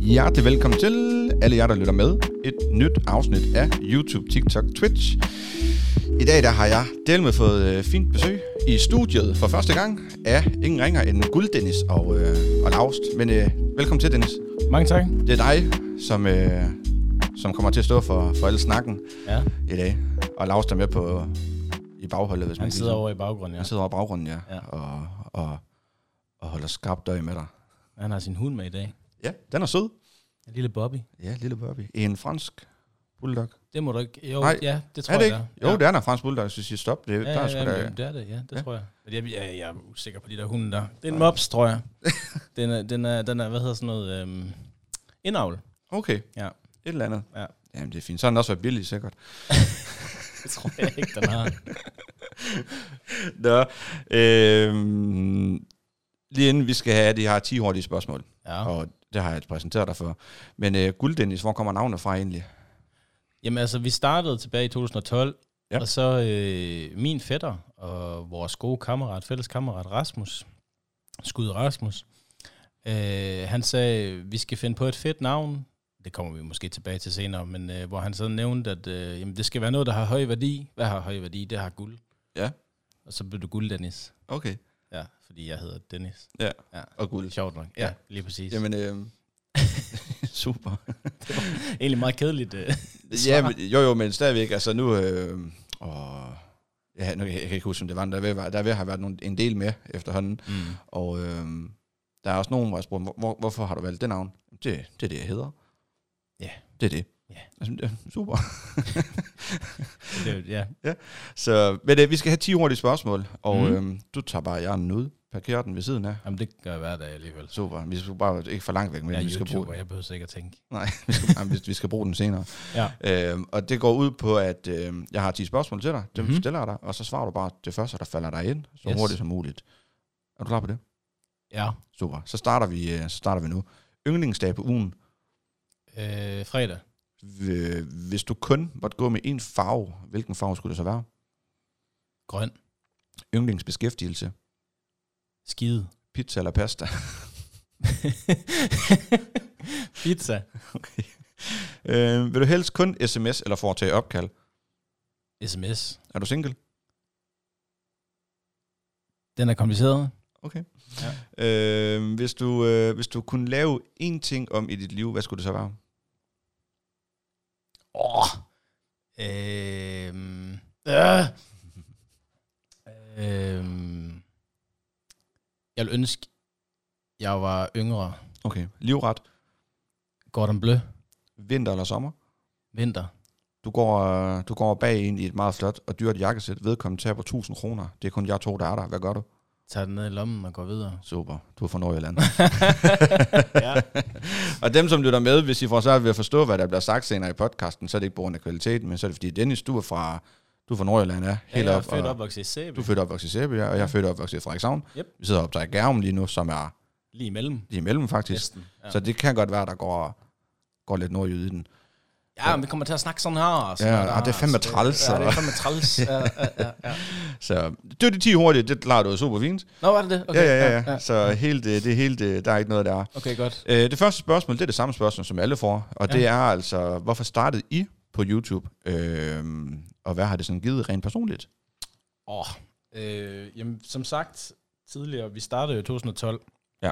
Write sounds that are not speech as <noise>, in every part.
Hjertelig velkommen til alle jer, der lytter med. Et nyt afsnit af YouTube, TikTok, Twitch. I dag der har jeg delt med fået øh, fint besøg i studiet for første gang af ingen ringer end Guld Dennis og, øh, og Laust. Men øh, velkommen til, Dennis. Mange tak. Det er dig, som, øh, som kommer til at stå for, for alle snakken Ja, i dag. Og Laust er med på i bagholdet, hvis man han kan sidder sige. over i baggrunden, ja. Han sidder over i baggrunden, ja. ja. Ja. Og, og, og holder skarpt øje med dig. Han har sin hund med i dag. Ja, den er sød. En lille Bobby. Ja, lille Burby. En fransk bulldog. Det må du ikke... Jo, Nej. Nej. ja, det tror Er det jeg, ikke? det Jo, er. ja. det er der en fransk bulldog, så siger stop. Det, Ja, der er ja, sgu ja, da- jamen, det er det, ja, det Ja. ja. tror jeg. Men jeg, jeg, jeg er usikker på de der hunde der. Det er en mops, tror <laughs> jeg. Den er, den er, den er hvad hedder sådan noget, øhm, indavl. Okay. Ja. Et eller andet. Ja. Jamen, det er fint. Så har den også været billig, sikkert. Det tror jeg ikke, den har. Nå, øhm, lige inden vi skal have de her 10 hurtige spørgsmål, Ja. ja. og det har jeg præsenteret dig for. Men øh, Guld Dennis, hvor kommer navnet fra egentlig? Jamen altså, vi startede tilbage i 2012, Ja. ja. og så øh, min fætter og vores gode kammerat, fælles kammerat Rasmus, Skud Rasmus, øh, han sagde, vi skal finde på et fedt navn. Det kommer vi måske tilbage til senere, men øh, hvor han så nævnte, at øh, jamen, det skal være noget, der har høj værdi. Hvad har høj værdi? Det har guld. Ja. Og så blev det guld, Dennis. Okay. Ja, fordi jeg hedder Dennis. Og Guld. Sjovt nok. Ja, Ja. ja lige præcis. Jamen. Jamen, øh, <laughs> super. Egentlig meget kedeligt. Øh. Ja, men, jo, jo, men stadigvæk, altså nu... Øh, åh, ja, nu, kan jeg jeg kan ikke huske, om det var, men der er ved, at være- der er ved at have været nogle, en del med efterhånden. Mm. Og øh, der er også nogen, hvor jeg spurgte, hvor, hvor, hvorfor har du valgt det navn? Det, det er det, jeg hedder. Ja. Det er det. Ja. Altså, det er super. <laughs> <laughs> Det, ja. Så, men øh, vi skal have 10 hurtige spørgsmål, og Mhm. mm. øh, du tager bare hjernen ud, parkerer den ved siden af. Jamen, det gør jeg hver dag alligevel. Super. Vi skal bare ikke for langt væk, men Jeg er vi skal bruge <laughs> YouTuber, jeg behøver sikkert tænke. Nej, vi skal, nej, vi- vi skal bruge den senere. Ja. Øhm, og det går ud på, at øhm, jeg har 10 spørgsmål til dig. Dem mm-hmm. Mhm. stiller jeg dig, og så svarer du bare det første, der falder dig ind, så yes. Yes. hurtigt som muligt. Er du klar på det? Ja. Super. Så starter vi, øh, så starter vi nu. Yndlingsdag på ugen. Øh, fredag. Øh, Hvis du kun måtte gå med én farve, hvilken farve skulle det så være? Grøn. Yndlingsbeskæftigelse. <laughs> Skide. Pizza eller pasta? Pizza. okay. <laughs> Øh, vil du helst kun sms eller foretage opkald? SMS. Er du single? Den er kompliceret. Okay. Ja. Øh, hvis, du, øh, hvis du kunne lave én ting om i dit liv, hvad skulle det så være? Åh. Øh, øh. Øh. Jeg ville ønske, jeg var yngre. Okay. Livret, Gordon Blø. vinter eller sommer? Vinter. Du går, øh, du går bag ind i et meget flot og dyrt jakkesæt. Vedkommende tager på 1000 kroner. Det er kun jeg to, der er der. Hvad gør du? Tag den ned i lommen og går videre. Super. Du er fra Nordjylland. <laughs> ja. og dem, som lytter med, hvis I får svært ved at forstå, hvad der bliver sagt senere i podcasten, så er det ikke på grund af kvaliteten, men så er det fordi, Dennis, du er fra, du er fra Nordjylland, ja. Helt jeg er født og- opvokset i Sæbe. Du er født og opvokset i Sæby, ja, og jeg er født og opvokset i Frederikshavn. Yep. Vi sidder og optager i Gærum lige nu, som er Lige imellem. lige imellem faktisk. Næsten. Ja. Så det kan godt være, der går, går lidt nordjyde i den. Ja, men vi kommer til at snakke sådan her. og Sådan Ja, her, ah, det er fandme altså, træls, Ja, det er og- fandme <laughs> træls. Ja, ja, ja, ja. Så det er de 10 hurtigt, det klarer du super fint. Nå, var det det? Okay, ja, ja, ja, ja. Så helt, øh, det, det, hele det, der er ikke noget, der er. Okay, godt. Øh, det første spørgsmål, det er det samme spørgsmål, som alle får. Og ja. det er altså, hvorfor startede I på YouTube? Øh, og hvad har det sådan givet rent personligt? Åh, øh, jamen, som sagt tidligere, vi startede jo i 2012. Ja.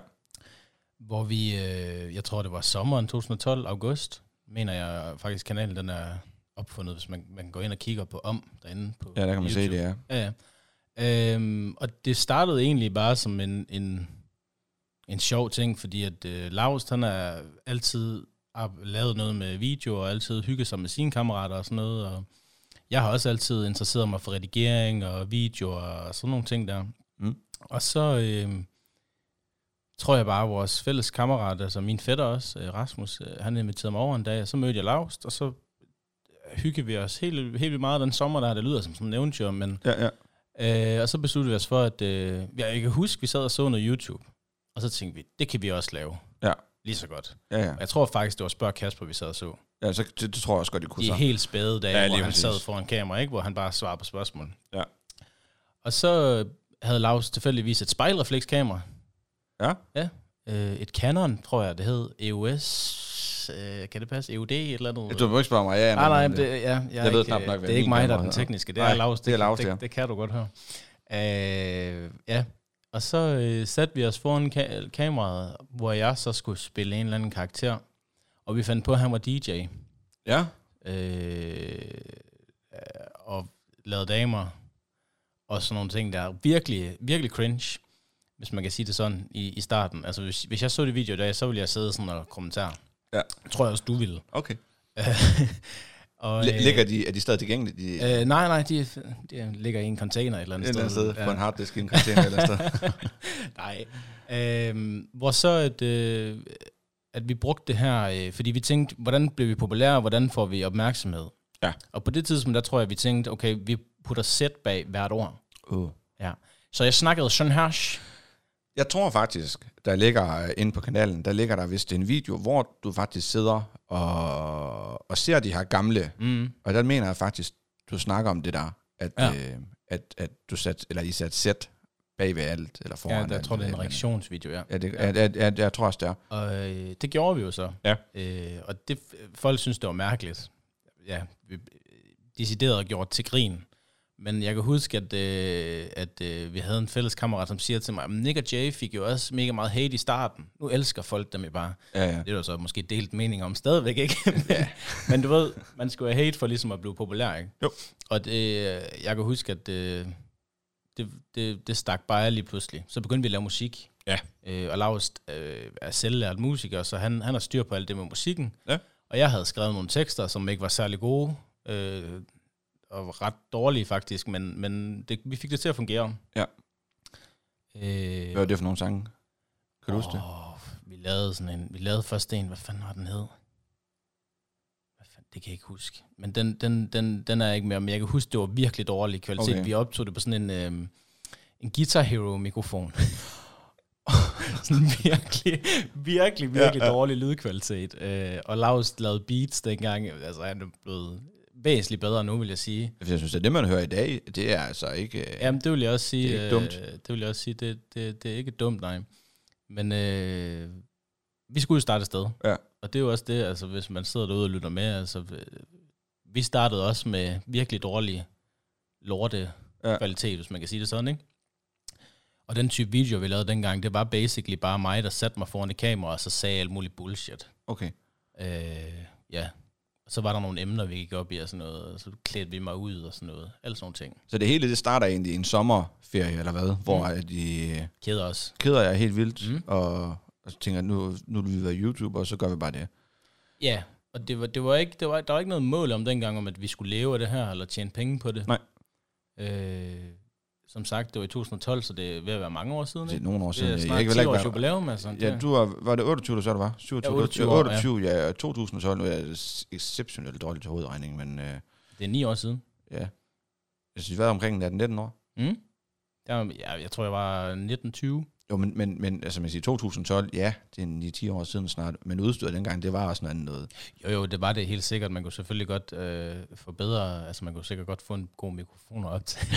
Hvor vi, øh, jeg tror det var sommeren 2012, august, mener jeg faktisk kanalen, den er opfundet, hvis man, man går ind og kigger på om derinde på Ja, der kan man YouTube. se det, ja. Ja, ja. Øhm, og det startede egentlig bare som en, en, en sjov ting, fordi at øh, Lars, han har altid har lavet noget med video, og altid hygget sig med sine kammerater og sådan noget, og jeg har også altid interesseret mig for redigering og video og sådan nogle ting der. Mm. Og så øh, tror jeg bare, at vores fælles kammerat, altså min fætter også, øh, Rasmus, øh, han inviterede mig over en dag, og så mødte jeg Lars, og så øh, hyggede vi os helt, helt vildt meget den sommer, der det lyder som sådan en eventyr, men Ja, ja. Øh, og så besluttede vi os for, at øh, ja, jeg kan huske, vi sad og så noget YouTube. Og så tænkte vi, det kan vi også lave. Ja. Lige så godt. Ja, ja. Og jeg tror faktisk, det var Spørg Kasper, vi sad og så. ja så, det, det, tror jeg også godt, I kunne I så. helt spæde dage, Ja, ja, lige hvor han præcis. sad foran kamera, ikke? hvor han bare svarede på spørgsmål. øh, Ja. Og så havde Lars tilfældigvis et spejlreflekskamera. Ja. Øh, et Canon, tror jeg, det hed. EOS. Øh, kan det passe? EUD? Et eller andet. Altså, Du må ikke spørge mig. Ja, nej, men, nej, øh, men det, ja, jeg, er ved ikke, knap nok, hvad det er ikke min mig, der er kamera den hedder. tekniske. Det Nej, er Lars. det er Laus, det, det er. det, det kan du godt høre. Øh, ja, og så øh, satte vi os foran ka- kameraet, hvor jeg så skulle spille en eller anden karakter. Og vi fandt på, at han var DJ. Ja. Øh, og lavede damer. Og sådan nogle ting, der er virkelig, virkelig cringe hvis man kan sige det sådan, i, i starten. Altså, hvis, hvis jeg så det video i dag, så ville jeg sidde sådan og kommentere. Ja. Tror jeg også, du ville. <laughs> Okay. og, L- ligger de, er de stadig tilgængelige? De, et Øh, nej, nej, de, de ligger i en container et eller andet eller andet sted. sted på en harddisk i en container eller <laughs> andet sted. Nej. Øhm, hvor så at, øh, at vi brugte det her, øh, fordi vi tænkte, hvordan bliver vi populære, hvordan får vi opmærksomhed? Ja. Og på det tidspunkt, der tror jeg, vi tænkte, okay, vi putter sæt bag hvert ord. Uh. Ja. Så jeg snakkede sådan her. Jeg tror faktisk, der ligger øh, inde på kanalen, der ligger der vist en video, hvor du faktisk sidder og, og ser de her gamle. Mm. Og der mener jeg faktisk, du snakker om det der, at, ja. Ja. øh, at, at du sat, eller I satte sæt bag ved alt, eller foran Ja, der alt, tror jeg, det er eller et en reaktionsvideo, ja. eller andet. Ja, det, ja. Ja, ja, ja, jeg tror også, det er. Og øh, det gjorde vi jo så. Ja. Øh, og det, folk synes, det var mærkeligt. Ja, vi øh, decideret gjort til grin. Men jeg kan huske, at, øh, at øh, vi havde en fælles kammerat, som siger til mig, at Nick og Jay fik jo også mega meget hate i starten. Nu elsker folk dem jo bare. Ja, ja. Det er der så måske delt mening om stadigvæk, <laughs> ikke? men, men du ved, man skulle have hate for ligesom at blive populær, ikke? Jo. Og det, øh, jeg kan huske, at det, det, det, det stak bare lige pludselig. Så begyndte vi at lave musik. Ja. Øh, og Lars øh, er selvlært musiker, så han, han har styr på alt det med musikken. Ja. Og jeg havde skrevet nogle tekster, som ikke var særlig gode, øh, og var ret dårlige faktisk, men, men det, vi fik det til at fungere. Ja. Øh, Hvad var det for nogle sange? Kan du huske det? Åh, Vi lavede, sådan en, vi lavede først en, hvad fanden var den hed? Hvad fanden, det kan jeg ikke huske. Men den, den, den, den er ikke mere, men jeg kan huske, det var virkelig dårlig kvalitet. Okay. Okay. Vi optog det på sådan en, øh, en Guitar <laughs> Hero-mikrofon. sådan virkelig, virkelig, virkelig Ja, ja, ja. ja. dårlig lydkvalitet. Øh, og Lars lavede beats dengang. Altså, han er blevet væsentligt bedre nu, vil jeg sige. Jeg synes, at det, man hører i dag, det er altså ikke... øh, Jamen, det vil jeg også sige. Det er ikke dumt. Øh, det vil jeg også sige, det, det, det er ikke dumt, nej. Men øh, vi skulle jo starte et sted. Ja. Og det er jo også det, altså, hvis man sidder derude og lytter med. Altså, øh, vi startede også med virkelig dårlig lorte Ja. ja. kvalitet, hvis man kan sige det sådan, ikke? Og den type video, vi lavede dengang, det var basically bare mig, der satte mig foran et kamera, og så sagde alt muligt bullshit. Okay. Øh, ja. Og så var der nogle emner, vi gik op i og sådan noget, og så klædte vi mig ud og sådan noget. Alle sådan nogle ting. Så det hele, det starter egentlig i en sommerferie, eller hvad? Hvor at I øh, Keder os. keder jer helt vildt, mm. Mm. og, og så tænker, nu, nu vil vi være YouTuber, og så gør vi bare det. Ja, og det var, det var ikke, det var, der var ikke noget mål om dengang, om at vi skulle leve af det her, eller tjene penge på det. Nej. Øh, som sagt, det var i 2012, så det er ved at være mange år siden, Det er ikke? nogle år Det siden. er Jeg snart kan vel 10 ikke års være- jubilæum, altså. Ja, du var, var det 28, du så det var? 27, Ja, 28 år, ja. 28, ja. ja. 2012, nu er jeg s- exceptionelt dårlig til hovedregning, men øh, Det er ni år siden. ja. Jeg synes, vi var omkring 18-19 år. Mm? Der, var- ja, jeg tror, jeg var 1920. Jo, men, men, men altså, man siger 2012, ja, det er 9-10 år siden snart, men udstyret dengang, det var også noget andet noget. Jo, jo, det var det helt sikkert. Man kunne selvfølgelig godt øh, forbedre, altså man kunne sikkert godt få en god mikrofon op til, <laughs>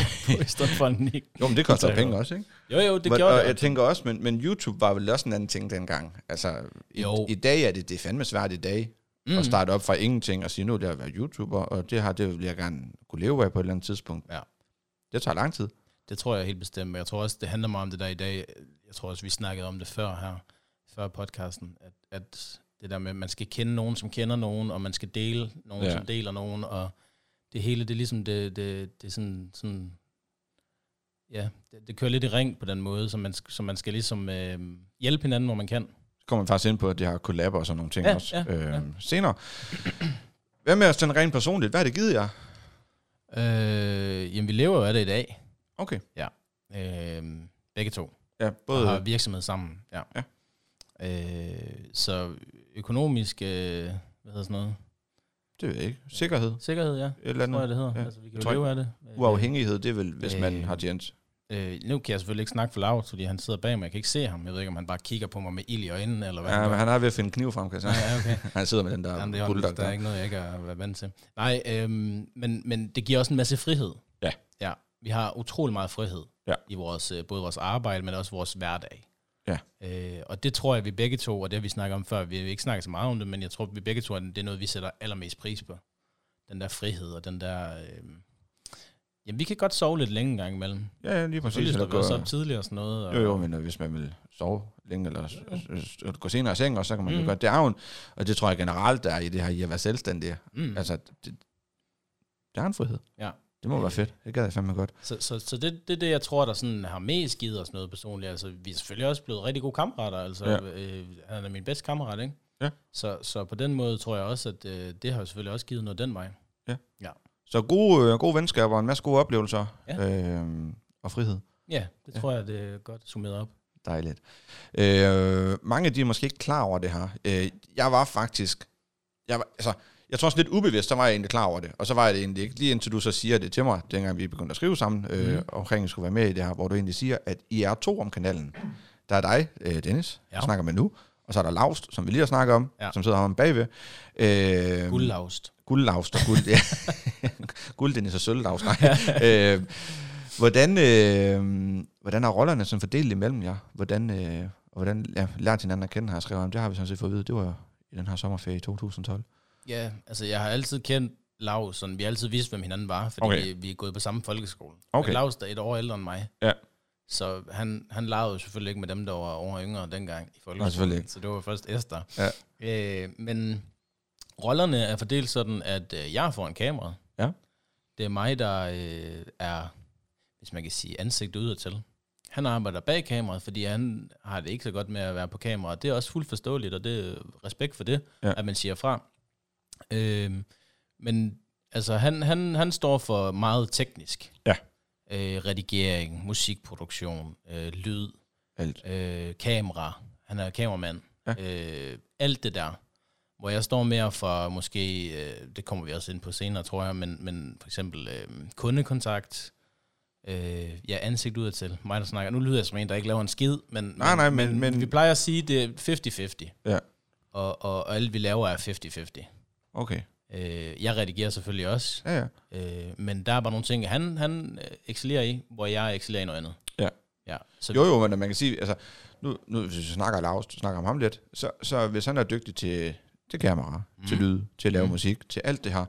i stedet for en mic. Jo, men det koster jo penge også, ikke? Jo, jo, det Men- gjorde og det. jeg tænker også, men, men YouTube var vel også en anden ting dengang. Altså, i, Jo. i dag er det, det er fandme svært i dag mm. at starte op fra ingenting og sige, nu vil jeg være YouTuber, og det her, det vil jeg gerne kunne leve af på et eller andet tidspunkt. Ja. Det tager lang tid. Det tror jeg helt bestemt, men jeg tror også, det handler meget om det der i dag. Jeg tror også, vi snakkede om det før her, før podcasten, at, at det der med, at man skal kende nogen, som kender nogen, og man skal dele nogen, Ja. ja. som deler nogen, og det hele, det er ligesom, det, det, det er sådan, sådan ja, det, det kører lidt i ring på den måde, så man, sk- så man skal ligesom øh, hjælpe hinanden, hvor man kan. Så kommer man faktisk ind på, at det har kollaber og sådan nogle ting Ja, også ja, øh, ja. senere. Hvad med at sådan rent personligt? Hvad har det givet jer? Øh, jamen, vi lever jo af det i dag, Okay. øh, begge to. Ja, både... har både... virksomhed sammen. Ja. Ja. Øh, så økonomisk, øh, hvad hedder sådan noget? Det ved jeg ikke. Sikkerhed. Sikkerhed, ja. Et eller Tror andet. jeg, det hedder. Ja. Ja. Altså, vi kan Tror jo jeg- leve af det. Uafhængighed, det er vel, hvis man Øh. har tjent. Øh, nu kan jeg selvfølgelig ikke snakke for lavt, fordi han sidder bag mig. Jeg kan ikke se ham. Jeg ved ikke, om han bare kigger på mig med ild i øjnene, eller hvad Ja, han men gør. han er ved at finde kniv frem, kan jeg sige. Nej, ja, okay. Han sidder med den der Jamen, det er, bulldog åndens, der er ikke noget, jeg ikke har været vant til. Nej, øhm, men, men det giver også en masse frihed. Ja. ja. Vi har utrolig meget frihed Ja. i vores, øh, både vores arbejde, men også vores hverdag. Ja. Øh, og det tror jeg, vi begge to, og det har vi snakket om før, vi har ikke snakket så meget om det, men jeg tror, vi begge to, at det er noget, vi sætter allermest pris på. Den der frihed og den der... Øh, jamen, vi kan godt sove lidt længe en gang imellem. Ja, ja, lige præcis. Selvfølgelig Eller står vi også gå, op tidligere og sådan noget. Og, jo, jo, men øh, hvis man vil sove længe, eller s- s- s- gå senere i seng, og så kan man jo Mm. gøre det er jo en, Og det tror jeg generelt, der er i det her, i at være selvstændig. Mm. Altså, det, der er en frihed. Ja. Det må være fedt. Det gad jeg fandme godt. Så, så, så det, det er det, jeg tror, der sådan har mest givet os noget personligt. Altså, vi er selvfølgelig også blevet rigtig gode kammerater. Altså, Ja. ja. øh, han er min bedste kammerat, ikke? Ja. Så, så på den måde tror jeg også, at øh, det har jo selvfølgelig også givet noget den vej. Så gode, øh, gode venskaber, en masse gode oplevelser øh, og frihed. Ja, det Ja. ja. tror jeg, det er godt summeret op. Dejligt. Øh, mange de er måske ikke klar over det her. Øh, jeg var faktisk... Jeg, var, altså, jeg tror også lidt ubevidst, så var jeg egentlig klar over det. Og så var jeg det egentlig ikke, lige indtil du så siger det til mig, dengang vi begyndte at skrive sammen, øh, mm. Mhm. omkring at skulle være med i det her, hvor du egentlig siger, at I er to om kanalen. Der er dig, øh, Dennis, ja. Ja. jeg snakker med nu, og så er der Laust, som vi lige har snakket om, ja. Ja. som sidder heromme bagved. Øh, Guldlaust. Guldlaust og <laughs> guld, ja. guld, Dennis og sølvlaust, nej. <laughs> øh, hvordan, øh, hvordan er rollerne sådan fordelt imellem jer? Hvordan, øh, og hvordan ja, lærte hinanden at kende, har jeg skrevet om. Det har vi sådan set fået at vide. Det var jo i den her sommerferie i 2012. Ja, altså jeg har altid kendt Laus, sådan, vi har altid vidst, hvem hinanden var, fordi Okay. okay. vi, vi er gået på samme folkeskole. Okay. Men Laus er et år ældre end mig. Ja. Så han, han legede jo selvfølgelig ikke med dem, der var over yngre dengang i selvfølgelig folkeskolen. ikke. Så det var først Esther. Ja. Øh, men rollerne er fordelt sådan, at øh, jeg får en kamera. Ja. Det er mig, der øh, er, hvis man kan sige, ansigt udadtil. Han arbejder bag kameraet, fordi han har det ikke så godt med at være på kamera. Det er også fuldt forståeligt, og det er respekt for det, Ja. ja. at man siger fra. Øhm, men altså, han, han, han står for meget teknisk. Ja. Øh, redigering, musikproduktion, øh, lyd, Alt. øh, kamera. Han er kameramand. Ja. Øh, alt det der. Hvor jeg står mere for måske, øh, det kommer vi også ind på senere, tror jeg, men, men for eksempel øh, kundekontakt, øh, ja, ansigt udad til, mig der snakker. Nu lyder jeg som en, der ikke laver en skid, men, Nej, nej, men- men- vi plejer at sige, det er 50-50. Ja. Og, og, og alt vi laver er 50-50. Okay. Øh, jeg redigerer selvfølgelig også, Ja, ja. øh, men der er bare nogle ting, han, han øh, excellerer i, hvor jeg excellerer i noget andet. Ja. ja så Jo, jo, men man kan sige, altså, nu, nu hvis vi snakker Laust, snakker om ham lidt, så, så hvis han er dygtig til, til kamera, mm. til lyd, til at lave mm. musik, til alt det her,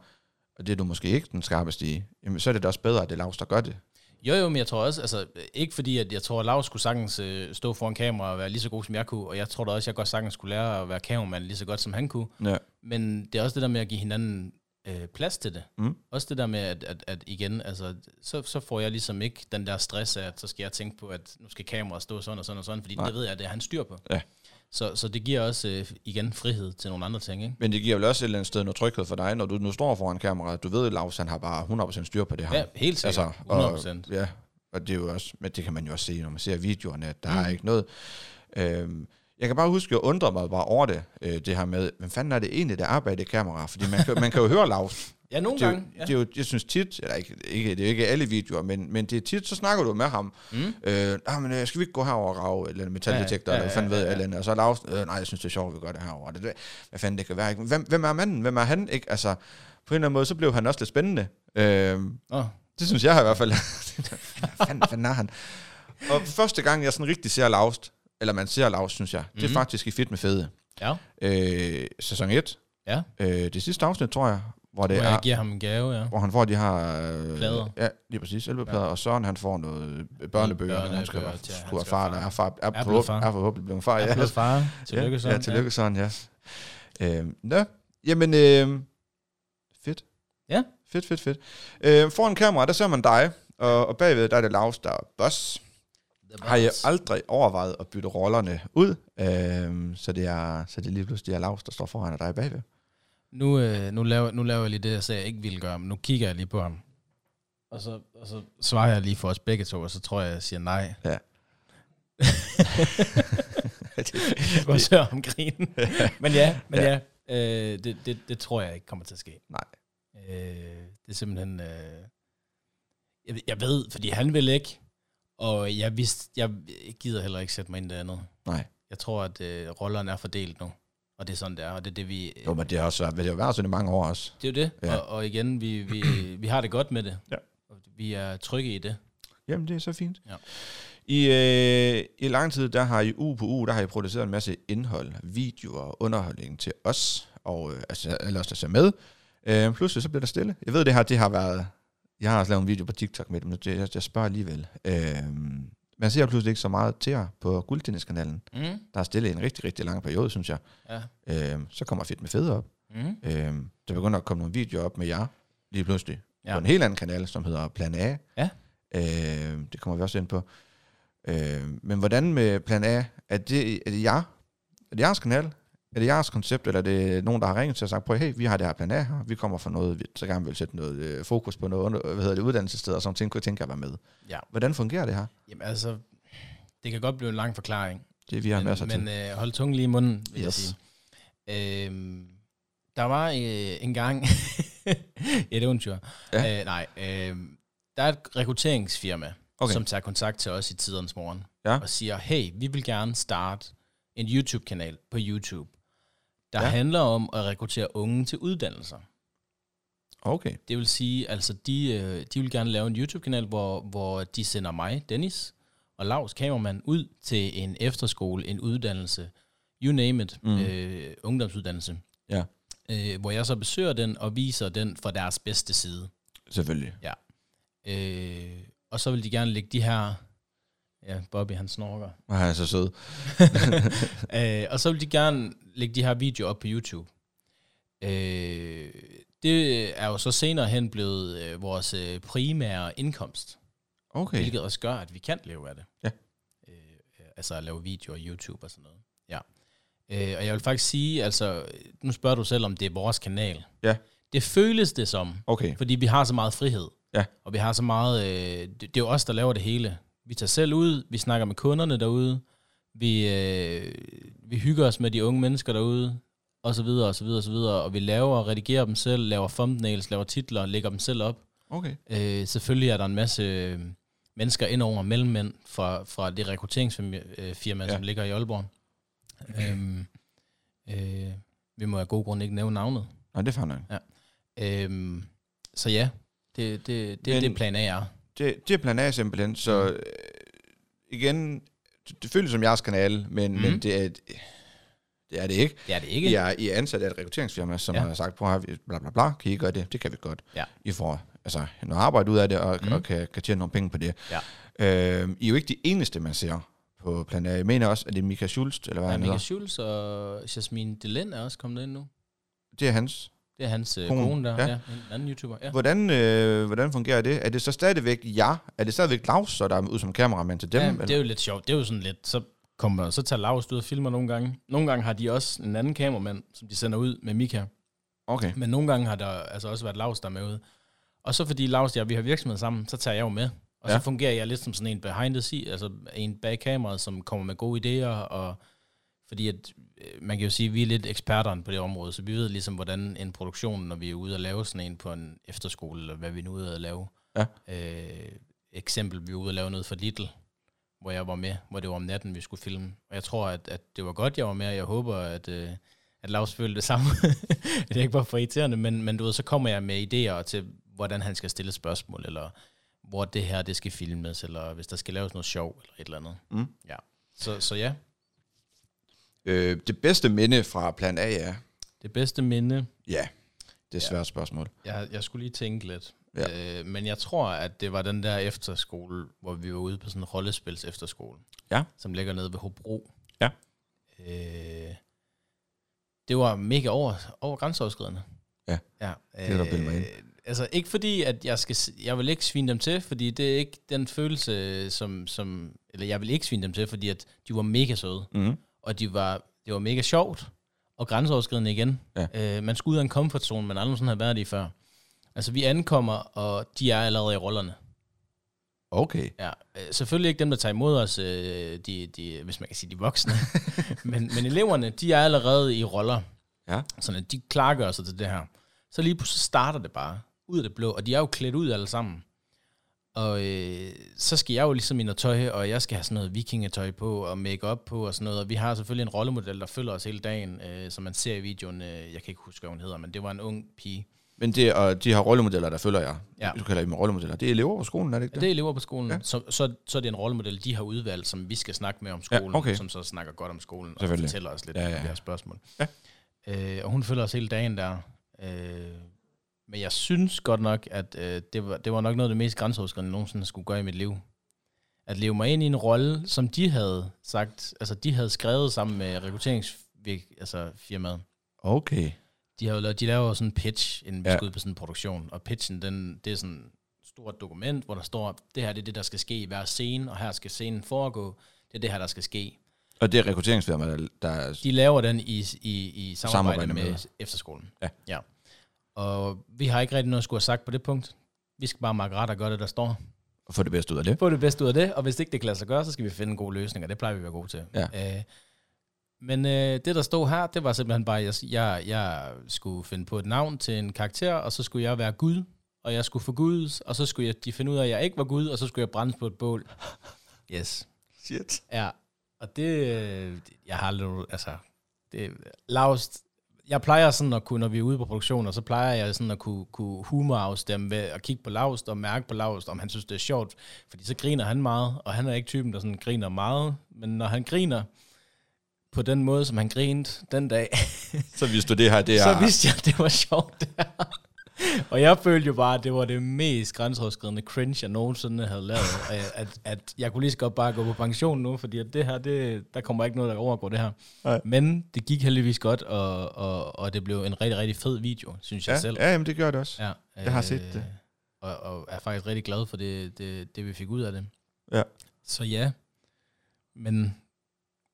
og det er du måske ikke den skarpeste i, jamen, så er det da også bedre, at det er Laust, der gør det. Jo, jo, men jeg tror også, altså ikke fordi, at jeg tror, at Lars skulle sagtens øh, stå foran kamera og være lige så god, som jeg kunne, og jeg tror da også, at jeg godt sagtens skulle lære at være kameramand lige så godt, som han kunne, Ja. men det er også det der med at give hinanden øh, plads til det. Mm. Også det der med, at, at, at igen, altså, så, så får jeg ligesom ikke den der stress af, at så skal jeg tænke på, at nu skal kameraet stå sådan og sådan og sådan, fordi Nej. Nej. det ved jeg, at det er han styr på. Ja. Så, så det giver også, øh, igen, frihed til nogle andre ting, ikke? Men det giver vel også et eller andet sted noget tryghed for dig, når du nu står foran kameraet. Du ved, at Lars, han har bare 100% styr på det her. Ja, helt sikkert. altså, 100%. og, ja, og det er jo også, men det kan man jo også se, når man ser videoerne, at der mm. er ikke noget. Øhm, jeg kan bare huske, at jeg undrede mig bare over det, øh, det her med, hvem fanden er det egentlig, der arbejder i kamera? Fordi man kan, man kan jo høre Lars. ja, nogle Det er, jo, gange. Ja. det er jo, jeg synes tit, eller ikke, ikke, det er jo ikke alle videoer, men, men det er tit, så snakker du med ham. Mm. Øh, "Ah, men, øh, skal vi ikke gå herover og rave, eller en metaldetektor, ja, ja, ja, eller hvad fanden ved jeg, ja, ja. eller, andet?" og så er Lars, øh, nej, jeg synes, det er sjovt, at vi gør det herover. Det, det, hvad fanden det kan være, ikke? Hvem, hvem er manden? Hvem er han? Ikke? Altså, på en eller anden måde, så blev han også lidt spændende. Øh, Nå, det synes jeg i hvert fald. <laughs> Hvad fanden, fanden er han? Og første gang, jeg sådan rigtig ser Laust, eller man ser Laust, synes jeg, det er Mhm. faktisk i Fedt med Fede. ja. Øh, sæson 1. Ja. Øh, det sidste afsnit, tror jeg, hvor det Hvor er, jeg giver ham en gave, ja. hvor han får de her... Øh, Plader. Ja, lige præcis, elbeplader. Ja. Og Søren, han får noget øh, børnebøger, Børnebøger han skal, til- han skulle skal have være far, far. der er far, er, blevet forhåbentlig- far. er forhåbentlig blevet far. Jeg er blevet far. ja, Tillykke så. <laughs> Ja, tillykke Søren, ja. Øh, nå, jamen, øh, fedt. Ja. Fedt, fedt, fedt. Øh, foran kamera, der ser man dig, og, og bagved, der er det Lars, der er boss. Har jeg aldrig overvejet at bytte rollerne ud, øh, så, det er, så det lige pludselig er Lars, der står foran og dig bagved? <laughs> Nu, øh, nu, laver, nu laver jeg lige det, jeg sagde, jeg ikke ville gøre, men nu kigger jeg lige på ham. Og så, og så svarer jeg lige for os begge to, og så tror jeg, jeg siger nej. Ja. <laughs> Jeg kan også høre ham grine. men ja, men ja. ja øh, det, det, det tror jeg ikke kommer til at ske. Nej. Øh, det er simpelthen... Øh, jeg, jeg ved, fordi han vil ikke, og jeg, vidste, jeg gider heller ikke sætte mig ind i det andet. Nej. Jeg tror, at øh, rollerne er fordelt nu, og det er sådan, det er, og det er det, vi... <laughs> Jo, men det har også været, det har været sådan i mange år også. Det er jo det. Ja. Ja. Og, og igen, vi, vi, vi har det godt med det. Ja. Og Vi er trygge i det. Jamen, det er så fint. Ja. I, øh, I lang tid, der har I uge på uge, der har I produceret en masse indhold, videoer og underholdning til os, og øh, altså, alle os, der ser med. Øh, pludselig så bliver der stille. Jeg ved, det her det har været... Jeg har også lavet en video på TikTok med det, men jeg, jeg spørger alligevel. Øh, man ser pludselig ikke så meget til jer på Guldtenniskanalen. Mm. Der er stille i en rigtig, rigtig lang periode, synes jeg. Ja. Øh, så kommer Fedt med Fede op. Mm. Øh, der begynder at komme nogle videoer op med jer lige pludselig. Ja. Ja. På en helt anden kanal, som hedder Plan A. Ja. Øh, det kommer vi også ind på. Øh, men hvordan med Plan A? Er det, er det jer? Er det jeres kanal? Er det jeres koncept, eller er det nogen, der har ringet til og sagt, prøv at høre, hey, vi har det her plan A her, vi kommer fra noget, vi så gerne vil sætte noget øh, fokus på noget, under, hvad hedder det, uddannelsessted og sådan ting, kunne jeg tænke at være med. Ja. Hvordan fungerer det her? Jamen altså, det kan godt blive en lang forklaring. Det vi har men, masser til. Men øh, hold tungen lige i munden, vil yes. jeg Yes. sige. Øhm, der var øh, en gang... <laughs> et eventyr. Ja. Ja. Øh, nej, øh, der er et rekrutteringsfirma, Okay. okay. som tager kontakt til os i tidernes morgen. Ja. Og siger, hey, vi vil gerne starte en YouTube-kanal på YouTube, der Ja. ja. handler om at rekruttere unge til uddannelser. Okay, Det vil sige, altså de, øh, de vil gerne lave en YouTube-kanal, hvor, hvor de sender mig, Dennis, og Lars Kamermann ud til en efterskole, en uddannelse, you name it, Mm. mm. øh, ungdomsuddannelse. Ja. Øh, hvor jeg så besøger den og viser den fra deres bedste side. selvfølgelig. Øh, og så vil de gerne lægge de her... Ja, Bobby han snorker. Hvor er jeg så sød. <laughs> øh, og så vil de gerne lægge de her videoer op på YouTube. Øh, det er jo så senere hen blevet øh, vores øh, primære indkomst, Okay. okay. hvilket også gør, at vi kan leve af det. Ja. Øh, altså at lave videoer, YouTube og sådan noget. Ja. Øh, og jeg vil faktisk sige, altså, nu spørger du selv, om det er vores kanal. Ja. Det føles det som, Okay, fordi vi har så meget frihed. Ja. Og vi har så meget... Øh, det, det er jo os, der laver det hele. Vi tager selv ud, vi snakker med kunderne derude, vi, øh, vi hygger os med de unge mennesker derude, og så videre, og så videre, og så videre. Og vi laver og redigerer dem selv, laver thumbnails, laver titler, lægger dem selv op. okay. Øh, selvfølgelig er der en masse øh, mennesker indover, mellemmænd fra, fra det rekrutteringsfirma, øh, firma, Ja. som ligger i Aalborg. øhm, øh, vi må af god grund ikke nævne navnet. Nej, det er fair nok. Øhm, så ja, det, det, det er Men- det plan A er. Det, det er plan A simpelthen, Mm. så øh, igen, det, det føles som jeres kanal, men, mm. Mhm. men det, er, et- det er det ikke. Det er det ikke. I er, I er ansat af et rekrutteringsfirma, som ja. Ja. har sagt, prøv at høre, bla bla bla, kan I gøre det? Det kan vi godt. Ja. I får altså, noget arbejde ud af det, og, mm. Mhm. og kan, kan tjene nogle penge på det. Ja. Øh, I er jo ikke de eneste, man ser på plan A. Jeg mener også, at det er Mika Schulst, eller hvad Ja, han Mika hedder. Schulz og Jasmine Delen er også kommet ind nu. Det er hans. Det er hans øh, Kone, kone, der. ja. Ja. ja. En anden YouTuber. Ja. Hvordan, øh, hvordan fungerer det? Er det så stadigvæk jer? Er det stadigvæk Claus, så der er ud som kameramand til dem? ja, eller? det er jo lidt sjovt. Det er jo sådan lidt, så kommer så tager Lars ud og filmer nogle gange. Nogle gange har de også en anden kameramand, som de sender ud med Mika. Okay, Men nogle gange har der altså også været Lars der er med ude. Og så fordi Lars og jeg, vi har virksomhed sammen, så tager jeg jo med. Og ja. Ja. så fungerer jeg lidt som sådan en behind the scene, altså en bag kameraet, som kommer med gode idéer, og fordi at, øh, man kan jo sige, at vi er lidt eksperterne på det område, så vi ved ligesom, hvordan en produktion, når vi er ude og lave sådan en på en efterskole, eller hvad vi nu er ude at lave. Ja. Øh, eksempel, vi er ude og lave noget for Little, hvor jeg var med, hvor det var om natten, vi skulle filme. Og jeg tror, at, at det var godt, jeg var med, og jeg håber, at, øh, at Lars følte det samme. det er ikke bare for irriterende, men, men du ved, så kommer jeg med idéer til, hvordan han skal stille spørgsmål, eller hvor det her, det skal filmes, eller hvis der skal laves noget sjov, eller et eller andet. Mm. Ja. Så, så ja, Øh, det bedste minde fra plan A er... det bedste minde, Ja, det er et svært spørgsmål. jeg, jeg skulle lige tænke lidt, Ja. ja. øh, men jeg tror, at det var den der efterskole, hvor vi var ude på sådan en rollespils efterskole, Ja. som ligger nede ved Hobro. Ja. Øh, det var mega over, over grænseoverskridende. Ja. ja er der bildet mig ind. Altså ikke fordi, at jeg skal, s- jeg vil ikke svine dem til, fordi det er ikke den følelse, som, som eller jeg vil ikke svine dem til, fordi at de var mega søde Mm. og de var, det var mega sjovt, og grænseoverskridende igen. Ja. Øh, man skulle ud af en komfortzone, man aldrig sådan havde været i før. Altså, vi ankommer, og de er allerede i rollerne. Okay. Ja. Øh, selvfølgelig ikke dem, der tager imod os, øh, de, de, hvis man kan sige de voksne. men, men eleverne, de er allerede i roller. Ja. Sådan, at de klargør sig til det her. Så lige pludselig starter det bare, ud af det blå, og de er jo klædt ud alle sammen. Og øh, så skal jeg jo ligesom ind og tøj, og jeg skal have sådan noget vikingetøj på, og make op på og sådan noget. Og vi har selvfølgelig en rollemodel, der følger os hele dagen, øh, som man ser i videoen. Øh, jeg kan ikke huske, hvad hun hedder, men det var en ung pige. Men det, og de har rollemodeller, der følger jer. Ja. Du kalder dem rollemodeller. Det er elever på skolen, er det ikke Ja, det? det er elever på skolen. Ja. Ja. Så, så, så er det en rollemodel, de har udvalgt, som vi skal snakke med om skolen, Ja, okay. som så snakker godt om skolen og Selvfølgelig. fortæller os lidt Ja, ja, ja, ja. ja. om de her spørgsmål. Ja. Øh, og hun følger os hele dagen der. Øh, men jeg synes godt nok, at øh, det, var, det var nok noget af det mest grænseoverskridende, jeg nogensinde skulle gøre i mit liv. At leve mig ind i en rolle, som de havde sagt, altså de havde skrevet sammen med rekrutteringsfirmaet. Altså firmaet Okay. de har jo lavet, de laver jo sådan en pitch, inden vi Ja. skal ud på sådan en produktion. Og pitchen, den, det er sådan et stort dokument, hvor der står, det her det er det, der skal ske i hver scene, og her skal scenen foregå. Det er det her, der skal ske. Og det er rekrutteringsfirmaet, der, der De laver den i, i, i samarbejde, Samarbejde med- med, med efterskolen. Ja. ja. Og vi har ikke rigtig noget at skulle have sagt på det punkt. Vi skal bare makke ret og gøre det, der står. får det bedste ud af det. Få det bedste ud af det, og hvis ikke det kan lade sig gøre, så skal vi finde en god løsning, og det plejer vi at være gode til. Ja. Øh, men øh, det, der stod her, det var simpelthen bare, at jeg, jeg, jeg skulle finde på et navn til en karakter, og så skulle jeg være Gud, og jeg skulle forgudes, og så skulle jeg, de finde ud af, at jeg ikke var Gud, og så skulle jeg brændes på et bål. Yes. Shit. Ja, og det, øh, jeg har aldrig, altså, det, Laust, jeg plejer sådan at kunne, når vi er ude på produktioner, så plejer jeg sådan at kunne, kunne humorafstemme ved at kigge på Laust og mærke på Laust, om han synes, det er sjovt, fordi så griner han meget, og han er ikke typen, der sådan griner meget, men når han griner på den måde, som han grinede den dag, Så hvis du det her, det ja. er... så vidste jeg, at det var sjovt det her. <laughs> Og jeg følte jo bare, at det var det mest grænseoverskridende cringe, jeg nogensinde havde lavet. Og jeg- At, at jeg kunne lige så godt bare gå på pension nu, fordi at det her, det, der kommer ikke noget, der overgår det her. Nej. Men det gik heldigvis godt, og, og, og det blev en rigtig, rigtig fed video, synes jeg ja, selv. ja, jamen, det gør det også. Ja. Ja, øh, Jeg har set det. Og, og er faktisk rigtig glad for det, det, det, vi fik ud af det. Ja. Så ja, men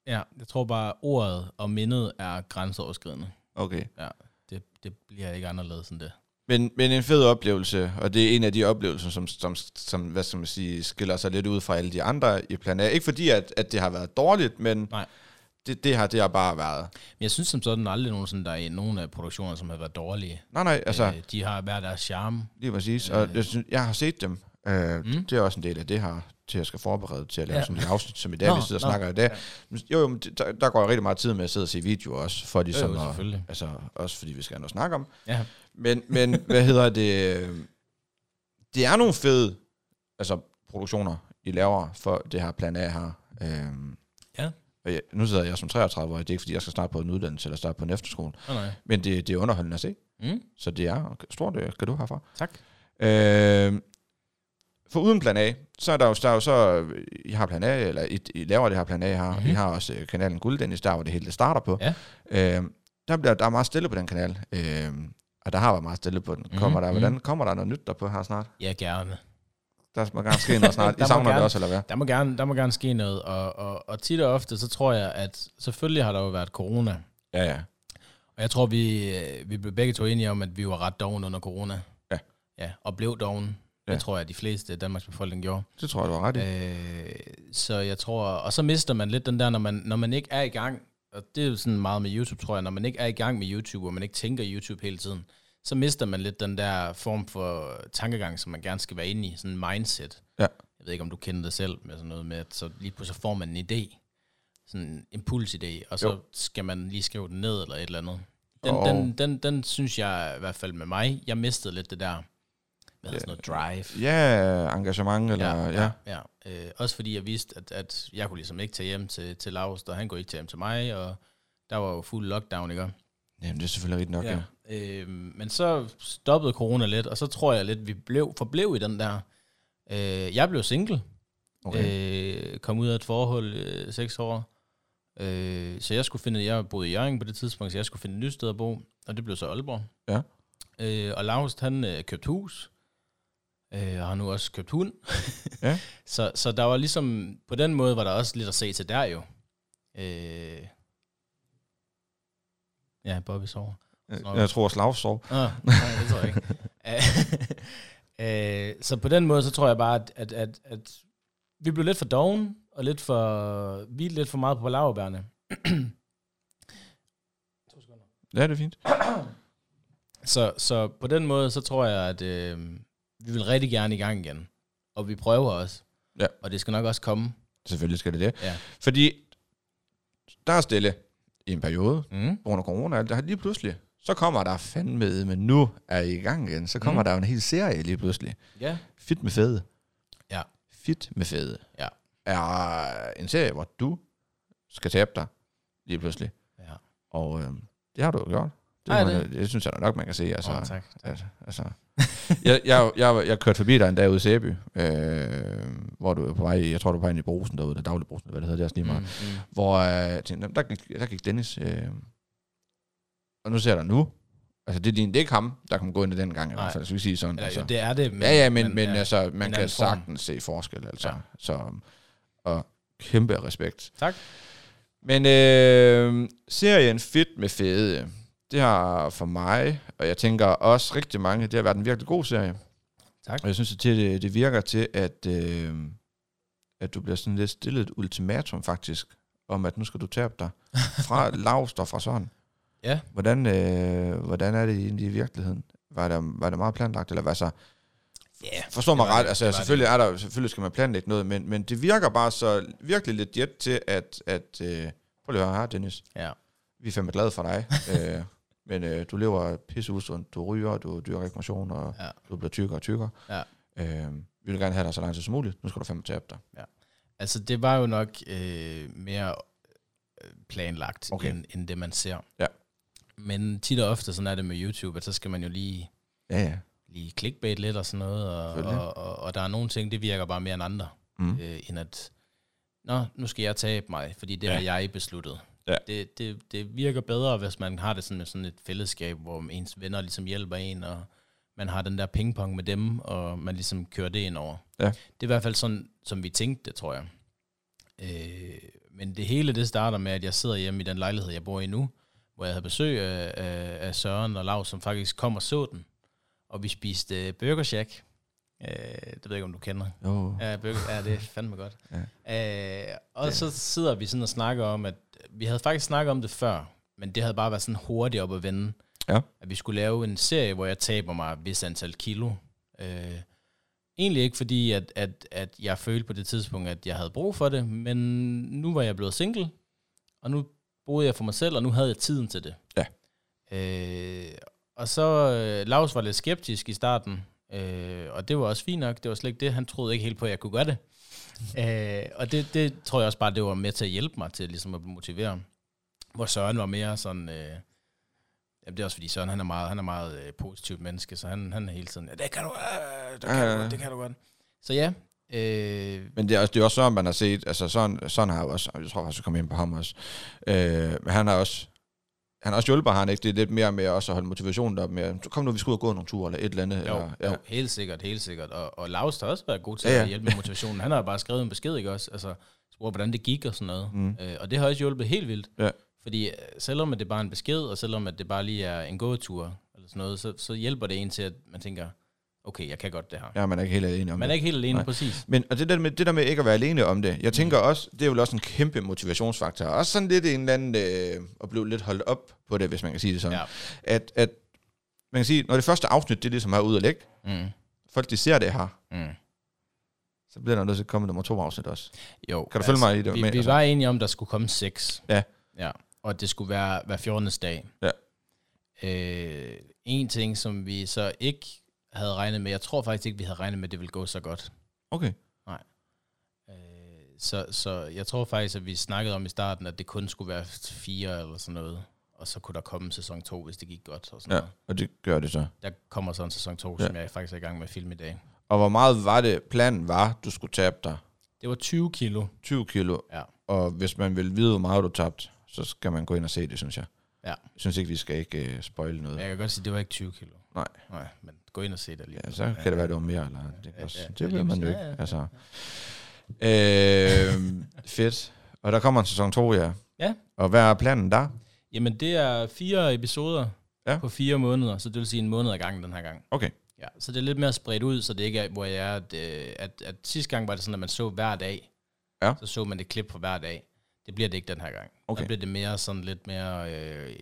ja, jeg tror bare, ordet og mindet er grænseoverskridende. Okay. Det, det bliver ikke anderledes end det. Men, men en fed oplevelse, og det er en af de oplevelser, som, som, som hvad skal man sige, skiller sig lidt ud fra alle de andre i plan A. Ikke fordi, at, at det har været dårligt, men Nej. Det, det har det har bare været. Men jeg synes som sådan aldrig nogensinde, der er nogen af produktionerne, som har været dårlige. Nej, nej, altså, Øh, De har hver deres charme. lige præcis. Og jeg, synes, jeg har set dem. Øh, mm. Øh. Mm. Det er også en del af det her, til at jeg skal forberede til at lave ja. Ja. sådan et afsnit, som i dag, Nå, vi sidder og nå, snakker i dag. Men Jo, jo, men det- der, der går jeg rigtig meget tid med at sidde og se videoer også, for ligesom jo, at, Øh, selvfølgelig. altså, også fordi vi skal have noget at snakke om. Ja. Men, men hvad hedder det? øh, Det er nogle fede altså, produktioner, I laver for det her plan A her. Øhm, Ja. Og jeg, nu sidder jeg som 33 år, det er ikke fordi, jeg skal starte på en uddannelse eller starte på en efterskole, Oh, nej. men det, det er underholdende at se, Mm, så det er stort øh, gave herfra. tak. Øhm, for uden plan A, så er der jo, der er jo så, øh, I har plan A, eller I, I laver det her plan A her, mm-hmm. Mhm. I har også øh, kanalen Gulddennis, der hvor det hele det starter på. Ja. Øhm, der, bliver, der er meget stille på den kanal, øhm, og der har været meget stille på den. Mhm, Kommer, der, mhm. hvordan, kommer der noget nyt derpå her snart? Ja, gerne. Der må gerne <laughs> ske noget snart. I Der må savner det gerne- også, eller hvad? Der må gerne, der må gerne ske noget, og, og, og tit og ofte, så tror jeg, at selvfølgelig har der jo været corona. Ja, ja. Og jeg tror, vi, øh, vi blev begge to enige om, at vi var ret doven under corona. Ja. Ja, og blev doven. Ja. Ja. Det tror jeg, at de fleste af Danmarks befolkning gjorde. Det tror jeg, du har ret i. Øh, så jeg tror, og så mister man lidt den der, når man, når man ikke er i gang, og det er jo sådan meget med YouTube, tror jeg, når man ikke er i gang med YouTube, og man ikke tænker YouTube hele tiden, så mister man lidt den der form for tankegang, som man gerne skal være inde i, sådan en mindset. Ja. Jeg ved ikke, om du kender det selv, med sådan noget med, at så lige pludselig får man en idé, sådan en impulsidé, og så Jo. jo. skal man lige skrive den ned, eller et eller andet. Den, Og- oh. den, den, den synes jeg i hvert fald med mig, jeg mistede lidt det der, hvad hedder sådan noget, drive. Ja, engagement, eller... Ja, ja. ja. ja. Øh, også fordi jeg vidste, at, at jeg kunne ligesom ikke tage hjem til, til Lars, og han kunne ikke tage hjem til mig, og der var jo fuld lockdown, ikke? Jamen, det er selvfølgelig rigtigt nok, ja. Øh, men så stoppede corona lidt, og så tror jeg lidt, vi blev, forblev i den der. Øh, jeg blev single, Okay. øh, kom ud af et forhold øh, seks år, øh, så jeg skulle finde, jeg boede i Jørgen på det tidspunkt, så jeg skulle finde et nyt sted at bo, og det blev så Aalborg. Ja. Øh, og Lars, han øh, købte hus, øh, og har nu også købt hund. <laughs> Ja. så, så der var ligesom, på den måde var der også lidt at se til der jo. Øh, ja, Bobby sover. Øh, jeg tror, Slav sov. Ah, nej, det tror <laughs> jeg ikke. <laughs> Øh, øh, så på den måde, så tror jeg bare, at, at, at, at vi blev lidt for doven, og lidt for, vi er lidt for meget på laverbærene. Ja, det er fint. Så, så på den måde, så tror jeg, at øh, vi vil rigtig gerne i gang igen. Og vi prøver også. Ja. Og det skal nok også komme. Selvfølgelig skal det det. Ja. Fordi der er stille i en periode, Mm. Mm. på grund af corona, og alt det her lige pludselig, Så kommer der fandme, men nu er I i gang igen. Så Mhm. kommer mm. der jo en hel serie lige pludselig. Ja. Fit med fede. Ja. Fit med fede. Ja. Er en serie, hvor du skal tabe dig lige pludselig. Ja. Og øh, det har du jo gjort. Det, Ej, Ej, det. det- Man, det synes jeg da nok, man kan se. Altså, Åh, tak. Altså, altså. jeg, jeg, jeg, jeg kørte forbi dig en dag ude i Sæby, øh, hvor du er på vej, i- jeg tror, du er på vej ind i brusen derude, der daglig brusen, hvad det hedder, det er også lige meget. Mm. Hvor øh, jeg tænkte, "Nå, der gik, der gik Dennis, øh, og nu ser jeg dig nu. Altså, det er, din, det er ikke ham, der kan gå ind i den gang, i Nej. hvert fald, skal vi sige sådan. Eller, altså. jo, det er det. Men, ja, ja, men, men, men ja. altså, man en kan anden form. sagtens se forskel, altså. Ja. Ja. Så, og kæmpe respekt. Tak. Men øh, serien Fit med Fede, det har for mig, og jeg tænker også rigtig mange, det har været en virkelig god serie. Tak. Og jeg synes, at det, det virker til, at, øh, at du bliver sådan lidt stillet et ultimatum faktisk, om at nu skal du tabe <laughs> dig fra Lavst og fra sådan. Ja. Hvordan, øh, hvordan er det egentlig i virkeligheden? Var det, var det meget planlagt, eller hvad så? Ja, Forstå mig Det var ret, det. altså Det var selvfølgelig, er der, selvfølgelig skal man planlægge noget, men, men det virker bare så virkelig lidt jet til, at, at øh, prøv lige at høre her, Dennis, Ja. vi er fandme glade for <laughs> dig, øh, men øh, du lever pisseusundt, du ryger, du dyrker ikke motion, og ja. Ja. du bliver tykkere og tykkere. Ja. Øh, vi vil gerne have dig så lang tid som muligt, nu skal du fandme tabe dig. Altså, det var jo nok øh, mere øh, planlagt, Okay. okay. end, end det, man ser. Ja. Men tit og ofte, sådan er det med YouTube, at så skal man jo lige, Ja, ja. lige clickbait lidt og sådan noget, og, Selvfølgelig. og, og, og der er nogle ting, det virker bare mere end andre, Mm. øh, end at, nå, nu skal jeg tabe mig, fordi det Ja. ja. har jeg besluttet. Ja. Det, det, det virker bedre, hvis man har det sådan med sådan et fællesskab, hvor ens venner ligesom hjælper en, og man har den der pingpong med dem, og man ligesom kører det ind over. Ja. Det er i hvert fald sådan, som vi tænkte det, tror jeg. Øh, men det hele det starter med, at jeg sidder hjemme i den lejlighed, jeg bor i nu, hvor jeg havde besøg af, af, af Søren og Lav, som faktisk kom og så den. Og vi spiste øh, Burger Shack. Øh, det ved jeg ikke, om du kender. Jo. Ja, burger, ja det er fandme godt. Ja. Øh, og Ja. ja. så sidder vi sådan og snakker om, at vi havde faktisk snakket om det før, men det havde bare været sådan hurtigt op at vende. Ja. At vi skulle lave en serie, hvor jeg taber mig et vis antal kilo. Øh, egentlig ikke fordi, at, at, at jeg følte på det tidspunkt, at jeg havde brug for det, men nu var jeg blevet single, og nu boede jeg for mig selv, og nu havde jeg tiden til det. Ja. Øh, og så, øh, Lars var lidt skeptisk i starten, øh, og det var også fint nok, det var slet ikke det, han troede ikke helt på, at jeg kunne gøre det. <laughs> øh, og det, det tror jeg også bare, det var med til at hjælpe mig til ligesom at motivere. Hvor Søren var mere sådan, øh, jamen det er også fordi Søren, han er meget, han er meget øh, positivt menneske, så han, han er hele tiden, ja, det kan du, øh, det, kan Ja, ja, du ja. godt, det kan du godt. Så ja, øh, Men det er, også, det er også sådan, man har set, altså sådan, sådan har jo også, jeg tror faktisk, vi kommer ind på ham også, øh, men han har også, han har også hjulpet har han ikke, det er lidt mere med også at holde motivationen deroppe med, så kom nu, vi skal ud og gå nogle ture, eller et eller andet. Jo, eller, jo, ja. helt sikkert, helt sikkert. Og, og Lars har også været god til Ja, ja, ja. ja. at hjælpe med motivationen. Han har bare skrevet en besked, ikke også? Altså, spurgt, hvordan det gik og sådan noget. Mm. Mm. Øh, og det har også hjulpet helt vildt. Ja. Fordi øh, selvom at det bare er en besked, og selvom at det bare lige er en gåtur, eller sådan noget, så, så hjælper det en til, at man tænker, okay, jeg kan godt det her. Ja, Ja, man er ikke helt alene om man det. er ikke helt alene, Nej. Nej. præcis. Men og det der, med, det der med ikke at være alene om det, Mm. jeg tænker også, det er vel også en kæmpe motivationsfaktor. Også sådan lidt en eller anden, øh, at blive lidt holdt op på det, hvis man kan sige det sådan. Ja. At, at man kan sige, når det første afsnit, det er ligesom her ude at lægge, Mm. folk de ser det her, Mm. så bliver der nødt til at komme nummer to afsnit også. Jo, Kan du følge mig i det? Vi, Men vi altså- var enige om, der skulle komme seks. Ja. ja. Og det skulle være hver 14. dag. Ja. Øh, en ting, som vi så ikke havde regnet med, jeg tror faktisk ikke, vi havde regnet med, at det ville gå så godt. Okay. Øh, så, så jeg tror faktisk, at vi snakkede om i starten, at det kun skulle være fire eller sådan noget. Og så kunne der komme en sæson 2, hvis det gik godt. Og sådan Ja, noget. og det gør det så. Der kommer så en sæson Ja. 2, ja. som jeg faktisk er i gang med at filme i dag. Og hvor meget var det, planen var, du skulle tabe dig? Det var 20 kilo. 20 kilo. Ja. Og hvis man vil vide, hvor meget du tabte, så skal man gå ind og se det, synes jeg. Ja. Jeg synes ikke, vi skal ikke uh, spoile noget. Men Ja. jeg kan godt sige, at det var ikke 20 kilo. Nej. Nej, men gå ind og se det lige. Ja, så kan det være, det var mere. Eller, det, kan også, ja, det ja, ved lige man jo ikke. præcis. Ja, ja, ja. Altså. Øh, fedt. Og der kommer en sæson 2, ja. Ja. Og hvad er planen der? Jamen, det er fire episoder Ja. ja. på fire måneder, så det vil sige en måned ad gangen den her gang. Okay. Ja, så det er lidt mere spredt ud, så det ikke er, hvor jeg er, at, øh, at, at sidste gang var det sådan, at man så hver dag. Ja. Så så man et klip for hver dag. Det bliver det ikke den her gang. Okay. Der bliver det mere sådan lidt mere... Øh,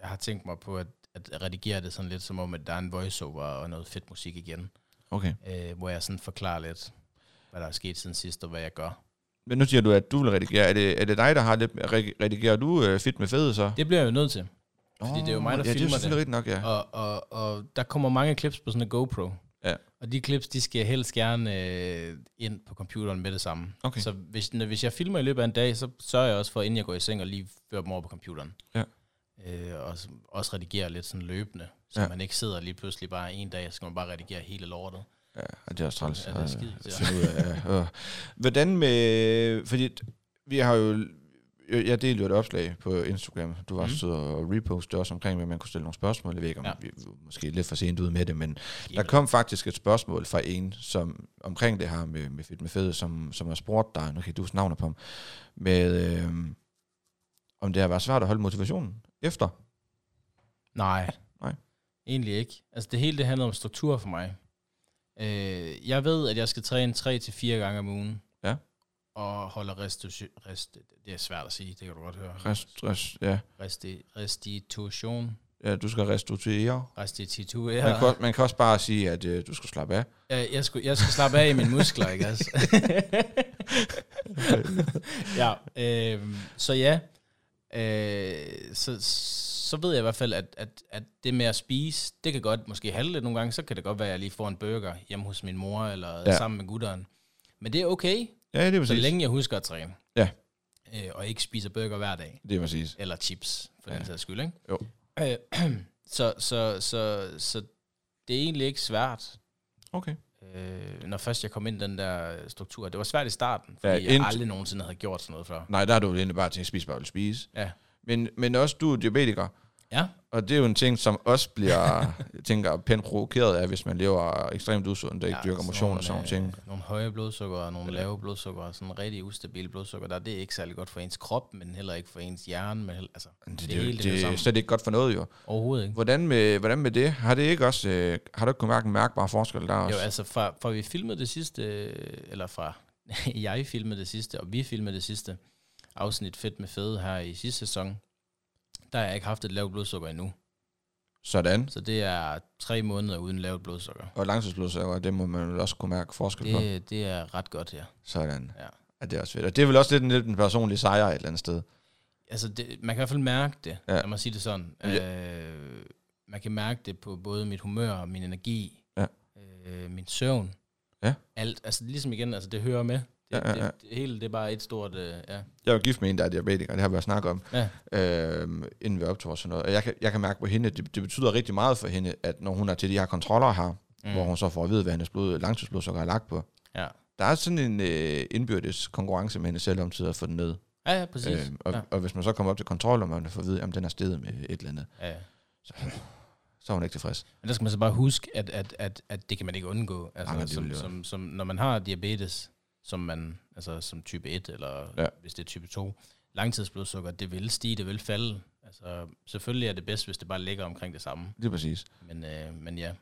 jeg har tænkt mig på at, at redigere det sådan lidt som om, at der er en voiceover og noget fedt musik igen. Okay. Øh, hvor jeg sådan forklarer lidt, hvad der er sket siden sidst, og hvad jeg gør. Men nu siger du, at du vil redigere. Er det, er det dig, der har lidt... reg- Redigerer du øh, fedt med fede, så? Det bliver jeg jo nødt til. Fordi det er jo mig, der ja, det er jo filmer selvfølgelig rigtigt nok, ja. Og, og, og der kommer mange clips på sådan en GoPro. Ja. Og de clips, de skal jeg helst gerne øh, ind på computeren med det samme. Okay. Så hvis, når, hvis jeg filmer i løbet af en dag, så sørger jeg også for, inden jeg går i seng, og lige fører dem over på computeren. Ja. Øh, og så- også redigere lidt sådan løbende, så Ja. ja. man ikke sidder lige pludselig bare en dag, så skal man bare redigere hele lortet. Ja, og det er også træls. Ja, det er skide at irriterende. finde ud af, ja. Øh. Hvordan med... Fordi t- vi har jo... Jeg delte jo et opslag på Instagram. Du var Mhm. mm. så og repostede også omkring, at man kunne stille nogle spørgsmål. Jeg ved ikke, om ja. Ja. vi var måske lidt for sent ud med det, men Giv der mig- kom faktisk et spørgsmål fra en, som omkring det her med, med fedt med fede, som, som har spurgt dig, nu kan jeg ikke huske navnet på ham, med, øh, om det har været svært at holde motivationen efter. Nej. Nej. Egentlig ikke. Altså det hele det handler om struktur for mig. Øh, jeg ved, at jeg skal træne 3 til fire gange om ugen. Ja. Og holder restitution. Rest, det er svært at sige, det kan du godt høre. Rest, rest, ja. Resti, restitution. ja, du skal restituere. Ja. Man, kan, Restituere. også- man kan også bare sige, at øh, du skal slappe af. Jeg, jeg, skulle, jeg skal slappe af i mine muskler, <laughs> ikke altså? ja, øh, så ja. Øh, så, så ved jeg i hvert fald, at, at, at det med at spise, det kan godt måske halde lidt nogle gange, så kan det godt være, at jeg lige får en burger hjemme hos min mor, eller Ja. ja. sammen med gutteren. Men det er okay, Ja, det er så præcis. længe jeg husker at træne. Ja. Øh, og ikke spiser burger hver dag. Det er præcis. Eller chips, for Ja. ja. den sags skyld, ikke? Jo. Øh, <clears throat> så, så, så, så det er egentlig ikke svært, Okay. øh, når først jeg kom ind i den der struktur. Det var svært i starten, fordi Ja, ja, ind- jeg aldrig nogensinde havde gjort sådan noget før. Nej, der er du jo egentlig bare til at spise, bare vil spise. Ja. Men, men også du er diabetiker, Ja, og det er jo en ting, som også bliver, jeg tænker, pænt provokeret af, hvis man lever ekstremt usundt og ikke ja, Ja, dyrker motion og sådan nogle, nogle ting. øh, Nogle høje blodsukker og nogle lave blodsukker, og sådan rigtig ustabile blodsukker, der det er ikke særlig godt for ens krop, men heller ikke for ens hjerne, men heller, altså, Det, det det, hele, det, det det, hører det er sammen. slet ikke godt for noget, jo. overhovedet ikke. Hvordan med, hvordan med det? Har det ikke også, øh, har du ikke kunnet mærke en mærkbar forskel der også? Jo, altså fra, fra vi filmede det sidste, øh, eller fra <laughs> jeg filmede det sidste, og vi filmede det sidste afsnit Fedt med Fede her i sidste sæson, der har jeg ikke haft et lavt blodsukker endnu. Sådan. Så det er tre måneder uden lavt blodsukker. Og langtidsblodsukker, det må man vel også kunne mærke forskel på. Det, det er ret godt, ja. Sådan. Ja. Ja, det er også fedt. Og det er vel også lidt en, lidt en personlig sejr et eller andet sted. Altså, det, man kan i hvert fald mærke det, Ja. ja. lad mig sige det sådan. Øh, man kan mærke det på både mit humør og min energi, Ja. øh, min søvn. Ja. Alt, altså ligesom igen, altså det hører med. Det, Ja, ja, ja. Det, det, hele, det er bare et stort, øh, ja. Jeg er jo gift med en, der er diabetiker, det har vi været snakket om, Ja. øhm, inden vi optog og sådan noget. Og jeg kan, jeg kan mærke på hende, at det, det betyder rigtig meget for hende, at når hun er til de her kontroller her, mm. Mm. hvor hun så får at vide, hvad hendes blod, langtidsblodsukker er lagt på. Ja. Der er sådan en øh, indbyrdes konkurrence med hende selv om tid at få den ned. Ja, ja, præcis. Øhm, og, ja. og hvis man så kommer op til kontrol, og man får at vide, at den er steget med et eller andet, Ja. så er hun ikke tilfreds. Men der skal man så bare huske, at, at, at, at det kan man ikke undgå. Altså, Nej, Ej, det vil som, jeg. som, som, når man har diabetes, som man altså som type 1, eller Ja. ja. hvis det er type 2, langtidsblodsukker, det vil stige, det vil falde. Altså, selvfølgelig er det bedst, hvis det bare ligger omkring det samme. Det er præcis. Men, øh, men ja,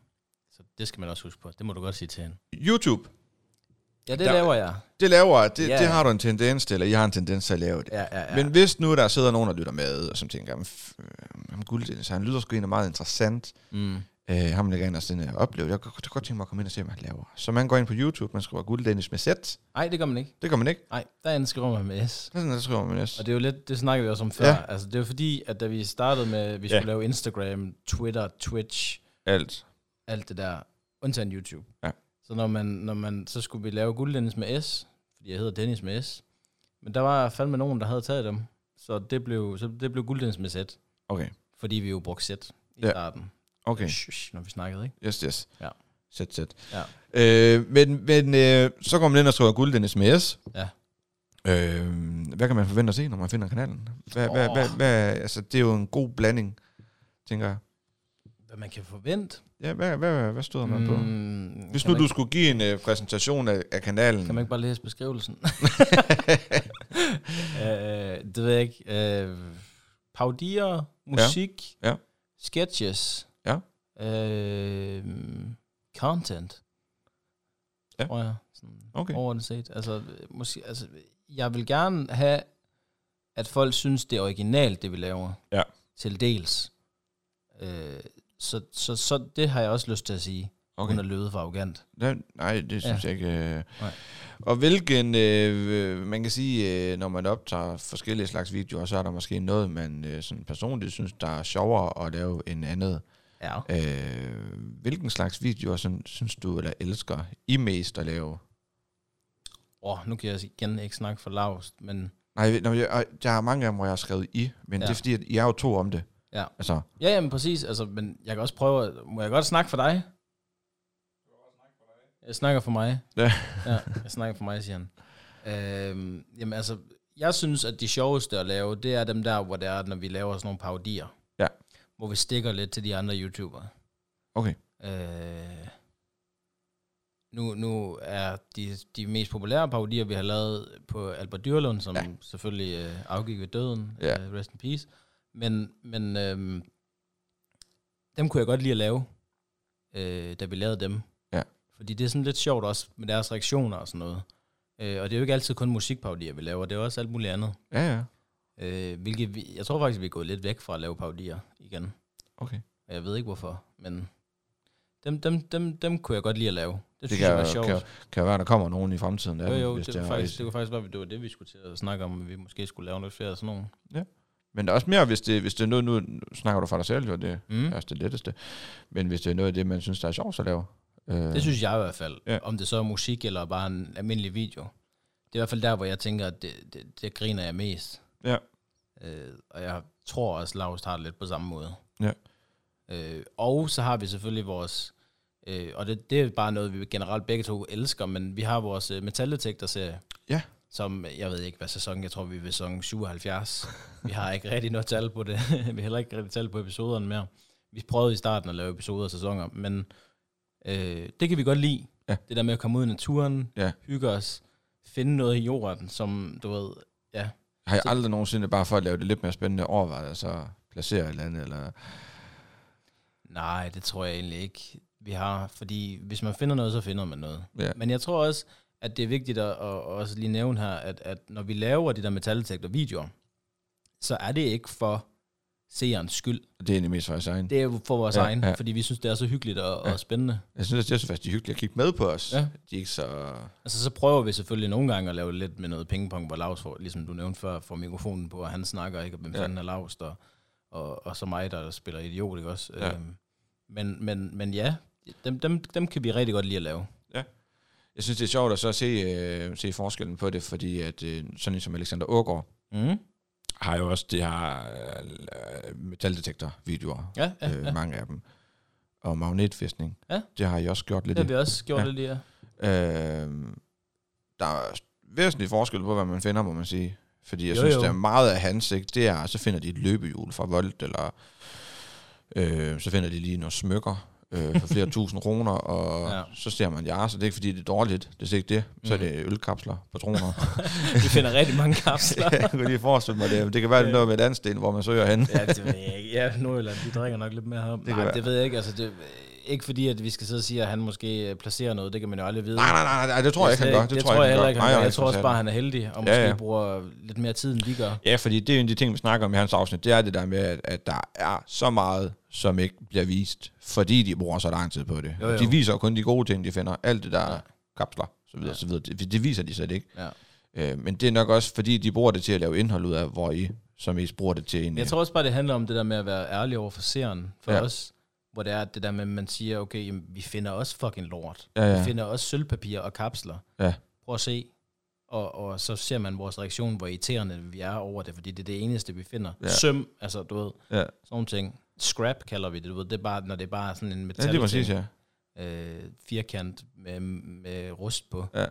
så det skal man også huske på. Det må du godt sige til hende. YouTube, Ja, Der- laver jeg. det laver, det, yeah. Ja. det har du en tendens til, eller I har en tendens til at lave det. Ja, ja, ja. Men hvis nu der sidder nogen, der lytter med, og som tænker, "Men f- øh, ham Guldens, han lyder sgu egentlig meget interessant. mm. Øh, ham vil jeg gerne også øh, opleve. Jeg kunne jeg kunne godt tænke mig at komme ind og se, hvad han laver. Så man går ind på YouTube, man skriver Guldens med Z. Ej, det gør man ikke. Det gør man ikke. Nej, der skriver man med S. Så sådan, så skriver man S. Og det er jo lidt, det snakker vi også om før. Ja. Ja. Altså, det er jo fordi, at da vi startede med, at Ja. vi skulle ja. lave Instagram, Twitter, Twitch, Alt. alt det der, undtagen YouTube. Ja. Så når man, når man, så skulle vi lave gulddennis med S, fordi jeg hedder Dennis med S. Men der var fandme nogen, der havde taget dem. Så det blev, så det blev gulddennis med Z, Okay. fordi vi jo brugte Z i Ja. ja. starten. Okay. Shush, når vi snakkede, ikke? Yes, yes. Ja. Z, Z. Ja. Øh, men men øh, så går man ind og skriver Guldens med S. Ja. Øh, hvad kan man forvente at se, når man finder kanalen? Hvad, oh. hvad, Åh. hvad, hvad, altså, det er jo en god blanding, tænker jeg. Hvad man kan forvente. Ja, hvad, hvad, hvad, hvad støder man på? Mm, Hvis kan nu man du skulle give en øh, præsentation af, af kanalen. Kan man ikke bare læse <laughs> beskrivelsen? øh, det ved jeg ikke. Øh, paudier, musik, Ja, ja. sketches, Ja. Øh, content, Ja. tror jeg, sådan Okay. overordnet set. Altså, øh, måske, altså, jeg vil gerne have, at folk synes, det er originalt, det vi laver. Ja. Til dels. Øh, så, så, så det har jeg også lyst til at sige. okay. hun er løbet for arrogant. Ja, nej, det synes ja. jeg ikke. Øh. Nej. Og hvilken, øh, øh, man kan sige, øh, når man optager forskellige slags videoer, så er der måske noget, man øh, sådan personligt synes, der er sjovere at lave end andet. Ja. Øh, hvilken slags videoer sådan, synes du, eller elsker I mest at lave? Åh, oh, nu kan jeg igen ikke snakke for lavst, men Nej, når jeg, og der er mange af dem, hvor jeg har skrevet I, men ja. Ja. det er fordi, at I er jo to om det. Ja. Altså, ja, jamen præcis. Altså, men jeg kan også prøve, at, må jeg godt snakke for dig? Jeg snakker for mig. Ja. ja jeg snakker for mig, siger han. Øhm, jamen altså, jeg synes, at de sjoveste at lave, det er dem der, hvor det er, når vi laver sådan nogle parodier. Ja. Hvor vi stikker lidt til de andre YouTubere. okay. Øh, nu, nu er de, de mest populære parodier, vi har lavet på Albert Dyrlund, som Ja. ja. selvfølgelig øh, afgik ved døden, Ja. øh, rest in peace, men, men øh, dem kunne jeg godt lide at lave, øh, da vi lavede dem. Ja. Fordi det er sådan lidt sjovt også med deres reaktioner og sådan noget. Øh, og det er jo ikke altid kun musikparodier, vi laver, det er også alt muligt andet. <laughs> Ja, ja. Øh, hvilket vi, jeg tror faktisk, vi er gået lidt væk fra at lave parodier igen. Okay. Og jeg ved ikke hvorfor, men dem, dem, dem, dem kunne jeg godt lide at lave. Det, Det det synes kan, jeg var jo- sjovt. kan, kan være, der kommer nogen i fremtiden. Der, jo, jo, det, var faktisk, det kunne faktisk være, at det var det, vi skulle til at snakke om, at vi måske skulle lave noget flere af sådan nogle. Men der er også mere, hvis det, hvis det er noget, nu nu snakker du for dig selv, jo, det Mm. er også det letteste. Men hvis det er noget af det, man synes, der er sjovt at lave. Øh, Det synes jeg i hvert fald, Ja. ja. om det så er musik eller bare en almindelig video. Det er i hvert fald der, hvor jeg tænker, at det, det, det griner jeg mest. Ja. Øh, og jeg tror også, Lars har det lidt på samme måde. Ja. Øh, og så har vi selvfølgelig vores, øh, og det, det er bare noget, vi generelt begge to elsker, men vi har vores øh, metaldetektor-serie. Ja. Som, jeg ved ikke, hvad sæson, jeg tror, vi er ved sæson 77. vi har ikke rigtig noget tal på det. <laughs> vi har heller ikke rigtig tal på episoderne mere. Vi prøvede i starten at lave episoder og sæsoner, men Øh, det kan vi godt lide. Ja. Ja. Det der med at komme ud i naturen, Ja. hygge os, finde noget i jorden, som du ved, ja. Har jeg aldrig nogensinde, bare for at lave det lidt mere spændende, overvejet at så placere et eller andet? Eller, Nej, det tror jeg egentlig ikke, vi har. Fordi hvis man finder noget, så finder man noget. Ja. Men jeg tror også, at det er vigtigt at, at også lige nævne her, at, at når vi laver de der metaldetektor videoer, så er det ikke for seerens skyld. det er egentlig mest for os egen. Det er jo for vores Ja, ja, egen, ja. ja. fordi vi synes, det er så hyggeligt og, ja. og spændende. Jeg synes, jeg synes faktisk, de er hyggelige at kigge med på os. Ja. De er ikke så... Altså, så prøver vi selvfølgelig nogle gange at lave lidt med noget pingpong, hvor Lars får, ligesom du nævnte før, får mikrofonen på, og han snakker ikke, og hvem Ja. ja. fanden er Lars, og, og, og så mig, der spiller idiot, ikke også? Ja. Ja. Øhm, men, men, men ja, dem, dem, dem kan vi rigtig godt lide at lave. Jeg synes, det er sjovt at så se, øh, se forskellen på det, fordi at, øh, sådan en som Alexander Ågaard Mm. har jo også de her øh, metaldetektor-videoer. Ja, ja, Øh, ja. mange af dem. Og magnetfiskning. Ja. Det har jeg også gjort Det lidt har i. vi også gjort Ja. ja. lidt <laughs> ja. Øh, der er væsentlig forskel på, hvad man finder, må man sige. Fordi jeg jo, Jo, synes, jo. der er meget af hans, ikke? det er, så finder de et løbehjul fra Volt, eller øh, så finder de lige nogle smykker øh, for <laughs> flere tusind kroner, og ja. Ja. så ser man, ja, så det er ikke, fordi det er dårligt, det er slet ikke det. Så er Mhm. det ølkapsler, <laughs> patroner. Vi finder rigtig mange <laughs> kapsler. jeg kunne lige forestille mig det. Det kan være, det er noget med et andet sted, hvor man søger hen. ja, det ved jeg ikke. Ja, Nordjylland, de drikker nok lidt mere her. Det, Nej, være. det ved jeg ikke. Altså, det, ikke fordi, at vi skal sidde og sige, at han måske øh, placerer noget, det kan man jo aldrig vide. Nej, nej, nej, nej, det tror jeg ikke, han slet gør. Det, det tror jeg, heller ikke, han Nej, gør. har Jeg tror fået også sat bare, den. han er heldig, og Ja, måske ja. bruger lidt mere tid, end vi gør. Ja, fordi det er jo en af de ting, vi snakker om i hans afsnit, det er det der med, at, at der er så meget, som ikke bliver vist, fordi de bruger så lang tid på det. Jo, jo. De viser jo kun de gode ting, de finder. Alt det der ja. Ja. kapsler, så videre, Ja. så videre, det, det viser de slet ikke. Ja. Øh, men det er nok også, fordi de bruger det til at lave indhold ud af, hvor I som I bruger det til egentlig. Men jeg tror også bare, det handler om det der med at være ærlig over for seeren, for Ja. ja. os, hvor det er det der med, at man siger, okay, jamen, vi finder også fucking lort. ja, Ja. Vi ja. finder også sølvpapir og kapsler. Ja. Prøv at se. Og, og så ser man vores reaktion, hvor irriterende vi er over det, fordi det er det eneste, vi finder. Ja. Ja. Søm, altså du ved, Ja. sådan nogle ting. Scrap kalder vi det, du ved, det er bare, når det er bare sådan en Ja, metal lige præcis, ja. øh, firkant med, med rust på. Ja.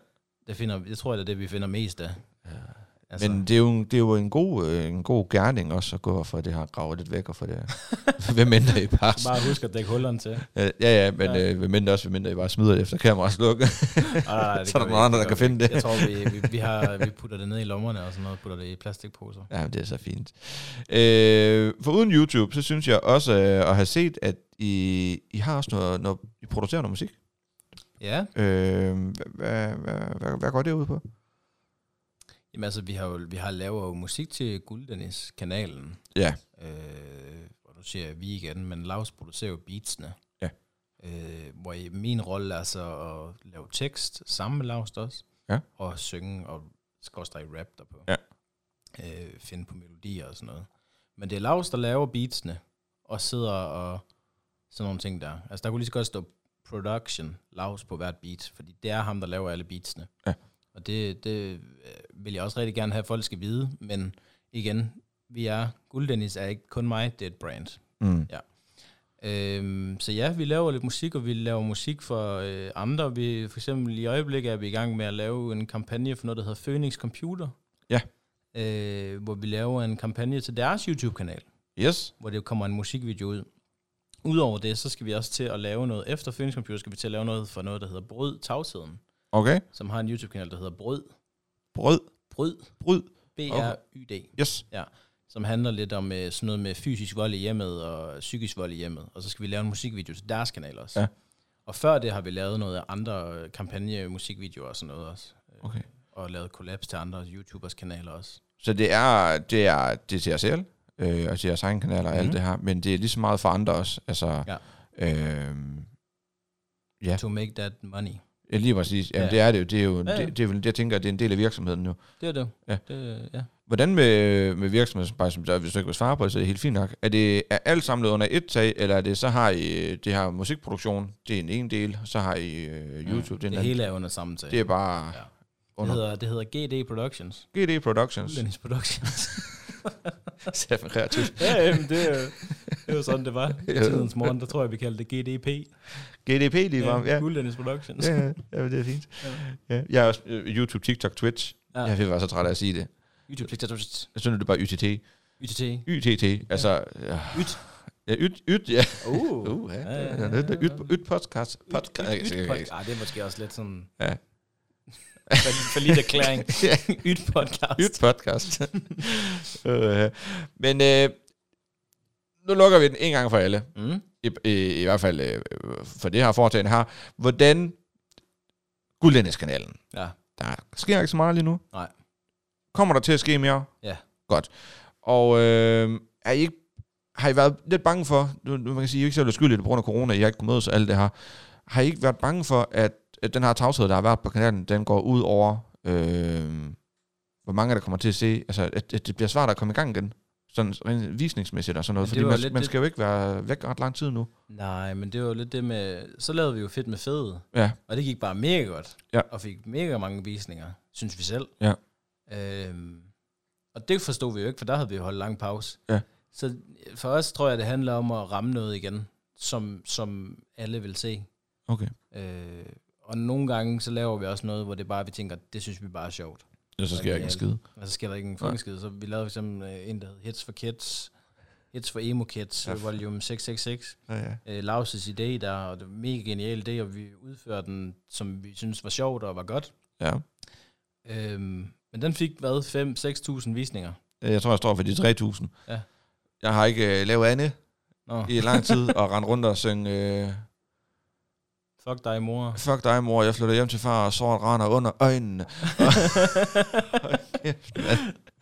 Det, finder, det tror jeg, det er det, vi finder mest af. Ja. Altså, Men det er jo, en- det er jo en, god, øh, en god gerning også at gå for det her, grave lidt væk og få <laughs> det. hvem mindre I bare... bare husk at dække <laughs> hullerne til. Øh, Ja, ja, men Ja. øh, hvem mindre også, hvem mindre I bare smider det efter kameraet slukker. Nej, nej, Ah, <laughs> det Så er der gør nogle vi ikke, andre, der gør kan vi finde ikke. det. Jeg tror, vi, vi, vi, har, vi putter det ned i lommerne og sådan noget, putter det i plastikposer. Ja, det er så fint. Øh, for uden YouTube, så synes jeg også øh, at have set, at I, I har også noget, noget I producerer noget musik. Ja, Øh, hvad, hvad, hvad, hvad, hvad går det ud på? jamen altså, vi har, jo, vi har lavet jo musik til Guldenis-kanalen. Ja. Øh, og nu siger jeg vi igen, men Lars producerer jo beatsene. Ja. øh, hvor jeg, min rolle er så at lave tekst sammen med Laust også, Ja. og synge og skorstræk rap derpå. Ja. Øh, finde på melodier og sådan noget. Men det er Laus, der laver beatsene, og sidder og sådan nogle ting der. Altså der kunne lige så godt stå production Laus på hvert beat, fordi det er ham, der laver alle beatsene. Ja. Og det, det øh, vil jeg også rigtig gerne have, at folk skal vide, men igen, vi er, Gulddennis er ikke kun mig, det er et brand. Mm. Øhm, så ja, vi laver lidt musik, og vi laver musik for øh, andre. Vi, for eksempel i øjeblikket er vi i gang med at lave en kampagne for noget, der hedder Phoenix Computer. Ja. Øh, hvor vi laver en kampagne til deres YouTube-kanal, Yes. hvor det kommer en musikvideo ud. Udover det, så skal vi også til at lave noget. Efter Phoenix Computer skal vi til at lave noget for noget, der hedder Brød Tavsheden, Okay. som har en YouTube-kanal, der hedder Brød. Brød. Brød. Brød. B-R-Y-D. Yes. som handler lidt om øh, sådan noget med fysisk vold i hjemmet og psykisk vold i hjemmet. Og så skal vi lave en musikvideo til deres kanal også. Ja. Og før det har vi lavet noget andre øh, kampagne musikvideoer og sådan noget også. Øh, Okay. Og lavet collabs til andre YouTubers kanaler også. Så det er, det er, det er til jer selv, øh, og til jeres egen kanaler og mm-hmm. alt Mhm. det her, men det er lige så meget for andre også. Altså, Ja. øh, Ja. Ja. To make that money. ja, lige præcis. Jamen, Ja. det er det jo. Det er jo, Ja, ja. det, det er vel, jeg tænker, at det er en del af virksomheden nu. Det er det. Ja. Det, øh, ja. Hvordan med, med virksomheden, bare som der, hvis du ikke vil svare på det, så er det helt fint nok. Er, det, er alt samlet under et tag, eller er det, så har I øh, det her musikproduktion, det er en ene del, så har I øh, YouTube, det er en det anden. hele er under samme tag. Det er bare Ja. det, under hedder, det hedder GD Productions. GD Productions. Uddannings <laughs> Productions. Steffen Kreativt. ja, jamen, det, er jo- det var sådan, det var. I <laughs> Ja. tidens morgen, der tror jeg, vi kaldte det GDP. GDP lige var, ja. Uddannings Productions. Ja, ja, ja, det er fint. Ja. Jeg er også øh, YouTube, TikTok, Twitch. Ja. Ja. Jeg var så træt af at sige det. YouTube, TikTok, Så nu er det bare YTT. YTT. YTT, altså... Ja. Yt. Ja, yt, yt, ja. Uh. Uh, ja. Ja, ja, ja, ja, ja, ja. Yt, yt podcast. podcast. Yt- yt- Okay, yt- okay. pod- Ah, det er måske også lidt sådan... Ja. for lidt erklæring. <laughs> Ja. Yt podcast. Yt podcast. <laughs> Øh, Men øh, nu lukker vi den en gang for alle. Mm. I, i, i hvert fald øh, for det her foretagende her. Hvordan... Guldlændes-kanalen. Ja. Der sker ikke så meget lige nu. Nej. Kommer der til at ske mere? Ja. Godt. Og øh, er I ikke, har I været lidt bange for, nu, nu man kan sige, I er ikke selv skyldige på grund af corona, I har ikke kunne mødes og alt det her. Har I ikke været bange for, at, at den her tavshed, der har været på kanalen, den går ud over, øh, hvor mange der kommer til at se, altså at, at det bliver svært at komme i gang igen? Sådan rent visningsmæssigt og sådan noget, Men fordi det var man, lidt man det- skal jo ikke være væk ret lang tid nu. Nej, men det var lidt det med... Så lavede vi jo fedt med fede, Ja, og det gik bare mega godt. Ja. Og fik mega mange visninger, synes vi selv. Ja. Øhm, og det forstod vi jo ikke, for der havde vi jo holdt lang pause. Ja. Så for os tror jeg, det handler om at ramme noget igen, som, som alle vil se. okay. Øh, og nogle gange, så laver vi også noget, hvor det bare, vi tænker, det synes vi bare er sjovt. Ja, så sker skal jeg ikke ikke en skide. Og så sker der ikke en Nej. fucking skid. Så vi lavede for eksempel øh, en, der hed Hits for Kids, Hits for Emo Kids, Ja, ja, for- volume 666. Ja, ja. Øh, Lauses idé der, og det var en mega genial idé, og vi udførte den, som vi synes var sjovt og var godt. ja. Øhm, men den fik, hvad, 5-6.000 visninger? Øh, Jeg tror, jeg står for de 3.000. Ja. Jeg har ikke øh, lavet andet Nå, i lang tid og rende rundt og synge... Øh, fuck <laughs> dig, mor. Fuck dig, mor. Jeg flytter hjem til far, og såret render under øjnene.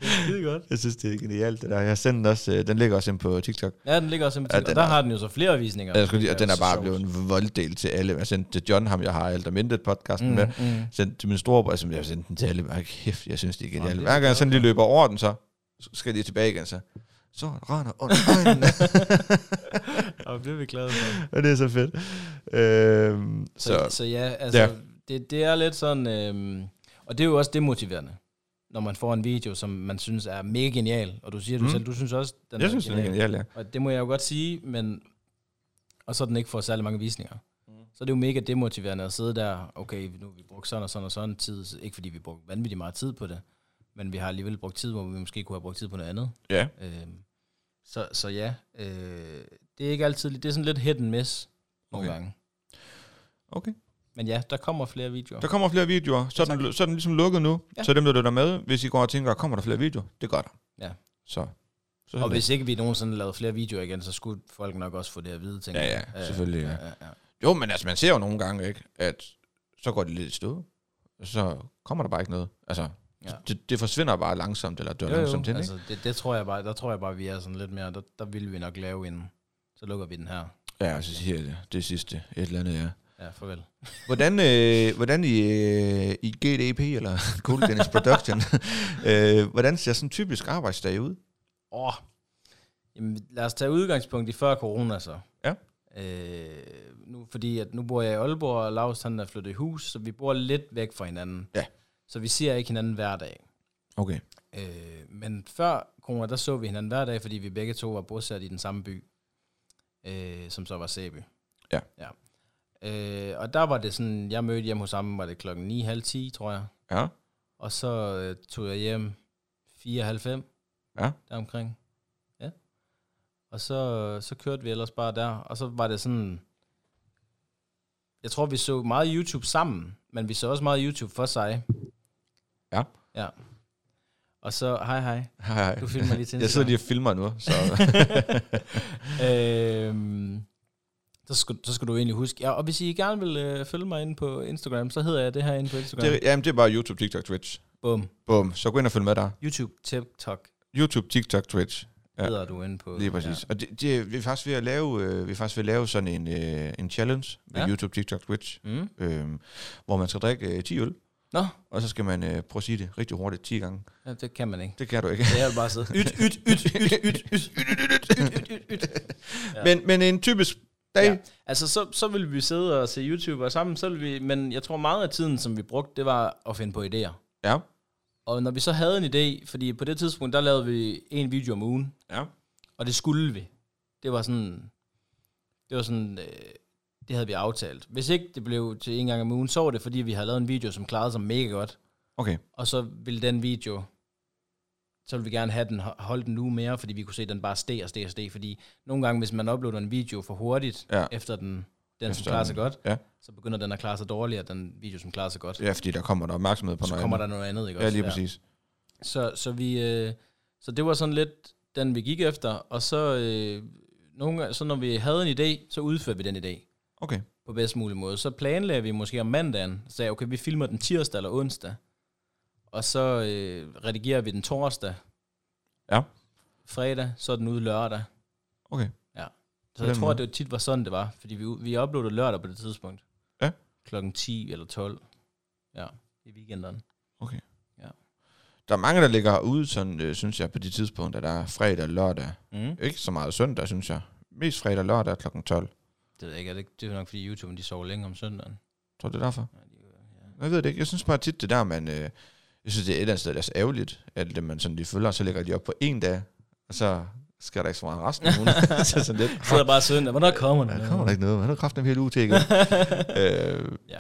Skide godt. Jeg synes, det er genialt, det der. Jeg sendte den også, øh, den ligger også ind på TikTok. Ja, den ligger også simpelthen. Ja, Ja, den og der er- har den jo så flere visninger. Ja, jeg skulle lige, og Det den jo er så bare sjovt. blevet en volddel til alle. Jeg sendte til John, ham jeg har alt og mindet podcasten mm. med. Mm, mm. Sendte til min storebror, som jeg sendte den til alle. Ej, kæft, jeg synes, det er Nå, genialt. det er Hver gang jeg godt, sådan lige løber over den, så skal de tilbage igen, så så render <laughs> under øjnene. Og det er vi glade for. og det er så fedt. Øhm, Så, så, så ja, altså, Ja. ja. Det, det er lidt sådan, øhm, og det er jo også demotiverende, når man får en video, som man synes er mega genial, og du siger du Mm. selv, du synes også, den jeg er synes, det er genial. genialt, ja. Og det må jeg jo godt sige, men, og så den ikke får særlig mange visninger. Mm. Så er det jo mega demotiverende at sidde der, okay, nu har vi brugt sådan og sådan og sådan tid, ikke fordi vi brugte vanvittigt meget tid på det, men vi har alligevel brugt tid, hvor vi måske kunne have brugt tid på noget andet. Ja, Øhm, så, så ja, øh, det er ikke altid, det er sådan lidt hit and miss nogle Okay. okay. gange. okay. Men ja, der kommer flere videoer. Der kommer flere videoer. Så er den, så er den ligesom lukket nu. Ja. Ja. Så dem, der lytter med, hvis I går og tænker, kommer der flere videoer? Det gør der. Ja. Så. så er Og det. hvis ikke vi nogensinde lavede flere videoer igen, så skulle folk nok også få det at vide, tænker Ja, jeg. Øh, ja, selvfølgelig, ja. Ja, ja, ja. Jo, men altså, man ser jo nogle gange, ikke, at så går det lidt i stå. Så kommer der bare ikke noget. Altså, ja. Ja. det, det, forsvinder bare langsomt, eller dør Jo, jo, langsomt hen, ikke? altså, det, det, tror jeg bare, der tror jeg bare, vi er sådan lidt mere, der, der vil vi nok lave en, så lukker vi den her. Ja, og så siger jeg det, det sidste, et eller andet, ja. Ja, farvel. Hvordan, øh, hvordan i, øh, i GDP, eller <laughs> Cool Dennis Production, <laughs> øh, hvordan ser sådan en typisk arbejdsdag ud? Åh, jamen, lad os tage udgangspunkt i før corona så. Ja. Øh, nu, fordi at nu bor jeg i Aalborg, og Lars han er flyttet i hus, så vi bor lidt væk fra hinanden. Ja. Så vi ser ikke hinanden hver dag. Okay. Øh, men før corona, der så vi hinanden hver dag, fordi vi begge to var bosat i den samme by, øh, som så var Sæby. Ja. ja. Øh, og der var det sådan, jeg mødte hjem hos ham, var det klokken 9.30, tror jeg. Ja. Og så øh, tog jeg hjem 94. Ja. Deromkring. Ja. Og så, så kørte vi ellers bare der. Og så var det sådan... Jeg tror, vi så meget YouTube sammen, men vi så også meget YouTube for sig. Ja. Ja. Og så, hej hej, Hej, hej. du filmer lige <laughs> til Jeg sidder lige og filmer nu, så... <laughs> øhm, så, skal, så skal du egentlig huske. Ja, og hvis I gerne vil øh, følge mig inde på Instagram, så hedder jeg det her inde på Instagram. det, jamen, det er bare YouTube, TikTok, Twitch. Bum. Bum, så gå ind og følg med der. YouTube, TikTok, YouTube, TikTok, Twitch. Ja. ja. hedder du inde på. Lige præcis. Ja. Og det, det, vi er faktisk ved at lave, øh, vi er faktisk ved at lave sådan en, øh, en challenge med ja. Ja. YouTube, TikTok, Twitch, Ja. Mm. øh, hvor man skal drikke øh, 10 øl. Nå. Og så skal man øh, prøve at sige det rigtig hurtigt 10 gange. Ja, det kan man ikke. Det kan du ikke. Det er jo bare sidde. Yt, <laughs> yt, yt, yt, yt, yt, yt, yt, yt, yt. Ja. <laughs> Men, men en typisk dag. Ja. Altså, så, så ville vi sidde og se YouTube og sammen, så ville vi, men jeg tror meget af tiden, som vi brugte, det var at finde på idéer. Ja. Og når vi så havde en idé, fordi på det tidspunkt, der lavede vi en video om ugen, ja. og det skulle vi. Det var sådan, det var sådan, øh, det havde vi aftalt. Hvis ikke det blev til en gang om ugen, så var det, fordi vi havde lavet en video, som klarede sig mega godt. Okay. Og så ville den video, så ville vi gerne have den, holde den nu mere, fordi vi kunne se, at den bare steg og steg og steg. Fordi nogle gange, hvis man uploader en video for hurtigt, Ja. efter den, den Efter som klarer den, sig godt, ja. så begynder den at klare sig dårligere, den video, som klarer sig godt. Ja, fordi der kommer der opmærksomhed på så noget kommer andet. der noget andet, ikke Ja, også? lige præcis. Så, så, vi, øh, så det var sådan lidt den, vi gik efter. Og så, øh, nogle, gange- så når vi havde en idé, så udførte vi den idé Okay. på bedst mulig måde. Så planlagde vi måske om mandagen, sagde, okay, vi filmer den tirsdag eller onsdag, og så øh, redigerer vi den torsdag. Ja. Fredag, så er den ude lørdag. Okay. Så den jeg tror, måde. at det tit var sådan, det var, fordi vi, u- vi uploadede lørdag på det tidspunkt. Ja. Klokken 10 eller 12. Ja, i weekenden. Der er mange, der ligger ude, sådan, øh, synes jeg, på de tidspunkter. Der er fredag og lørdag. Mm. Ikke så meget søndag, synes jeg. Mest fredag og lørdag kl. 12. Det ved jeg ikke, er det, ikke- det er nok fordi YouTube, de sover længe om søndagen. Tror du, det er derfor? Ja, de- Jeg ved det ikke. Jeg synes bare tit, det der, man... Øh, jeg synes, det er et eller andet sted, der er så ærgerligt, at det, man sådan lige følger, og så lægger de op på en dag, og så sker der ikke så meget resten <laughs> af ugen. så er sådan lidt, Så er det bare søndag, hvornår kommer den? der kommer der ikke noget, men han har kraften en hel uge til, <laughs> ikke? øh, Ja.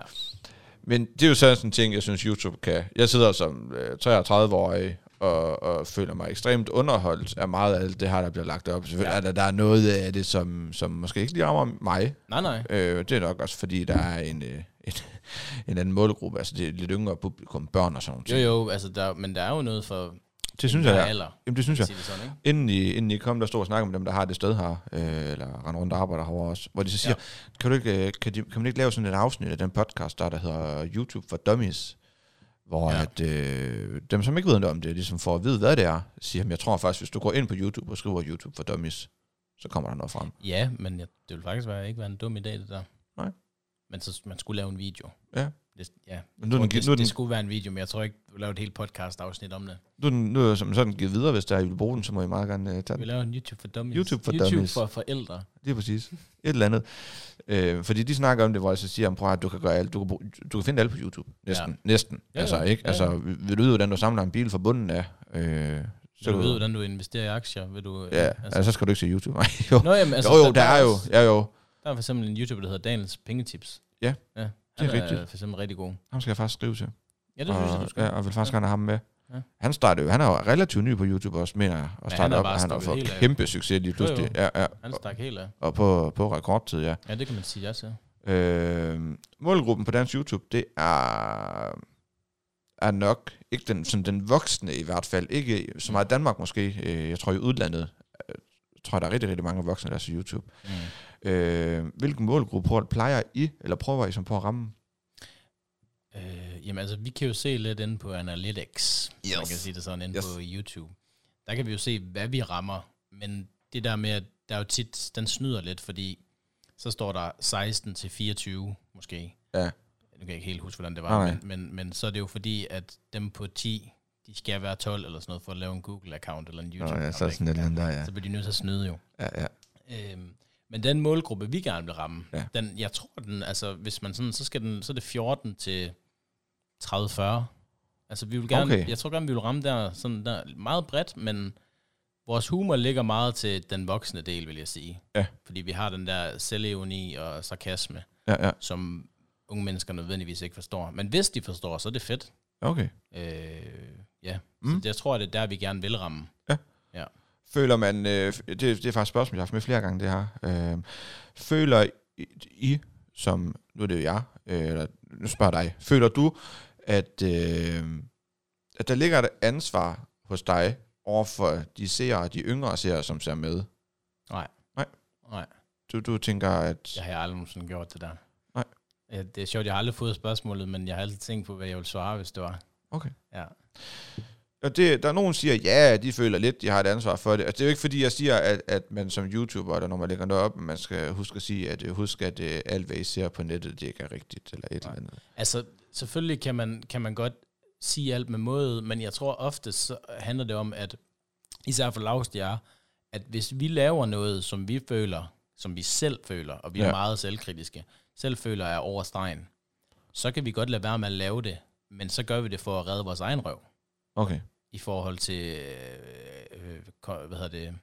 Men det er jo sådan en ting, jeg synes, YouTube kan. Jeg sidder som øh, 33-årig og, og føler mig ekstremt underholdt af meget af alt det her, der bliver lagt op. Selvfølgelig Ja. er der, der er noget af det, som, som måske ikke lige rammer mig. Nej, nej. Øh, det er nok også, fordi der er en, øh, <laughs> en, en anden målgruppe. Altså, det er et lidt yngre publikum, børn og sådan noget. Jo, jo, altså, der, men der er jo noget for Det synes jeg, enhver jeg alder. Jamen, det synes jeg. Sige det sådan, ikke? Inden I, inden I kom, der stod og snakkede med dem, der har det sted her, øh, eller render rundt og arbejder herovre også, hvor de så siger, ja. kan, du ikke, øh, kan, de, kan man ikke lave sådan et afsnit af den podcast, der, der hedder YouTube for Dummies, hvor ja. Ja. at, øh, dem, som ikke ved noget om det, ligesom får at vide, hvad det er, siger, "Jamen, jeg tror faktisk, hvis du går ind på YouTube og skriver YouTube for Dummies, så kommer der noget frem. Ja, men jeg, det ville faktisk være, ikke være en dum idé, det der. Nej. Men så, man skulle lave en video. Ja. Det, ja. Men nu er den, det, givet- det, nu er den, det skulle være en video, men jeg tror ikke, du laver et helt podcast-afsnit om det. nu er den, nu er den som sådan givet videre, hvis der er, I vil bruge den, så må I meget gerne øh, tage Vi den. laver en YouTube for dummies. YouTube for YouTube dummies. for forældre. Lige præcis. Et eller andet. Øh, fordi de snakker om det, hvor jeg så siger, "Jamen, prøv at høre, du kan gøre alt. Du kan, bruge, du kan finde alt på YouTube. Næsten. Ja. Næsten. Ja, Ja, altså, ja. ikke? Ja, Altså, vil du vide, hvordan du samler en bil fra bunden af? Øh, Så du ved, hvordan du investerer i aktier. Vil du, øh, Ja, altså, så skal du ikke se YouTube. <laughs> Nej, jo. Nå, jamen, altså, jo, jo, der er jo. også- Ja, jo. Der er for eksempel en YouTuber, der hedder Daniels Pengetips. Ja, ja han det er rigtigt. for eksempel rigtig god. Ham skal jeg faktisk skrive til. Ja, det synes jeg, og, du skal. Ja, og vil faktisk gerne have ham med. Ja. Ja. Han startede jo, han er jo relativt ny på YouTube også, mener jeg, og han startede er op, bare og han har stukket fået helt af. kæmpe succes lige Jo, jo. pludselig. Ja, ja, Han stak helt af. og på, på rekordtid, ja. Ja, det kan man sige, ja, så. Øh, målgruppen på dansk YouTube, det er, er nok ikke den, sådan den voksne i hvert fald. Ikke så meget i Danmark måske. Øh, Jeg tror i udlandet, øh, tror jeg, der er rigtig, rigtig mange voksne, der ser YouTube. Mm. Øh, hvilken målgruppe prøver- plejer I, eller prøver I som på at ramme? Øh, jamen altså, vi kan jo se lidt inde på Analytics, yes. man Yes. kan sige det sådan, inde Yes. yes. på YouTube. Der kan vi jo se, hvad vi rammer, men det der med, at der er jo tit, den snyder lidt, fordi så står der 16 til 24 måske. Ja. Nu kan jeg ikke helt huske, hvordan det var, Nej, men, men, men så er det jo fordi, at dem på 10, de skal være 12 eller sådan noget, for at lave en Google-account eller en Nå, YouTube-account. ja, så er ikke? sådan et eller andet der, ja. så bliver de nødt til at snyde jo. ja, ja. Øhm, men den målgruppe, vi gerne vil ramme, Ja. ja. den, jeg tror den, altså hvis man sådan, så skal den, så er det 14 til 30-40. Altså vi vil gerne, Okay. okay. jeg tror gerne, vi vil ramme der, sådan der meget bredt, men vores humor ligger meget til den voksne del, vil jeg sige. Ja. Fordi vi har den der selvevni og sarkasme, Ja, ja. som unge mennesker nødvendigvis ikke forstår. Men hvis de forstår, så er det fedt. Okay. Øh, ja, Mm. så jeg tror, det er der, vi gerne vil ramme. Føler man, øh, det, det er faktisk et spørgsmål, jeg har haft med flere gange det her. Øh, føler I, I, som, nu er det jo jeg, øh, eller nu spørger jeg dig, føler du, at, øh, at der ligger et ansvar hos dig over for de seere, de yngre seere, som ser med? Nej, Du, du tænker, at... Jeg har aldrig nogensinde gjort det der. Nej. Ja, det er sjovt, jeg har aldrig fået spørgsmålet, men jeg har altid tænkt på, hvad jeg ville svare, hvis det var. Og det, der er nogen, der siger, ja, de føler lidt, de har et ansvar for det. Altså, det er jo ikke, fordi jeg siger, at, at man som YouTuber, eller når man lægger noget op, man skal huske at sige, at øh, husk, at øh, alt, hvad I ser på nettet, det ikke er rigtigt, eller et Nej. eller andet. Altså, selvfølgelig kan man, kan man godt sige alt med måde, men jeg tror ofte, så handler det om, at især for lavst jeg er, at hvis vi laver noget, som vi føler, som vi selv føler, og vi ja. Ja. er meget selvkritiske, selv føler er over stregen, så kan vi godt lade være med at lave det, men så gør vi det for at redde vores egen røv. Okay. i forhold til øh, øh, ko- hvad hedder det,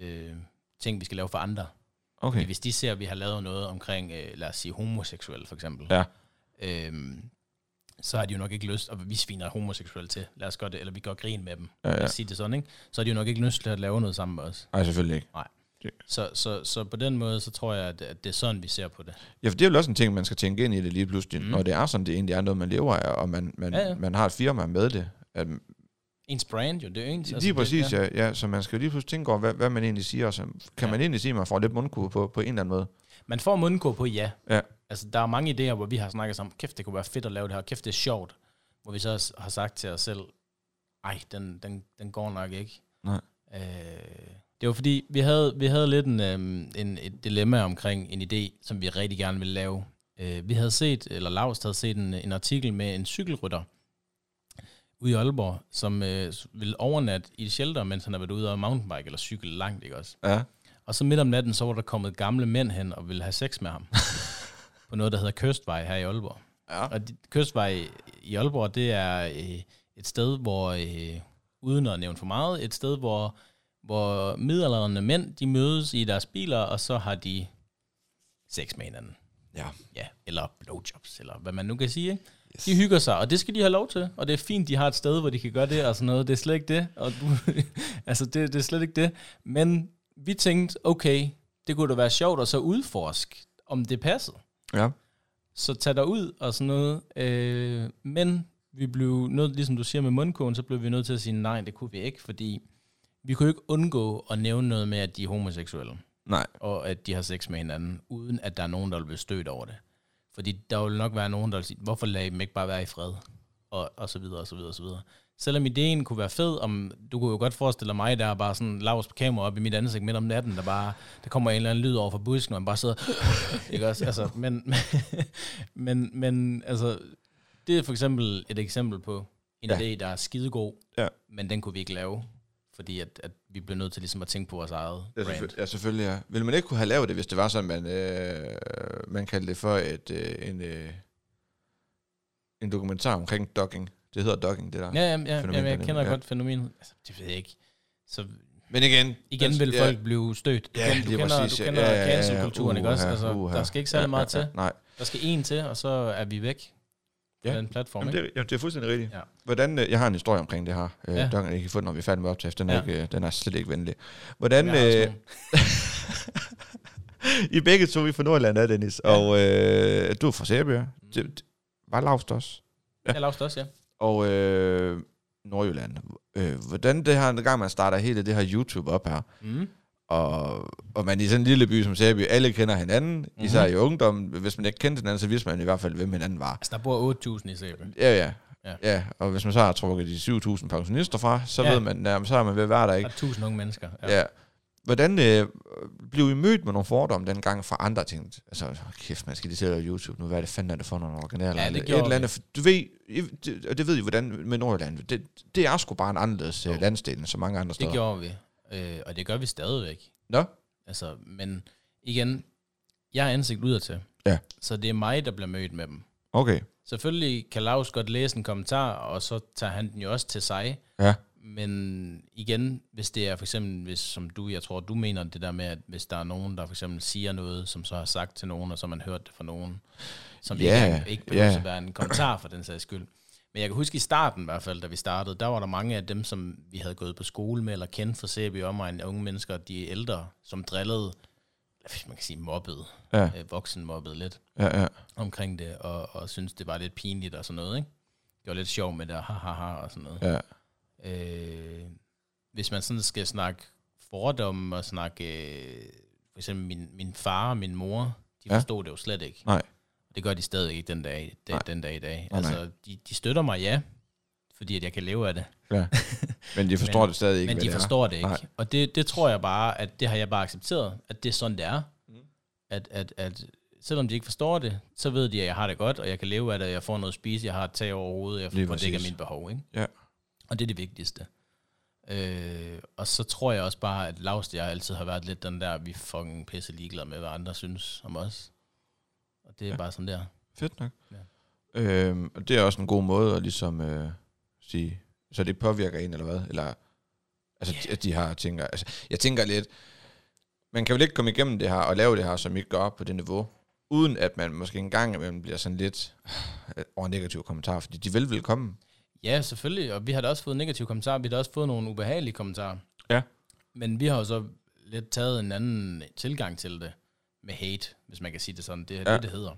øh, ting, vi skal lave for andre. Okay. Hvis de ser, at vi har lavet noget omkring, øh, lad os sige, homoseksuel for eksempel, Ja. øhm, så har de jo nok ikke lyst, og vi sviner homoseksuelle til, lad os gøre det, eller vi gør grin med dem, Ja, lad ja. os sige det sådan, ikke? så har de jo nok ikke lyst til at lave noget sammen med os. Nej, selvfølgelig ikke. Så, så, så på den måde, så tror jeg, at, at det er sådan, vi ser på det. Ja, for det er jo også en ting, man skal tænke ind i det lige pludselig, mm. Mm. når det er sådan, det egentlig er noget, man lever af, og man, man, ja, Ja, ja. ja. man har et firma med det. At, Ens brand jo, det er jo ens. lige altså, altså, det- præcis, ja. ja. ja. Så man skal jo lige pludselig tænke over, hvad, hvad man egentlig siger, og så kan Ja. man egentlig sige, at man får lidt mundkur på, på en eller anden måde. Man får mundkur på ja. Ja. Altså, der er mange idéer, hvor vi har snakket sammen, kæft, det kunne være fedt at lave det her, kæft, det er sjovt. Hvor vi så s- har sagt til os selv, ej, den, den, den går nok ikke. Nej. Øh, det var fordi, vi havde, vi havde lidt en, øhm, en, et dilemma omkring en idé, som vi rigtig gerne ville lave. Øh, vi havde set, eller Lars havde set en, en artikel med en cykelrytter ude i Aalborg, som øh, s- ville overnatte i et shelter, mens han havde været ude og mountainbike eller cykel langt, ikke også? Ja. Og så midt om natten, så var der kommet gamle mænd hen og ville have sex med ham. på noget, der hedder Kystvej her i Aalborg. Ja. Og de- Kystvej i Aalborg, det er øh, et sted, hvor, øh, uden at nævne for meget, et sted, hvor, hvor midaldrende mænd, de mødes i deres biler, og så har de sex med hinanden. Ja. Ja, eller blowjobs, eller hvad man nu kan sige. Ikke? Yes. De hygger sig, og det skal de have lov til. Og det er fint, de har et sted, hvor de kan gøre det og sådan noget. Det er slet ikke det. Og du, <laughs> altså, det, det er slet ikke det. Men vi tænkte, okay, det kunne da være sjovt at så udforske, om det passede. ja. Så tag dig ud og sådan noget. Øh, men vi blev nødt, ligesom du siger med mundkogen, så blev vi nødt til at sige, nej, det kunne vi ikke, fordi vi kunne jo ikke undgå at nævne noget med, at de er homoseksuelle Nej. og at de har sex med hinanden, uden at der er nogen, der vil blive stødt over det. Fordi der vil nok være nogen, der vil sige, hvorfor lader I dem ikke bare være i fred? Og, og så videre, og så videre, og så videre. Selvom ideen kunne være fed, om, du kunne jo godt forestille dig mig, der er bare sådan lavs på kamera op i mit ansigt midt om natten, der bare, der kommer en eller anden lyd over fra busken, og man bare sidder, <laughs> ikke også? Altså, men, men, men, altså, det er for eksempel et eksempel på en Ja. ja. idé, der er skidegod, Ja. men den kunne vi ikke lave, fordi at, at vi bliver nødt til ligesom at tænke på vores eget Ja, brand. selvfølgelig, ja, selvfølgelig ja. Vil man ikke kunne have lavet det, hvis det var sådan, man, øh, man kaldte det for et, øh, en, øh, en dokumentar omkring dogging. Det hedder dogging, det der. Ja, ja, ja, fænomen, ja jeg der kender nævner. godt fænomenet. Altså, det ved jeg ikke. Så Men igen... igen altså, vil folk blive stødt. Du, Ja, kender, du lige kender, præcis, du ja. kender Ja, ja, ja, ja. cancelkulturen, ikke også? Uha, Altså, uha. der skal ikke særlig meget til. Nej. Der skal en til, og så er vi væk Ja. ja. den platform. Jamen, Ikke? det, er- ja, det er fuldstændig rigtigt. Ja. Ja. Hvordan, øh, jeg har en historie omkring det her. Øh, ja. Ja. Dogging, jeg kan få den, når vi er færdige med optagelse. Den er, ja. Ja. ikke, øh, den er slet ikke venlig. Hvordan... Jeg har også Øh, nogle- I begge to, vi er fra Nordjylland, er Dennis. Ja. Ja. Mm. Og øh, du er fra Sæbjerg. Det, det var lavst også. Jeg har lavst også, ja. og øh, Nordjylland. Øh, hvordan det her, den gang man starter hele det her YouTube op her, Mm. og, og man i sådan en lille by som Sæby, alle kender hinanden, mm-hmm. Mhm. især i ungdommen. Hvis man ikke kendte hinanden, så vidste man i hvert fald, hvem hinanden var. Altså, der bor 8.000 i Sæbe. Ja, ja. Ja. Ja. ja, og hvis man så har trukket de 7.000 pensionister fra, så ja. Ja. ved man, jamen, så er man ved at være der, Der ikke? er 1.000 unge mennesker. Ja. ja. Hvordan øh, blev I mødt med nogle fordomme dengang fra andre ting? Altså, hold kæft, man skal lige til at lave YouTube nu. Hvad er det fanden, er det for nogle originaler? Ja, det Eller et gjorde eller andet. Du ved, I- det- og det ved I, hvordan med Nordjylland. Det, det er sgu bare en anderledes Jo. øh, landsdel end så mange andre Det steder. gjorde vi, øh, og det gør vi stadigvæk. Nå? Altså, men igen, jeg er ansigt udadtil. Ja. Så det er mig, der bliver mødt med dem. Okay. Selvfølgelig kan Lars godt læse en kommentar, og så tager han den jo også til sig. Ja. Men igen, hvis det er for eksempel, hvis, som du, jeg tror, du mener det der med, at hvis der er nogen, der for eksempel siger noget, som så har sagt til nogen, og så har man hørt det fra nogen, som Ja, yeah, ikke, ikke behøver ja. yeah. at være en kommentar for den sags skyld. Men jeg kan huske i starten i hvert fald, da vi startede, der var der mange af dem, som vi havde gået på skole med, eller kendt fra CB omegn, unge mennesker, de ældre, som drillede, eller man kan sige mobbede, Ja. øh, voksenmobbede lidt Ja, ja. omkring det, og, og synes det var lidt pinligt og sådan noget, ikke? Det var lidt sjov med det, og ha, ha, ha, og sådan noget. Ja. Øh, hvis man sådan skal snakke fordomme og snakke, øh, for eksempel min, min far og min mor, de Ja. forstod det jo slet ikke. Nej. Det gør de stadig ikke den dag, Nej. den, den dag i dag. Nej, altså, de, de støtter mig, ja, fordi at jeg kan leve af det. <laughs> Men de forstår men, Men- det stadig ikke, Men hvad de det er. forstår det ikke. Nej. Nej. Og det, det tror jeg bare, at det har jeg bare accepteret, at det er sådan, det er. Mm. Mm. At, at, at selvom de ikke forstår det, så ved de, at jeg har det godt, og jeg kan leve af det, og jeg får noget at spise, jeg har et tag over hovedet, jeg Lige får dækket præcis. mine behov. Ikke? Ja. Og det er det vigtigste. Øh, og så tror jeg også bare, at Lars og jeg altid har været lidt den der, vi er fucking pisse ligeglade med, hvad andre synes om os. Og det er Ja. ja. bare sådan der. Fedt nok. Ja. Øhm, og det er også en god måde at ligesom øh, sige, så det påvirker en eller hvad? Eller, altså, yeah. at de har tænker, altså, jeg tænker lidt, man kan vel ikke komme igennem det her og lave det her, som I gør på det niveau, uden at man måske en gang imellem bliver sådan lidt øh, over negative kommentarer, fordi de vil velkommen. Ja, selvfølgelig, og vi har da også fået negative kommentarer, vi har da også fået nogle ubehagelige kommentarer. Ja. Men vi har jo så lidt taget en anden tilgang til det, med hate, hvis man kan sige det sådan, det er Ja. ja. det, det hedder.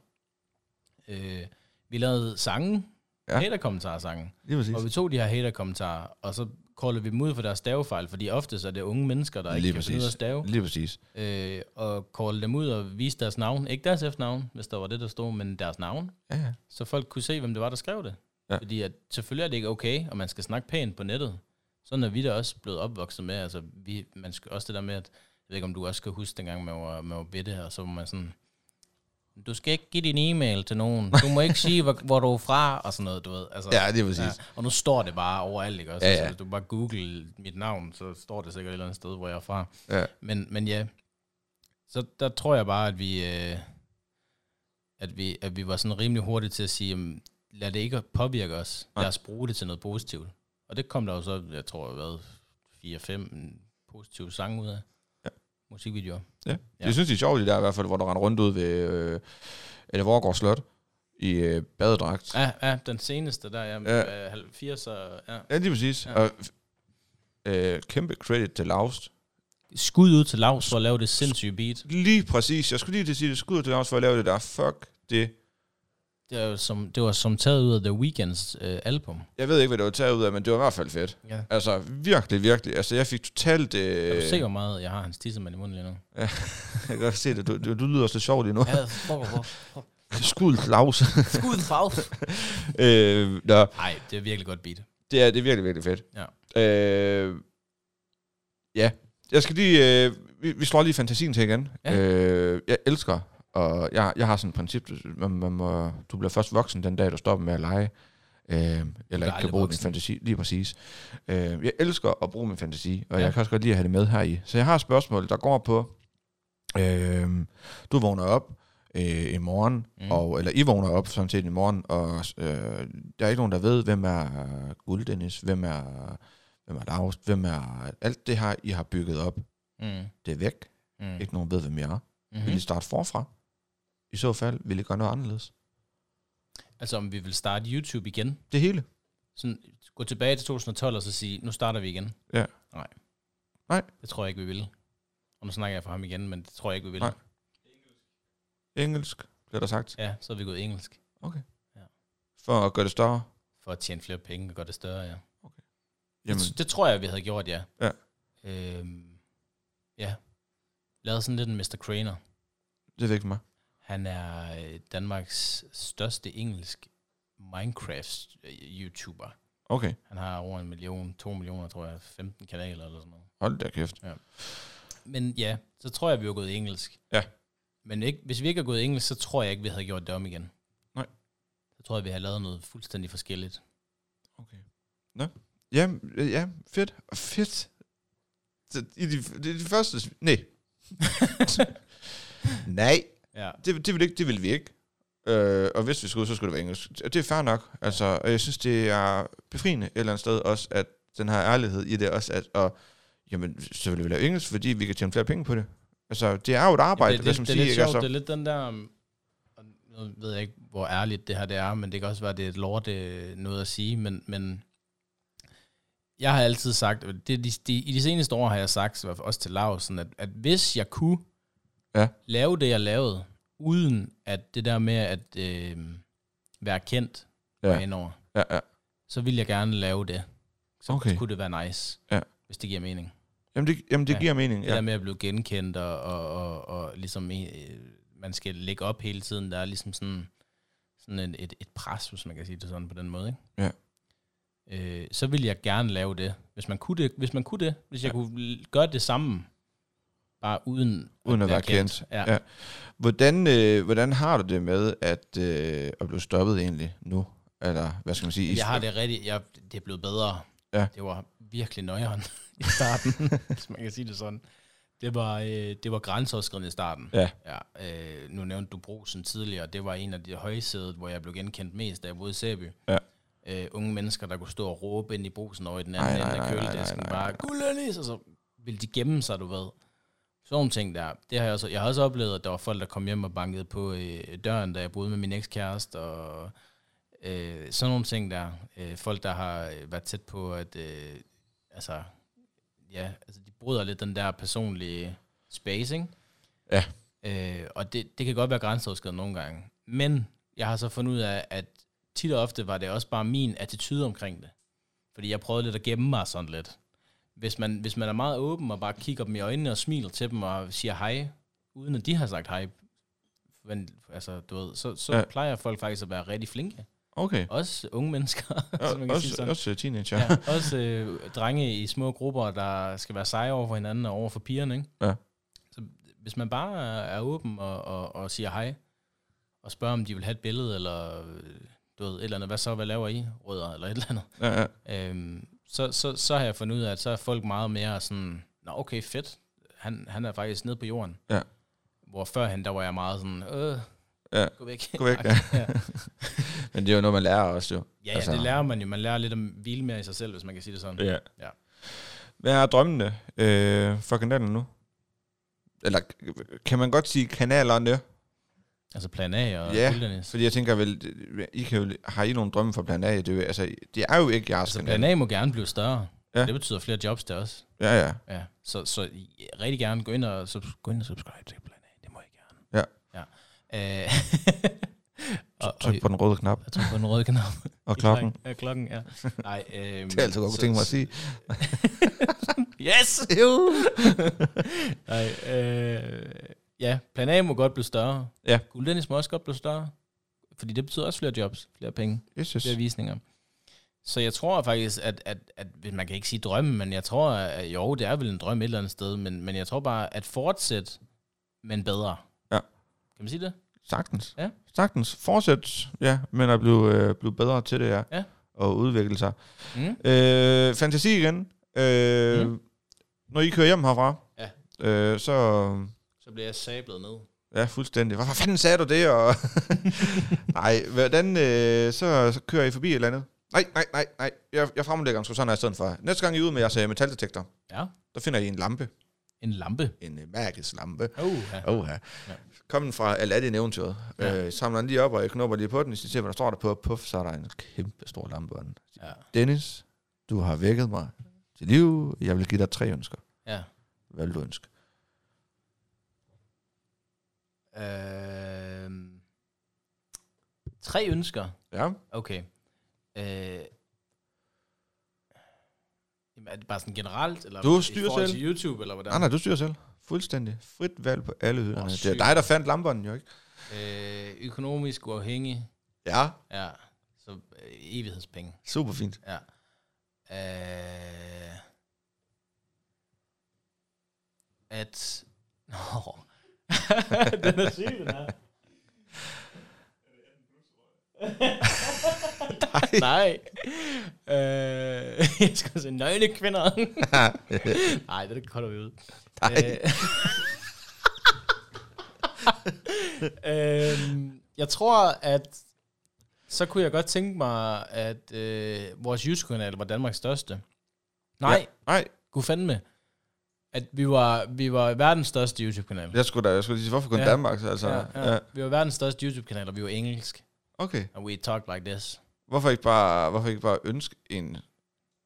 Øh, vi lavede sange, Ja. ja. haterkommentarsange, Lige præcis. og vi tog de her haterkommentarer, og så kolder vi dem ud for deres stavefejl, fordi oftest er det unge mennesker, der ikke Lige kan finde ud af at præcis. stave, Lige præcis. øh, og kolde dem ud og vise deres navn, ikke deres efternavn, hvis der var det, der stod, men deres navn Ja, ja. så folk kunne se, hvem det var, der skrev det. Ja. Ja. Fordi at, selvfølgelig er det ikke okay, og man skal snakke pænt på nettet. Sådan er vi da også blevet opvokset med. Altså, vi, man skal også det der med, at, jeg ved ikke, om du også kan huske, dengang man var, man var bitte her, så var man sådan, du skal ikke give din e-mail til nogen. Du må ikke sige, hvor, hvor du er fra, og sådan noget, du ved. Altså, ja lige præcis. Ja. Ja, og nu står det bare overalt, ikke også? Ja, Ja, ja. ja. Så hvis du bare google mit navn, så står det sikkert et eller andet sted, hvor jeg er fra. Ja. Men, men ja, så der tror jeg bare, at vi, øh, at vi, at vi var sådan rimelig hurtige til at sige, jamen, lad det ikke påvirke os. Nej. Lad os bruge det til noget positivt. Og det kom der jo så, jeg tror, hvad, 4-5 positive sange ud af. Ja. Musikvideoer. Ja. Ja. Jeg synes, det er sjovt, de der i hvert fald, hvor du render rundt ud ved øh, eller Vorgård Slot i øh, badedragt. Ja, ja, den seneste der, ja, Ja. ja. 80'er, ja. Ja, lige præcis. Ja. Ja. Og øh, kæmpe credit til Laust. Skud ud til Lars for at lave det sindssyge beat. Lige præcis. Jeg skulle lige til at sige det. Skud til Laust for at lave det der. Fuck det. Det, er jo som, det var som taget ud af The Weeknds øh, album. Jeg ved ikke, hvad det var taget ud af, men det var i hvert fald fedt. Ja. Altså, virkelig, virkelig. Altså, jeg fik totalt... Øh, Kan du se, hvor meget jeg har hans tissemand i munden lige nu? <laughs> jeg kan godt se det. Du, du, du lyder også lidt sjov lige nu. <laughs> <laughs> Ja, fuck, fuck. Skud til Laust. Skud farve. øh, nå, Nej, det er virkelig godt beat. det er, det er virkelig, virkelig fedt. Ja. Øh, ja. Jeg skal lige... Øh, vi, vi slår lige fantasien til igen. Ja. Øh, jeg elsker... Og jeg, jeg har sådan et princip, du, man, man må, du bliver først voksen den dag, du stopper med at lege. Øh, eller ikke kan aldrig bruge din voksen. fantasi. Lige præcis. Øh, jeg elsker at bruge min fantasi, og ja. Ja. jeg kan også godt lide at have det med her i. Så jeg har et spørgsmål, der går på... Øh, du vågner op øh, i morgen, mm. Mm. og, eller I vågner op sådan set i morgen, og øh, der er ikke nogen, der ved, hvem er øh, Guld Dennis, hvem er, hvem er Lars, hvem er alt det her, I har bygget op, Mm. det er væk. Mm. Mm. Ikke nogen ved, hvem jeg er. Mm. Vil Mm-hmm. I starte forfra? I så fald vil I gøre noget anderledes. Altså, om vi vil starte YouTube igen. Det hele. Sådan, gå tilbage til 2012 og så sige, nu starter vi igen. Ja. Nej. Nej. Det tror jeg ikke, vi vil. Og nu snakker jeg for ham igen, men det tror jeg ikke, vi vil. Nej. Engelsk, bliver der sagt. Ja, så er vi gået engelsk. For at gøre det større. For at tjene flere penge og gøre det større, ja. Jamen, Det, det tror jeg, vi havde gjort, ja. Ja. Øhm, ja. Lavet sådan lidt en Mr. Craner. det er væk for mig. Han er øh, Danmarks største engelsk øh, Minecraft-YouTuber. Okay, Han har over en million, to millioner, tror jeg, 15 kanaler eller sådan noget. hold da kæft. Ja. men ja, så tror jeg, vi var gået engelsk. Ja. Men ikke, hvis vi ikke havde gået engelsk, så tror jeg ikke, vi havde gjort det om igen. Nej. Jeg tror, jeg, vi havde lavet noget fuldstændig forskelligt. Okay. Nå. Ja, øh, ja, fedt. Fedt. Det i de, det er de første... sv- <laughs> Nej. Nej. Ja. Det, det, vil ikke, det vil vi ikke. Øh, og hvis vi skulle ud, så skulle det være engelsk. Det er fair nok. Altså, og jeg synes, det er befriende et eller andet sted også, at den her ærlighed i det også, at og, jamen, så vil vi lave engelsk, fordi vi kan tjene flere penge på det. Altså, det er jo et arbejde, det, hvad skal man det, det, er sige, lidt ikke? sjovt, det er Altså, lidt den der... um, og Nu ved jeg ikke, hvor ærligt det her det er, men det kan også være, det er et lort øh, noget at sige, men, men jeg har altid sagt, og det, er de, de, i de seneste år har jeg sagt, i hvert fald også til Lausen, at, at hvis jeg kunne Ja. lave det, jeg lavede, uden at det der med at øh, være kendt Ja. ja. indover, ja, ja. så ville jeg gerne lave det. Så Okay. okay. kunne det være nice, Ja. hvis det giver mening. Jamen, det, jamen, det ja. Ja. giver mening. Det der Ja. med at blive genkendt, og, og, og, og ligesom, øh, man skal lægge op hele tiden, der er ligesom sådan, sådan et, et, et pres, hvis man kan sige det sådan på den måde. Ikke? Ja. Øh, så ville jeg gerne lave det, hvis man kunne det. Hvis, man kunne det, hvis jeg Ja. ja. kunne l- gøre det samme, bare uden, Uden at være kendt. Ja. Ja. Hvordan, øh, hvordan har du det med at, øh, at blive stoppet egentlig nu? Eller hvad skal man sige? i- Jeg har det rigtig, jeg, det er blevet bedre. Ja. Det var virkelig nøjeren <laughs> i <laughs> starten, hvis man kan sige det sådan. Det var, øh, det var grænseoverskridende i starten. Ja. ja øh, nu nævnte du Brosen tidligere, det var en af de højsædet, hvor jeg blev genkendt mest, da jeg boede i Sæby. Ja. Øh, unge mennesker, der kunne stå og råbe ind i Brosen over i den Ej, anden nej, ende af nej, nej, køledisken, nej, nej, bare, guldønnis, og så ville de gemme sig, du ved. Sådan nogle ting der. Det har jeg, også, jeg har også oplevet, at der var folk, der kom hjem og bankede på øh, døren, da jeg boede med min ekskæreste, og øh, sådan nogle ting der. Øh, folk, der har øh, været tæt på, at øh, altså, ja, altså, de bryder lidt den der personlige spacing. Ja. Øh, og det, det kan godt være grænseoverskridende nogle gange. Men jeg har så fundet ud af, at tit og ofte var det også bare min attitude omkring det. Fordi jeg prøvede lidt at gemme mig sådan lidt. Hvis man, hvis man er meget åben og bare kigger dem i øjnene og smiler til dem og siger hej, uden at de har sagt hej, men, altså, du ved, så, så Ja. ja. plejer folk faktisk at være rigtig flinke. <laughs> Okay. Også unge mennesker, <laughs> Og, som man kan også, sige sådan. også teenager. Ja. Ja, også øh, drenge i små grupper, der skal være seje over for hinanden og over for pigerne. Ikke? Ja. Så hvis man bare er åben og, og, og siger hej, og spørger, om de vil have et billede, eller øh, du ved, et eller andet, hvad så, hvad laver I, rødder, eller et eller andet, Ja, ja. øhm, så, så, så har jeg fundet ud af, at så er folk meget mere sådan, nå okay, fedt, han, han er faktisk nede på jorden. Ja. Hvor førhen, der var jeg meget sådan, øh, Ja. gå væk. Gå væk, ja. <laughs> ja. Men det er jo noget, man lærer også jo. Ja, altså, Altså- ja, det lærer man jo. Man lærer lidt om hvile mere i sig selv, hvis man kan sige det sådan. Ja. Ja. Hvad er drømmene øh, for kanalen nu? Eller kan man godt sige kanalerne? Altså plan A og Ja, yeah. Wilderness. Fordi jeg tænker vel, I kan jo, har I nogle drømme for plan A? Det, er jo- altså, det er jo ikke jeres Altså altså, plan kanal. A må gerne blive større. Ja. Ja. Det betyder flere jobs der også. Ja, ja. Ja. Så, så I rigtig gerne gå ind og, sub- gå ind og subscribe til plan A. Det må I gerne. ja. <laughs> Øh, og, og, Tryk på den røde knap jeg tror på den røde <laughs> kanal. og klokken. Ja, klokken, ja. <laughs> Nej, øhm, Det er altid godt, så- kunne tænke mig at sige. <laughs> Yes! <laughs> Nej, øh, ja, plan A må godt blive større. Ja. Gulddennis må også godt blive større. Fordi det betyder også flere jobs, flere penge. Yes, yes. flere visninger. Så jeg tror faktisk, at, at, at, at man kan ikke sige drømme, men jeg tror, at jo, det er vel en drøm et eller andet sted, men, men jeg tror bare, at fortsætte, men bedre. Ja. Kan man sige det? Sagtens. Ja. Sagtens. Fortsæt, ja, men at blive, øh, blive bedre til det, ja. Ja. Og udvikle sig. Mm. Øh, fantasi igen. Øh, mm. Mm. Når I kører hjem herfra, Ja. øh, så... Så bliver jeg sablet ned. Ja, fuldstændig. Hvorfor fanden sagde du det? <laughs> Og nej, hvordan... Øh, så, så kører I forbi et eller andet. Nej, nej, nej, nej. Jeg, jeg fremlægger om Susanne i stedet for. Næste gang I er ude med jeres øh, metaldetektor, Ja. der finder I en lampe. En lampe. En øh, magisk lampe. Oh, ja. Oh, ja. Ja. Kom den fra Aladdin eventyret. Ja. Ja. Øh, samler den lige op, og jeg knopper lige på den. Hvis I ser, hvad der står der på, puff, så er der en kæmpe stor lampe. på den. ja. Dennis, du har vækket mig til liv. Jeg vil give dig tre ønsker. ja. Hvad vil du ønske? Øh, tre ønsker. Ja. Okay. Øh, jamen, er det bare sådan generelt? Eller Du i styrer forhold selv. til YouTube, eller hvordan? Anna, du styrer selv. Fuldstændig. Frit valg på alle hylderne. det er sygt. dig, der fandt lamperne, jo ikke? Øh, økonomisk uafhængig. Ja, Ja, så øh, evighedspenge. super fint. Ja. Øh, at... <laughs> Nå, den er syg, den her. <laughs> Nej. Øh, <laughs> jeg skulle sige, nøgne kvinder. Nej, det kolder vi ud. Nej. Øh, <laughs> øhm, jeg tror, at så kunne jeg godt tænke mig, at øh, vores YouTube-kanal var Danmarks største. Nej, ja. Nej, gud fandme. At vi var, vi var verdens største YouTube-kanal. <laughs> jeg skulle da jeg skulle lige sige, hvorfor kun Ja. Danmark? Altså, ja. Vi var verdens største YouTube-kanal, og vi var engelsk. Okay. And we talk like this. Hvorfor ikke bare, hvorfor ikke bare ønske en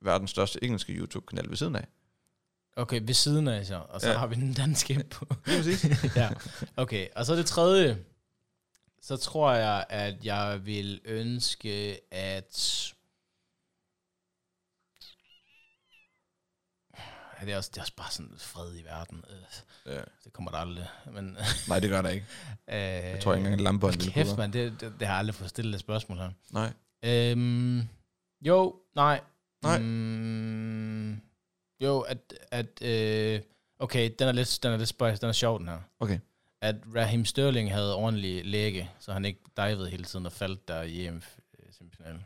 verdens største engelske YouTube-kanal ved siden af? Okay, ved siden af så, og så Ja. ja. har vi den danske på. Lige <laughs> præcis. ja. Okay, og så det tredje. Så tror jeg, at jeg vil ønske, at... Ja, det er, også, det er også bare sådan fred i verden. Øh, ja. Det kommer der aldrig. Men, Nej, det gør der ikke. øh, Jeg tror ikke engang, en lampe ville kunne Kæft, gøre. man, det, det, det, har jeg aldrig fået stillet et spørgsmål her. Nej. Øhm, jo, nej. Nej. Mm, jo, at... at øh, okay, den er lidt, den er lidt spøjs, den er sjov, den her. Okay. At Raheem Sterling havde ordentlig læge, så han ikke divede hele tiden og faldt der i E EM-semifinalen.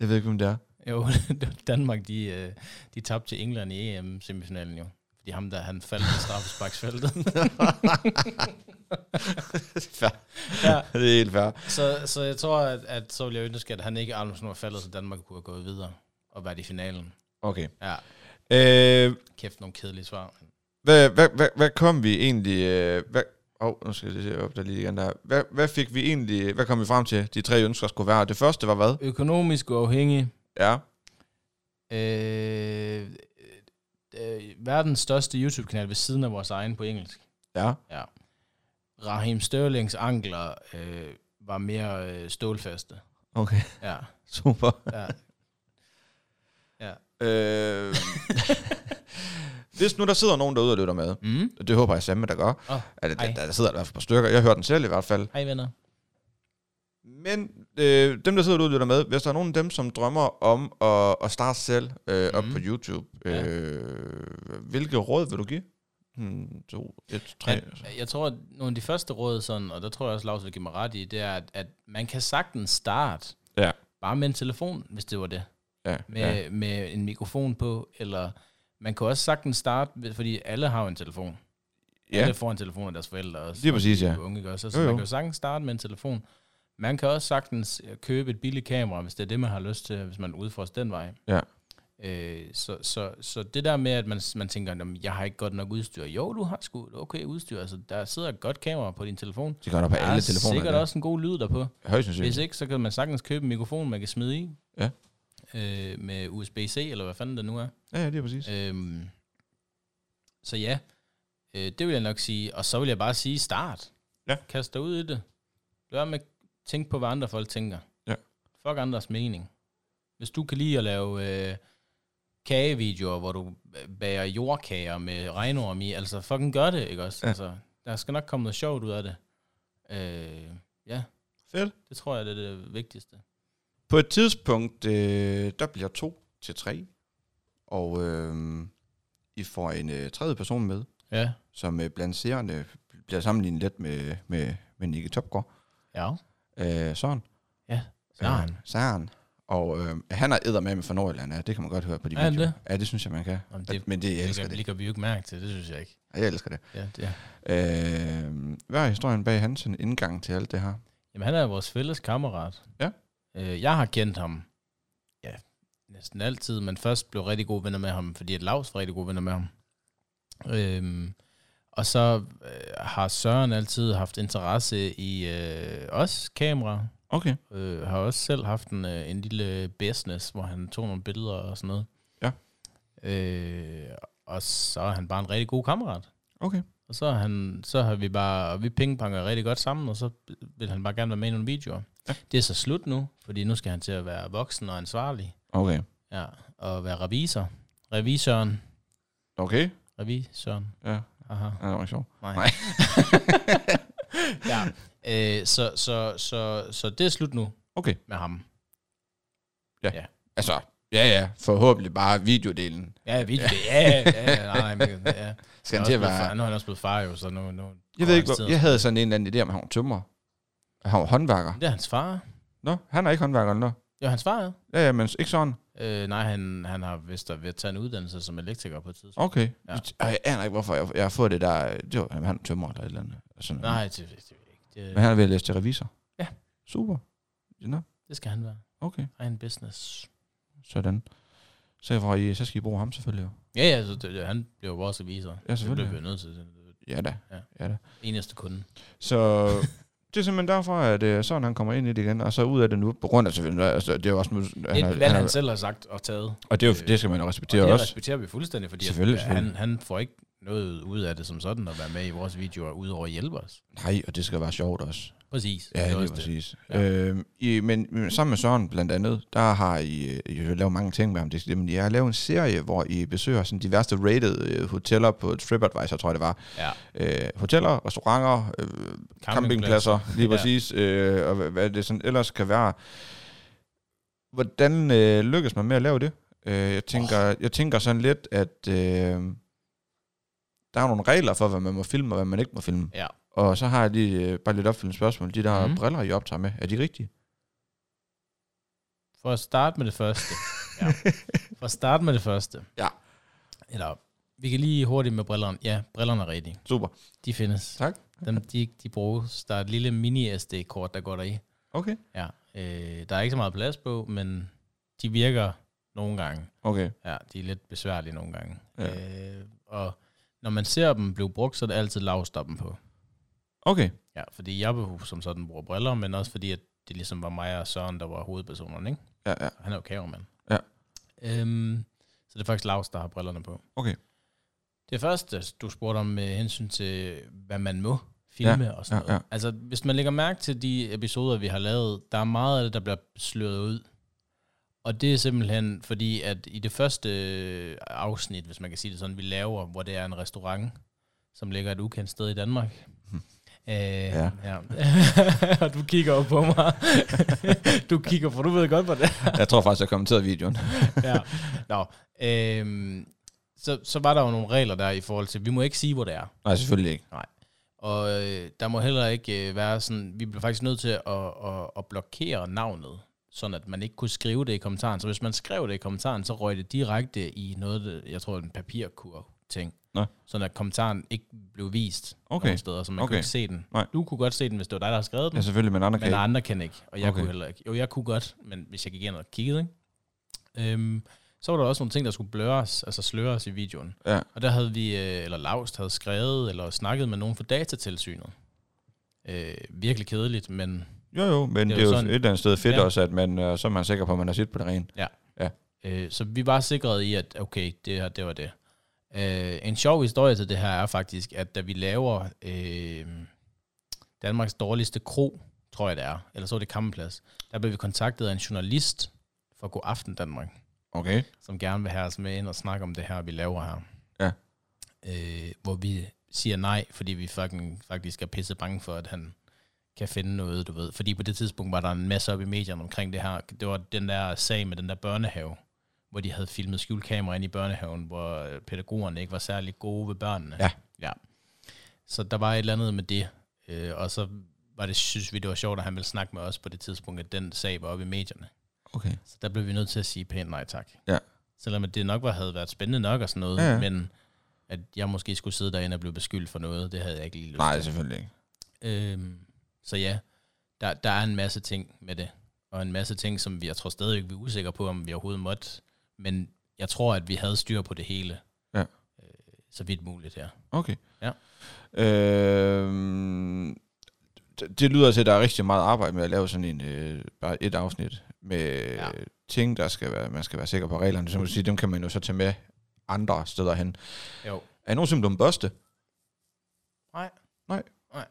Jeg ved ikke, hvem det <laughs> er. Jo, det var Danmark, de, øh, de tabte til England i EM-semifinalen jo. Fordi ham der, han <laughs> faldt i straffesparksfeltet. fair. ja, Det er helt fair. så, så jeg tror, at, at så ville jeg ønske, at han ikke Arnoldsen var faldet, så Danmark kunne have gået videre og været i finalen. Okay. Ja. Øh, Kæft, nogle kedelige svar. hvad, hvad, hvad, hvad kom vi egentlig... øh, Hvad, oh, nu skal jeg lige se op der lige igen der. Hvad, hvad fik vi egentlig... Hvad kom vi frem til, de tre ønsker skulle være? Det første var hvad? Økonomisk uafhængig. Ja. Øh, øh, verdens største YouTube-kanal ved siden af vores egen på engelsk. Ja. Raheem Sterlings ankler øh, var mere øh, stålfaste. Okay. Ja, Super. ja. Øh, hvis nu der sidder nogen derude og lytter med, Mm. og det håber jeg sammen, der gør, Åh, altså, der, ej. der, der sidder i hvert fald et par stykker, jeg hører den selv i hvert fald, Hej venner. Men øh, dem, der sidder derude og lytter med, hvis der er nogen af dem, som drømmer om at, at starte selv øh, op Mhm. på YouTube, øh, Ja. hvilke råd vil du give? Hmm, to, et, tre. At, jeg tror, at nogle af de første råd, sådan, og der tror jeg også, Lars vil give mig ret i, det er, at, at man kan sagtens starte Ja. bare med en telefon, hvis det var det. Ja, ja, Med, ja. med en mikrofon på, eller man kan også sagtens starte, ved- fordi alle har jo en telefon. Ja. ja, Alle får en telefon af deres forældre også. lige præcis, ja. ja. unge, ikke også? Så Jo, jo, jo. man kan jo sagtens starte med en telefon. Man kan også sagtens øh, købe et billigt kamera, hvis det er det, man har lyst til, hvis man udfordrer den vej. Ja. Øh, så, så, så det der med, at man, man tænker, "Jamen, jeg har ikke godt nok udstyr. Jo, du har sgu et okay udstyr. Altså, der sidder et godt kamera på din telefon. Det gør der på Der alle er telefoner. sikkert der. også en god lyd derpå. Højst Hvis sandsynligt. ikke, så kan man sagtens købe en mikrofon, man kan smide i. Ja. Øh, med USB-C, eller hvad fanden det nu er. Ja, ja, lige præcis. Øhm, så ja, øh, det vil jeg nok sige. Og så vil jeg bare sige, start. Ja. Kast dig ud i det. Lad med at tænke på, hvad andre folk tænker. Ja. Fuck andres mening. Hvis du kan lide at lave øh, kagevideoer, hvor du øh, bager jordkager med regnorm i, altså fucking gør det, ikke også? Ja. Altså, der skal nok komme noget sjovt ud af det. Øh, ja, Fedt. det tror jeg, det er det vigtigste. På et tidspunkt, øh, der bliver to til tre, og øh, I får en øh, tredje person med, Ja. som øh, blandt seerne bliver sammenlignet lidt med, med, med Nicky Topgaard. Ja. Øh, Søren. Søren. Øh, Søren. Og øh, han er eddermame fra Nordjylland, ja. Det kan man godt høre på de Er han videoer. Ja, det synes jeg, man kan. Jamen, Det, det, Men det, jeg elsker det. det. ligger vi jo ikke mærke til, det synes jeg ikke. Jeg elsker det. Ja, det er. Øh, hvad er historien bag hans sådan indgang til alt det her? Jamen, han er vores fælles kammerat. Ja. Øh, jeg har kendt ham, ja, næsten altid, men først blev rigtig gode venner med ham, fordi at Lars var rigtig gode venner med ham. Øhm, og så øh, har Søren altid haft interesse i øh, os kamera. Okay. Øh, har også selv haft en, øh, en lille business, hvor han tog nogle billeder og sådan noget. Ja. Øh, og så er han bare en rigtig god kammerat. Okay. Og så, er han, så har vi bare, og vi pingponger rigtig godt sammen, og så vil han bare gerne være med i nogle videoer. Ja. Ja. Det er så slut nu, fordi nu skal han til at være voksen og ansvarlig. Okay. Ja, og være revisor. Revisoren. Okay. Revisoren. Ja, Aha. ja, det var ikke sjovt. Nej. Nej. Nej. <laughs> ja. Øh, så, så, så, så det er slut nu Okay. med ham. Altså, Ja, ja, forhåbentlig bare videodelen. Ja, video, ja, ja, ja, ja, nej, men, <laughs> ja. Skal Han han til er også at blevet være... far, nu er han også blevet far jo, så nu... nu Jeg ved ikke, hvor, jeg havde sådan en eller anden idé om, at han var tømrer. At han var håndværker. Det er hans far. Nå, han er ikke håndværker nå. Jo, hans far er. Ja, ja, men ikke sådan. Øh, nej, han, han har vist at ved at tage en uddannelse som elektriker på et tidspunkt. Okay. Ja. Ja. Jeg aner ikke, hvorfor jeg, jeg har fået det der... øh, Det var, jamen, han er tømrer eller et eller andet. Altså, Sådan. Nej, det, det, det, det, Men han er ved at læse til revisor. Ja. Super. Nå, det skal han være. okay. Egen business. Sådan. Så, får I, så skal I bruge ham selvfølgelig. jo. Ja, ja, så det, det, han blev jo vores revisor. Ja, Det blev selvfølgelig. vi jo nødt til. Det Ja da. Ja. Ja. ja da. eneste kunde. <laughs> Så det er simpelthen derfor, at øh, sådan han kommer ind i det igen, og så ud af det nu, på grund af selvfølgelig, altså, det er jo også... nu- Han, Det er- er, hvad han, han, er- selv har sagt og taget. og det, er jo, det skal man jo respektere altså. og det også. respekterer vi fuldstændig, fordi Selvfølgelig, at, han, selvfølgelig. han får ikke noget ud af det som sådan at være med i vores videoer, udover at hjælpe os. Nej, og det skal være sjovt også. Præcis. Ja, Det er lige også det. præcis. Ja. Ja. Øhm, I, men, men sammen med Søren blandt andet, der har I, øh, I har lavet mange ting med ham. Det, men jeg har lavet en serie, hvor I besøger sådan de værste rated øh, hoteller på TripAdvisor, tror jeg det var. Ja. Øh, hoteller, restauranter, øh, campingpladser, lige Ja. præcis, øh, og hvad, hvad det sådan ellers kan være. Hvordan øh, lykkes man med at lave det? Øh, jeg, tænker, jeg tænker sådan lidt, at øh, der er nogle regler for, hvad man må filme og hvad man ikke må filme. Ja. Og så har jeg lige øh, bare lidt opfølgende spørgsmål. De der Mhm. mm. briller, I optager med, er de rigtige? For at starte med det <laughs> første. ja. For at starte med det første. Ja. Eller, vi kan lige hurtigt med brillerne. Ja, brillerne er rigtige. Super. De findes. Tak. Dem, de, de bruges. Der er et lille mini-SD-kort, der går deri. Okay. Ja. Øh, der er ikke så meget plads på, men de virker nogle gange. Okay. Ja, de er lidt besværlige nogle gange. Ja. Øh, og når man ser dem blive brugt, så er det altid lavstoppen på. Okay. Ja, fordi jeg behøver som sådan bruger briller, men også fordi, at det ligesom var mig og Søren, der var hovedpersonerne, ikke? Ja, ja. Han er jo kamermand. Ja. Øhm, så det er faktisk Lars, der har brillerne på. Okay. Det første, du spurgte om med hensyn til, hvad man må filme ja, og sådan ja, ja, noget. Altså, hvis man lægger mærke til de episoder, vi har lavet, der er meget af det, der bliver sløret ud. Og det er simpelthen fordi, at i det første øh, afsnit, hvis man kan sige det sådan, vi laver, hvor det er en restaurant, som ligger et ukendt sted i Danmark. Øh, ja. Hmm. Ja. ja. <laughs> og du kigger op på mig. <laughs> du kigger, for du ved godt, hvad det er. <laughs> Jeg tror faktisk, jeg kommenterede videoen. ja. <laughs> Nå, øhm, så, så var der jo nogle regler der i forhold til, vi må ikke sige, hvor det er. Nej, selvfølgelig ikke. Og øh, der må heller ikke øh, være sådan, vi bliver faktisk nødt til at, at, at blokere navnet, sådan at man ikke kunne skrive det i kommentaren. Så hvis man skrev det i kommentaren, så røg det direkte i noget, der- jeg tror en papirkur-ting. Nå. Sådan at kommentaren ikke blev vist Okay. nogen steder, så man okay. Okay. kunne ikke se den. Nej. Du kunne godt se den, hvis det var dig, der har skrevet den. Ja, selvfølgelig, men andre Okay. kan Men ikke. andre kan ikke, og jeg okay. Okay. kunne heller ikke. Jo, jeg kunne godt, men hvis jeg gik ind og kiggede, ikke? Øhm, så var der også nogle ting, der skulle bløres, altså sløres i videoen. Ja. Og der havde vi, øh, eller Laust havde skrevet, eller snakket med nogen fra datatilsynet. Øh, virkelig kedeligt, men Jo, jo, men det er jo, sådan. et eller andet sted fedt Ja. ja. også, at man, øh, så er man sikker på, at man har set på det rene. Øh, så vi var sikrede i, at okay, det her, det var det. Øh, en sjov historie til det her er faktisk, at da vi laver øh, Danmarks dårligste kro, tror jeg det er, eller så var det Kampenplads, der blev vi kontaktet af en journalist fra God Aften Danmark, Okay. som gerne vil have os med ind og snakke om det her, vi laver her. Ja. Øh, hvor vi siger nej, fordi vi fucking, faktisk er pisse bange for, at han kan finde noget, du ved. Fordi på det tidspunkt var der en masse op i medierne omkring det her. Det var den der sag med den der børnehave, hvor de havde filmet skjulkamera ind i børnehaven, hvor øh, pædagogerne ikke var særlig gode ved børnene. Ja. ja. Så der var et eller andet med det. Øh, og så var det, synes vi, det var sjovt, at han ville snakke med os på det tidspunkt, at den sag var oppe i medierne. Okay. Så der blev vi nødt til at sige pænt nej tak. Ja. Selvom at det nok var, havde været spændende nok og sådan noget, ja, Ja, ja. ja. men at jeg måske skulle sidde derinde og blive beskyldt for noget, det havde jeg ikke lige lyst Nej, til. selvfølgelig ikke. Øhm, så ja, der, der er en masse ting med det, og en masse ting, som vi, jeg tror stadigvæk, vi er usikre på, om vi overhovedet måtte, men jeg tror, at vi havde styr på det hele, Ja. øh, så vidt muligt her. Okay. Ja. Øhm, det, det lyder til, at der er rigtig meget arbejde med at lave sådan en, øh, bare et afsnit med Ja. ja. ting, der skal være, man skal være sikker på reglerne. Så man sige, dem kan man jo så tage med andre steder hen. Jo. Er I nogensinde blevet børste? Nej. Nej? Nej.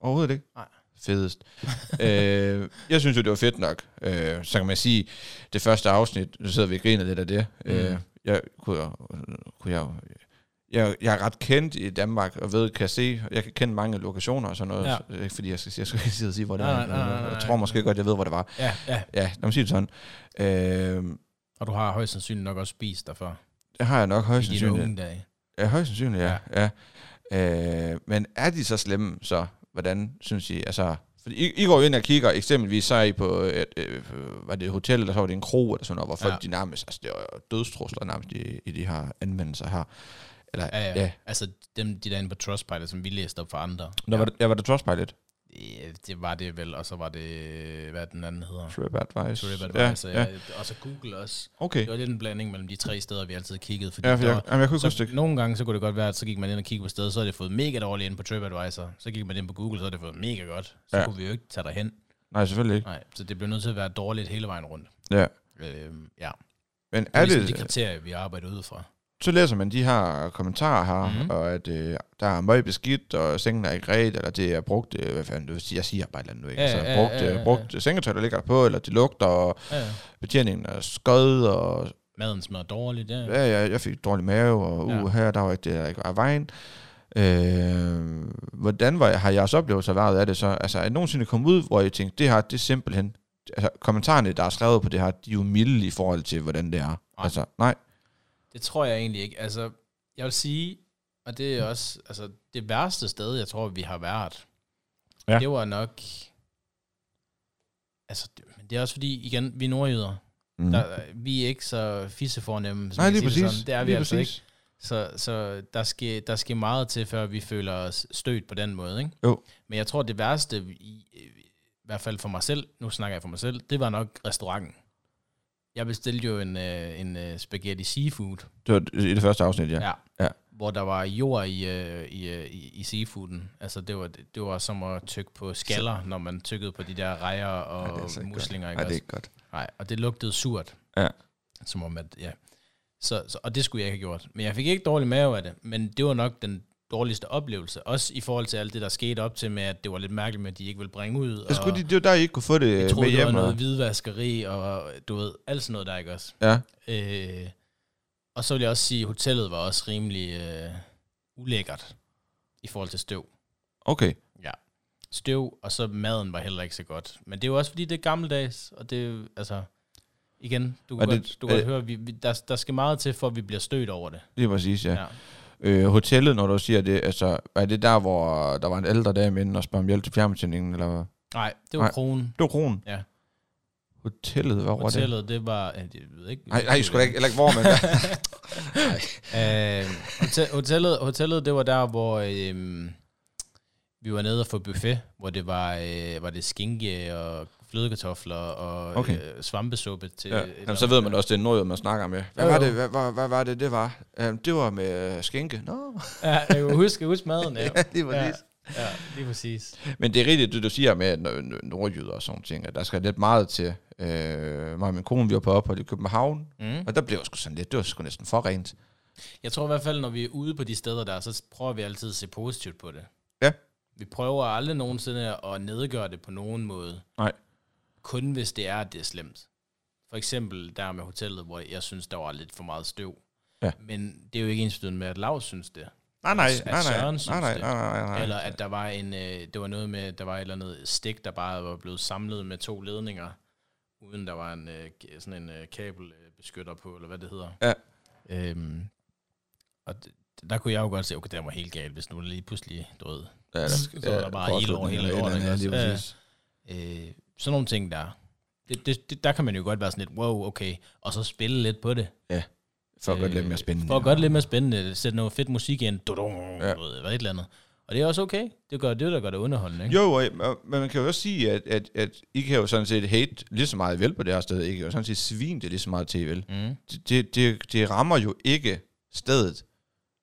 Overhovedet ikke? Nej. Fedest. <laughs> øh, jeg synes jo, det var fedt nok. Øh, så kan man sige, det første afsnit, nu sidder vi og griner lidt af det. Mm. Øh, Mm. jeg kunne, jo- kunne jeg, jo- jeg, jeg er ret kendt i Danmark, og ved, kan se, jeg kan kende mange lokationer og sådan noget, Ja. ja. så, ikke fordi jeg skal, jeg skal ikke sidde og sige, hvor det Nej, var. nej, nej, nej, jeg nej, tror nej. måske godt, jeg ved, hvor det var. Ja, ja. Ja, lad mig sige det sådan. Øh, Og du har højst sandsynligt nok også spist dig før. Det har jeg nok højst I dine sandsynligt. unge dage. Ja, højst sandsynligt, ja. ja. Øh, men er de så slemme, så hvordan synes I? Altså, fordi I, I går jo ind og kigger, eksempelvis så er I på, et, øh, var det et hotel, eller så var det en kro, eller sådan noget, hvor folk Ja. ja. de nærmest, altså det var jo dødstrusler nærmest i, i de her anvendelser her. Eller, Ja, ja. ja. Altså dem, de derinde på Trustpilot, som vi læste op for andre. Der var, det- ja, var det Trustpilot? Ja, det var det vel, og så var det, hvad den anden hedder. TripAdvisor. TripAdvisor, Ja, ja. Og så Google også. Okay. Det var lidt en blanding mellem de tre steder, vi altid kiggede. Fordi Ja, for der jeg, var- jamen, jeg kunne ikke huske så det. nogle gange så kunne det godt være, at så gik man ind og kiggede på stedet, så havde det fået mega dårligt ind på TripAdvisor. Så gik man ind på Google, så havde det fået mega godt. Så Ja. ja. kunne vi jo ikke tage derhen. Nej, selvfølgelig ikke. Nej, så det blev nødt til at være dårligt hele vejen rundt. Ja. Øhm, ja. Men Det er er ligesom de det, kriterier, vi arbejder ud fra. så læser man de her kommentarer her, Mhm. mm-hmm. og at øh, der er møg beskidt, og sengen er ikke ret, eller det er brugt, øh, hvad fanden, det vil sige, jeg siger bare et eller andet nu, ikke? Ja, altså, ja, brugt, ja, ja, øh, brugt sengetøj, der ligger der på, eller det lugter, og Ja, ja. betjeningen er skød, og Maden smager dårligt, ja. ja, ja, jeg fik dårlig mave, og uh, Ja. her, der var ikke det, der ikke var af vejen. Øh, hvordan var, har jeres oplevelse været af det så? Altså, er I nogensinde kommet ud, hvor I tænkte, det her, det er simpelthen, altså, kommentarerne, der er skrevet på det her, de er jo milde i forhold til, hvordan det er. Altså, nej. Det tror jeg egentlig ikke. Altså, jeg vil sige, og det er også altså, det værste sted, jeg tror, vi har været. Ja. Det var nok... Altså, det, men det er også fordi, igen, vi er nordjyder. Mm. Der, vi er ikke så fissefornemme. som nej, man lige kan sige præcis. det sådan. Det er vi lige altså præcis. ikke. Så, så der, skal, der skal meget til, før vi føler os stødt på den måde. Ikke? Jo. Men jeg tror, det værste, i, i hvert fald for mig selv, nu snakker jeg for mig selv, det var nok restauranten. Jeg bestilte jo en, øh, en øh, spaghetti seafood, Det var i det første afsnit, ja. Ja. Ja. hvor der var jord i, øh, i, øh, i, i seafooden. Altså, det var, det var som at tykke på skaller, når man tykkede på de der rejer Ej, det og er altså ikke muslinger. Nej, det er også? ikke godt. Nej, og det lugtede surt. Ja. Som om, at, ja. Så, så, og det skulle jeg ikke have gjort. Men jeg fik ikke dårlig mave af det, men det var nok den dårligste oplevelse. Også i forhold til alt det, der skete op til med, at det var lidt mærkeligt med, at de ikke ville bringe ud. Det, skulle og de, det var der, I ikke kunne få det jeg øh, troede, med det hjem. var noget Noget. hvidvaskeri, og du ved, alt sådan noget der, ikke også? Ja, Øh, og så vil jeg også sige, at hotellet var også rimelig øh, ulækkert i forhold til støv. okay. Støv, og så maden var heller ikke så godt. Men det er jo også, fordi det er gammeldags, og det altså... Igen, du kan, Og det- godt, du kan øh, godt høre, vi, vi, der, der skal meget til, for at vi bliver stødt over det. Lige præcis, ja. Ja. ja. Øh, hotellet, når du siger det, altså, er det der, hvor øh, der var en ældre dame inde og spørger om hjælp til fjernbetjeningen, eller hvad? Nej, det var Nej. kronen. Det var kronen. Ja. Hotellet, hvad var det? Hotellet, det var... ja, Jeg ved ikke... Nej, nej, I skulle da ikke, eller ikke hvor, <laughs> men Øh, hotel- hotellet, hotellet, det var der, hvor øhm, vi var nede og få buffet, hvor det var, øh, var det skinke og flødekartofler og Okay. øh, svampesuppe til... ja. et eller Jamen, så ved man også, det er nordjød, man snakker med. Hvad Jo, var jo. det, hvad, hvad, hvad var det, det var? Øhm, det var med øh, skænke. Nå, andet. Ja, jeg kan huske, huske <laughs> maden, ja. det var ja. det. Ja, lige præcis. Men det er rigtigt, det du siger med at n- n- nordjyder og sådan ting, at der skal lidt meget til. Øh, mig og min kone, vi var på ophold i København, Mm. og der blev jeg sgu sådan lidt, det var sgu næsten for rent. Jeg tror i hvert fald, når vi er ude på de steder der, så prøver vi altid at se positivt på det. Ja. Vi prøver aldrig nogensinde at nedgøre det på nogen måde. Nej. Kun hvis det er, at det er slemt. For eksempel der med hotellet, hvor jeg synes, der var lidt for meget støv. Ja. Men det er jo ikke ens med, at Lav synes det. Nej, nej, At- at nej, nej, Søren nej, synes nej, det. nej, nej, Nej. Eller nej. at der var en, øh, det var noget med, at der var et eller andet stik, der bare var blevet samlet med to ledninger, uden der var en øh, k- sådan en øh, kabelbeskytter på, eller hvad det hedder. Ja. Øhm, og d- der kunne jeg jo godt se, okay, det var helt galt, hvis nu lige pludselig, du ved, Ja, der- Så er der ja, bare kort- ild over hele eller et lortet, eller andet, ikke lige også? præcis. øh, sådan nogle ting der. Det, det, det, der kan man jo godt være sådan lidt, wow, okay, og så spille lidt på det. Øh, For at gøre det lidt mere spændende. For at gøre det lidt mere spændende, sætte noget fedt musik ind, du, du, ja. Ja. du ved, eller et eller andet. Og det er også okay. Det gør det, er jo, der gør det underholdende, ikke? Jo, og- og- men man kan jo også sige, at, at, at I kan jo sådan set hate lige så meget I vil på det her sted. I kan jo sådan set svine det lige så meget til I vil. Mm. Det, det, det, det rammer jo ikke stedet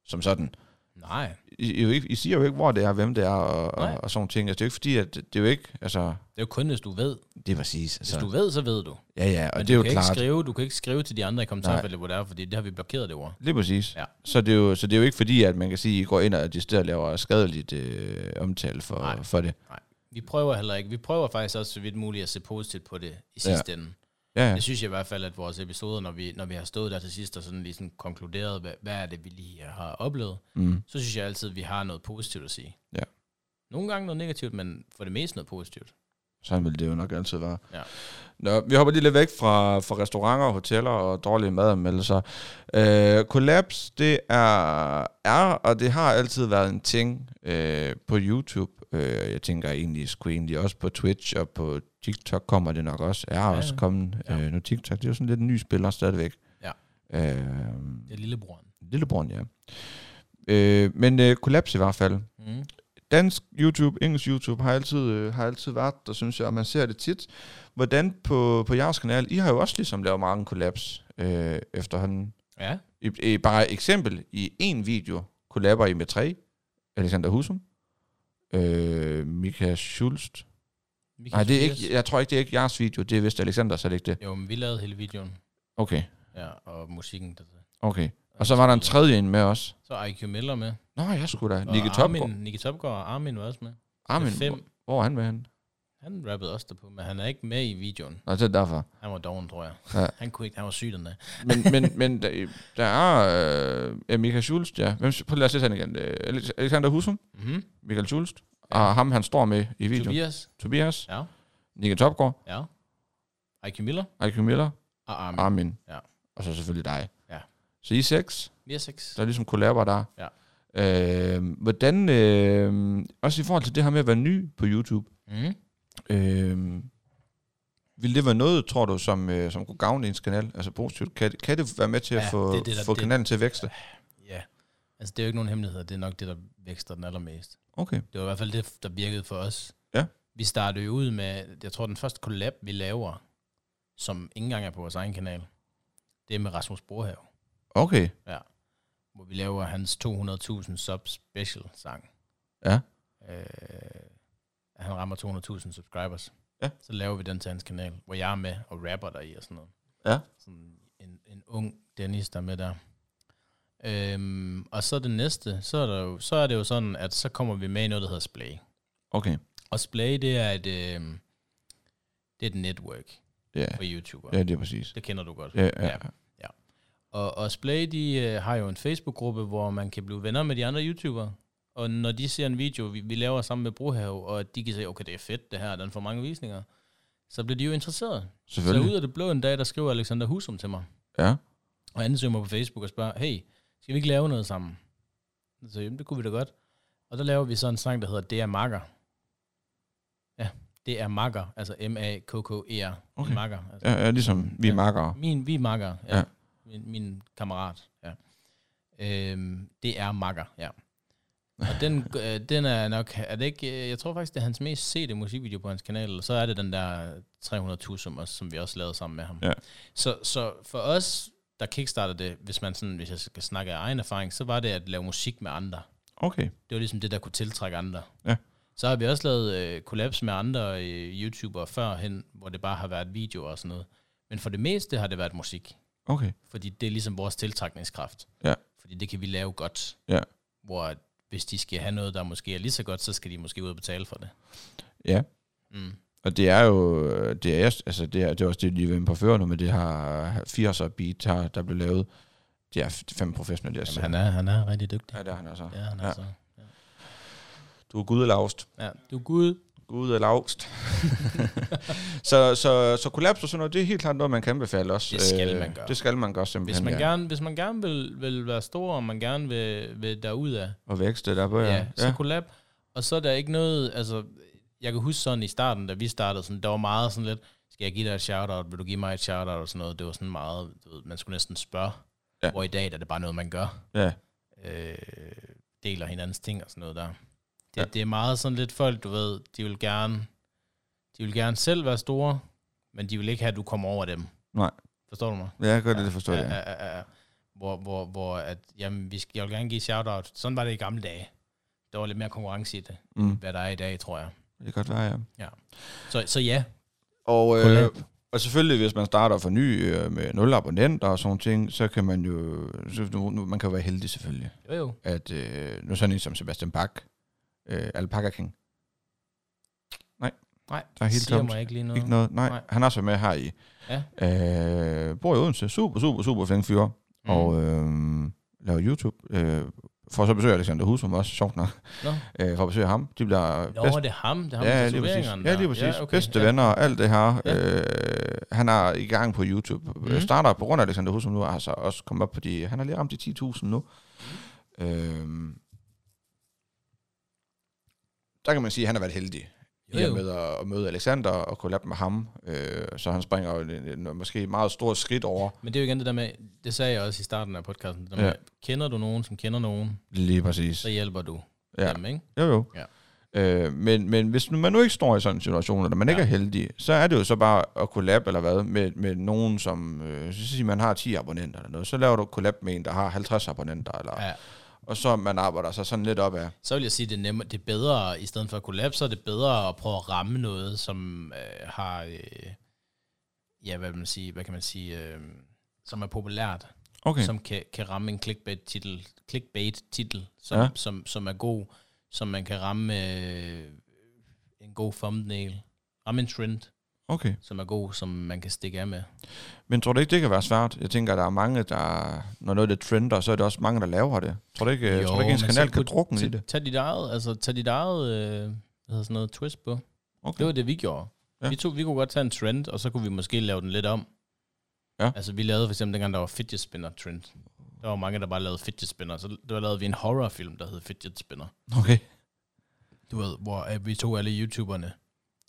som sådan. Nej. I, I, er jo ikke, I siger jo ikke, hvor det er, hvem det er og, Nej. og, og sådan ting. Altså, det er jo ikke fordi, at det er jo ikke... Altså, Det er jo kun, hvis du ved. det er præcis. Hvis Altså, du ved, så ved du. ja, ja, og Men det er jo du kan klart. Ikke skrive, du kan ikke skrive til de andre i kommentarfeltet, kommentarfeltet, hvor det er, fordi det har vi blokeret det over. Lige præcis. Ja. Ja. Så, det er jo, så det er jo ikke fordi, at man kan sige, at I går ind og de steder laver skadeligt øh, omtale for, Nej. for det. Vi prøver heller ikke. Vi prøver faktisk også så vidt muligt at se positivt på det i sidste ja. ende. Ja, ja. Det synes jeg i hvert fald, at vores episoder, når vi, når vi har stået der til sidst og sådan lige sådan konkluderet, hvad, hvad er det, vi lige har oplevet, Mm. så synes jeg altid, at vi har noget positivt at sige. Ja. Nogle gange noget negativt, men for det meste noget positivt. Sådan vil det jo nok altid være. Ja. Nå, vi hopper lige lidt væk fra, fra restauranter, hoteller og dårlige madanmeldelser. Øh, Collapse, det er, er, og det har altid været en ting øh, på YouTube. Øh, jeg tænker egentlig, skulle egentlig også på Twitch og på TikTok kommer det nok også. Er ja, ja. også kommet. Ja. Øh, nu TikTok, det er jo sådan lidt en ny spiller stadigvæk. Ja. Øh, Det er lillebroren. Lillebroren, ja. Øh, men øh, kollaps i hvert fald. Mm. Dansk YouTube, engelsk YouTube har altid, øh, har altid været der, synes jeg, og man ser det tit. Hvordan på, på jeres kanal, I har jo også ligesom lavet mange kollaps øh, efterhånden. Ja. I, I, bare et eksempel, i en video kollapper I med tre. Alexander Husum, øh, Mika Schulst. Michael Nej, det er Tobias. ikke, jeg tror ikke, det er ikke jeres video, det er vist Alexander, så er det ikke det. Jo, men vi lavede hele videoen. Okay, Ja, og musikken. Der, okay. Og så var der en tredje en med os. Så er IQ Miller med. Nå, jeg skulle da. og Nikke Topgaard. Armin, Nicky Topgaard og Armin var også med. Armin, Med fem. hvor, hvor er han med henne? Han rappede også derpå, men han er ikke med i videoen. Nå, det er derfor. Han var doven, tror jeg. Ja. Ja. Han kunne ikke, han var syg den dag. Men, men, men der, der er øh, ja, Michael Schulst, ja. Hvem, prøv lige at sætte han igen. Øh, Alex- Alexander Husum, Mm-hmm. Michael Schulst, og ham han står med i videoen. Tobias, Tobias, Tobias ja, Nikke Topgaard, ja. IQ Miller Eike Miller, og Armin. Armin. Armin, Ja. og så selvfølgelig dig. Ja. Så I seks, Vi er seks. der er ligesom kollaber der. Ja. Øh, hvordan, øh, også i forhold til det her med at være ny på YouTube, Mm. Mhm. øh, vil det være noget, tror du, som, øh, som kunne gavne ens kanal? Altså positivt? Kan, kan det være med til at Ja, få, det er det, der- få det- kanalen til at vækste? Ja. Altså, det er jo ikke nogen hemmeligheder. Det er nok det, der vækster den allermest. Okay. Det var i hvert fald det, der virkede for os. Ja. Vi startede jo ud med, jeg tror, den første collab, vi laver, som ikke engang er på vores egen kanal, det er med Rasmus Brohave, Okay. hvor vi laver hans 200.000 sub special sang. Ja. Øh, han rammer 200.000 subscribers. Ja. Så laver vi den til hans kanal, hvor jeg er med og rapper der i og sådan noget. Ja. Sådan en, en ung Dennis, der er med der. Øhm, og så det næste, så er, der jo, så er det jo sådan, at så kommer vi med i noget, der hedder Splay. Okay. Og Splay, det er et, øh, det er et network Ja, for YouTuber. ja det er præcis. Det kender du godt. Ja, ja. Ja. Og, og Splay, de øh, har jo en Facebook-gruppe, hvor man kan blive venner med de andre YouTubere. Og når de ser en video, vi, vi laver sammen med Brohave, og de kan se, okay, det er fedt det her, den får mange visninger, så bliver de jo interesseret. Så Selvfølgelig. ud af det blå en dag, der skriver Alexander Husum til mig, Ja. og ansøger mig på Facebook og spørger, hey, skal vi ikke lave noget sammen? Så jamen, det kunne vi da godt. Og der laver vi så en sang, der hedder Det er makker. Ja, det er makker, altså M-A-K-K-E-R. Okay. Okay. Makker, altså Ja, ja, ligesom vi ja. Ja. makker. Min, vi er makker, ja. Ja. ja. Min, min kammerat, ja. Øhm, det er makker, ja. Og den, øh, den er nok, er det ikke, øh, jeg tror faktisk, det er hans mest sete musikvideo på hans kanal, og så er det den der 300 som, også, som vi også lavede sammen med ham. Ja. Så, så for os, der kickstartede det, hvis man sådan, hvis jeg skal snakke af egen erfaring, så var det at lave musik med andre. Okay. Det var ligesom det, der kunne tiltrække andre. Ja. Så har vi også lavet øh, kollaps med andre øh, YouTubere førhen, hvor det bare har været videoer og sådan noget. Men for det meste har det været musik, Okay. fordi det er ligesom vores tiltrækningskraft. Ja. Fordi det kan vi lave godt. Ja. Hvor at hvis de skal have noget, der måske er lige så godt, så skal de måske ud og betale for det. Ja. Mm. Og det er jo, det er, altså det er, det er også det, lige ved på før nu, med det her 80'er beat, her, der blev lavet. Det er fem professionelle, jeg Jamen, han, er, han er rigtig dygtig. Ja, det er han altså. Ja, han er Ja. ja. så. Du er gud af lavst. Ja, du er gud. Gud af lavst. <laughs> så, så, så kollaps og sådan noget, det er helt klart noget, man kan anbefale også. Det skal Øh, man gøre. Det skal man gøre simpelthen. Hvis man, ja. gerne, hvis man gerne vil, vil være stor, og man gerne vil, vil derudad, Og vækste der på, ja. Ja, så collab. Og så er der ikke noget, altså, jeg kan huske sådan i starten, da vi startede, sådan, der var meget sådan lidt, skal jeg give dig et shout-out, vil du give mig et shout-out og sådan noget. Det var sådan meget, du ved, man skulle næsten spørge. Ja. Ja. Hvor i dag der er det bare noget, man gør. ja. Øh, deler hinandens ting og sådan noget der. Det, Ja. ja. det er meget sådan lidt folk, du ved, de vil gerne, de vil gerne selv være store, men de vil ikke have, at du kommer over dem. Nej. Forstår du mig? Ja, jeg kan godt ja, det forstå, ja. ja, ja, ja, ja. Hvor, hvor, hvor at, jamen, vi skal, jeg vil gerne give shout-out. Sådan var det i gamle dage. Der var lidt mere konkurrence i det, Mm, hvad der er i dag, tror jeg. det kan godt være, ja. Så, så ja, Og, øh, Collab. og selvfølgelig, hvis man starter for ny øh, med nul abonnenter og sådan nogle ting, så kan man jo så nu- nu- man kan jo være heldig selvfølgelig, jo jo. at øh, nu sådan en som Sebastian Bach, øh, Alpaca King, Nej, Der er helt siger tomt. mig ikke lige noget. ikke noget, nej, nej. Nej. han er så med her i. Ja. Mm. Øh, bor i Odense, super, super, super flink fyr, mm. og øh, laver YouTube øh, får så besøg af Alexander Husum også, sjovt nok, Nå. øh, får besøg af ham. De bliver Nå, bedst, det er ham. Det er ham ja, med lige præcis. tatoveringerne Ja, der. lige præcis. Ja, okay, okay, Bedste ja. ja. venner og alt det her. Ja. Ja. Øh, han er i gang på YouTube. Mm. Mhm. Starter på grund af Alexander Husum nu, og har så også kommet op på de... Han har lige ramt de 10.000 nu. Mhm. Mm. Øhm, der kan man sige, at han har været heldig i Jo, og jo. med at, at møde Alexander og kollabe med ham. Øh, så han springer jo en, en, en, måske et meget stort skridt over. Men det er jo igen det der med, det sagde jeg også i starten af podcasten, det der Ja. ja. med, kender du nogen, som kender nogen, Lige præcis. så hjælper du Ja. ja. dem, ikke? Jo, jo. Ja. Øh, men, men hvis nu- man nu ikke står i sådan en situation, eller man ja. ikke er Ja. heldig, så er det jo så bare at collab eller hvad, med, med nogen, som, øh, så siger man har 10 abonnenter eller noget, så laver du et collab med en, der har 50 abonnenter, eller, ja. Ja. og så man arbejder sig sådan lidt op af. Så vil jeg sige, det er, nemmere, det er bedre, i stedet for at kollapse, så er det bedre at prøve at ramme noget, som øh, har, øh, ja, hvad, vil man sige, hvad kan man sige, øh, som er populært, Okay. som kan, kan ramme en clickbait-titel, clickbait-titel som, Ja. ja. som, som er god, som man kan ramme øh, en god thumbnail, ramme en trend, okay. som er god, som man kan stikke af med. Men tror du ikke, det kan være svært? Jeg tænker, der er mange, der, når noget det trender, så er det også mange, der laver det. Tror du ikke, jo, øh, tror du ikke ens men så kanal kan kunne- drukne i tag- det? Tag dit eget, altså tag dit eget, øh, hvad hedder sådan noget, twist på. Okay. Det var det, vi gjorde. Ja. Ja. Vi, tog, vi kunne godt tage en trend, og så kunne vi måske lave den lidt om. Ja. Altså, vi lavede for eksempel dengang, der var fidget spinner trend. Der var mange, der bare lavede fidget spinner. Så der lavede vi en horrorfilm, der hed fidget spinner. Okay. Du ved, hvor øh, vi tog alle YouTuberne,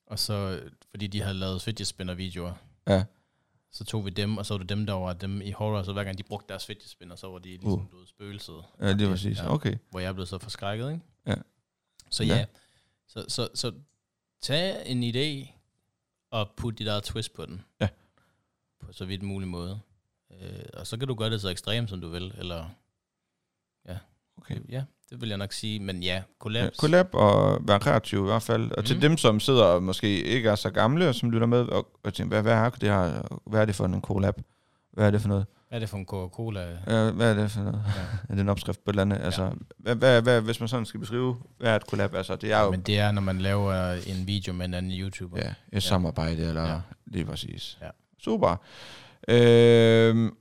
og så, øh, fordi de havde lavet fidget spinner-videoer, Ja. så tog vi dem, og så var det dem, der var dem i horror, så hver gang de brugte deres fidget spinner, så var de ligesom Uh. uh. blevet spøgelset Ja, lige præcis. Ja. Okay. hvor jeg er blevet så forskrækket, ikke? Ja. Så Ja. ja, Så, så, så tag en idé og put dit eget twist på den. Ja. På så vidt mulig måde. Øh, og så kan du gøre det så ekstremt, som du vil, eller... Ja. Okay. Ja, det vil jeg nok sige, men ja, Ja, kollaps. Øh, collab og være kreativ i hvert fald. Og mm. til Mhm. dem, som sidder og måske ikke er så gamle, og som lytter med og, og tænker, hvad, hvad, er det her? hvad er det for en collab? Hvad er det for noget? Hvad er det for en Coca-Cola? Øh, Hvad er det for noget? Ja. Ja. er <laughs> det en opskrift på et eller andet? Altså, hvad, hvad, hvad, hvis man sådan skal beskrive, hvad er et collab? Altså, det er jo Men det er, når man laver en video med en anden YouTuber. ja, et ja. samarbejde, eller ja. Ja. lige præcis. Ja. Super. Øh,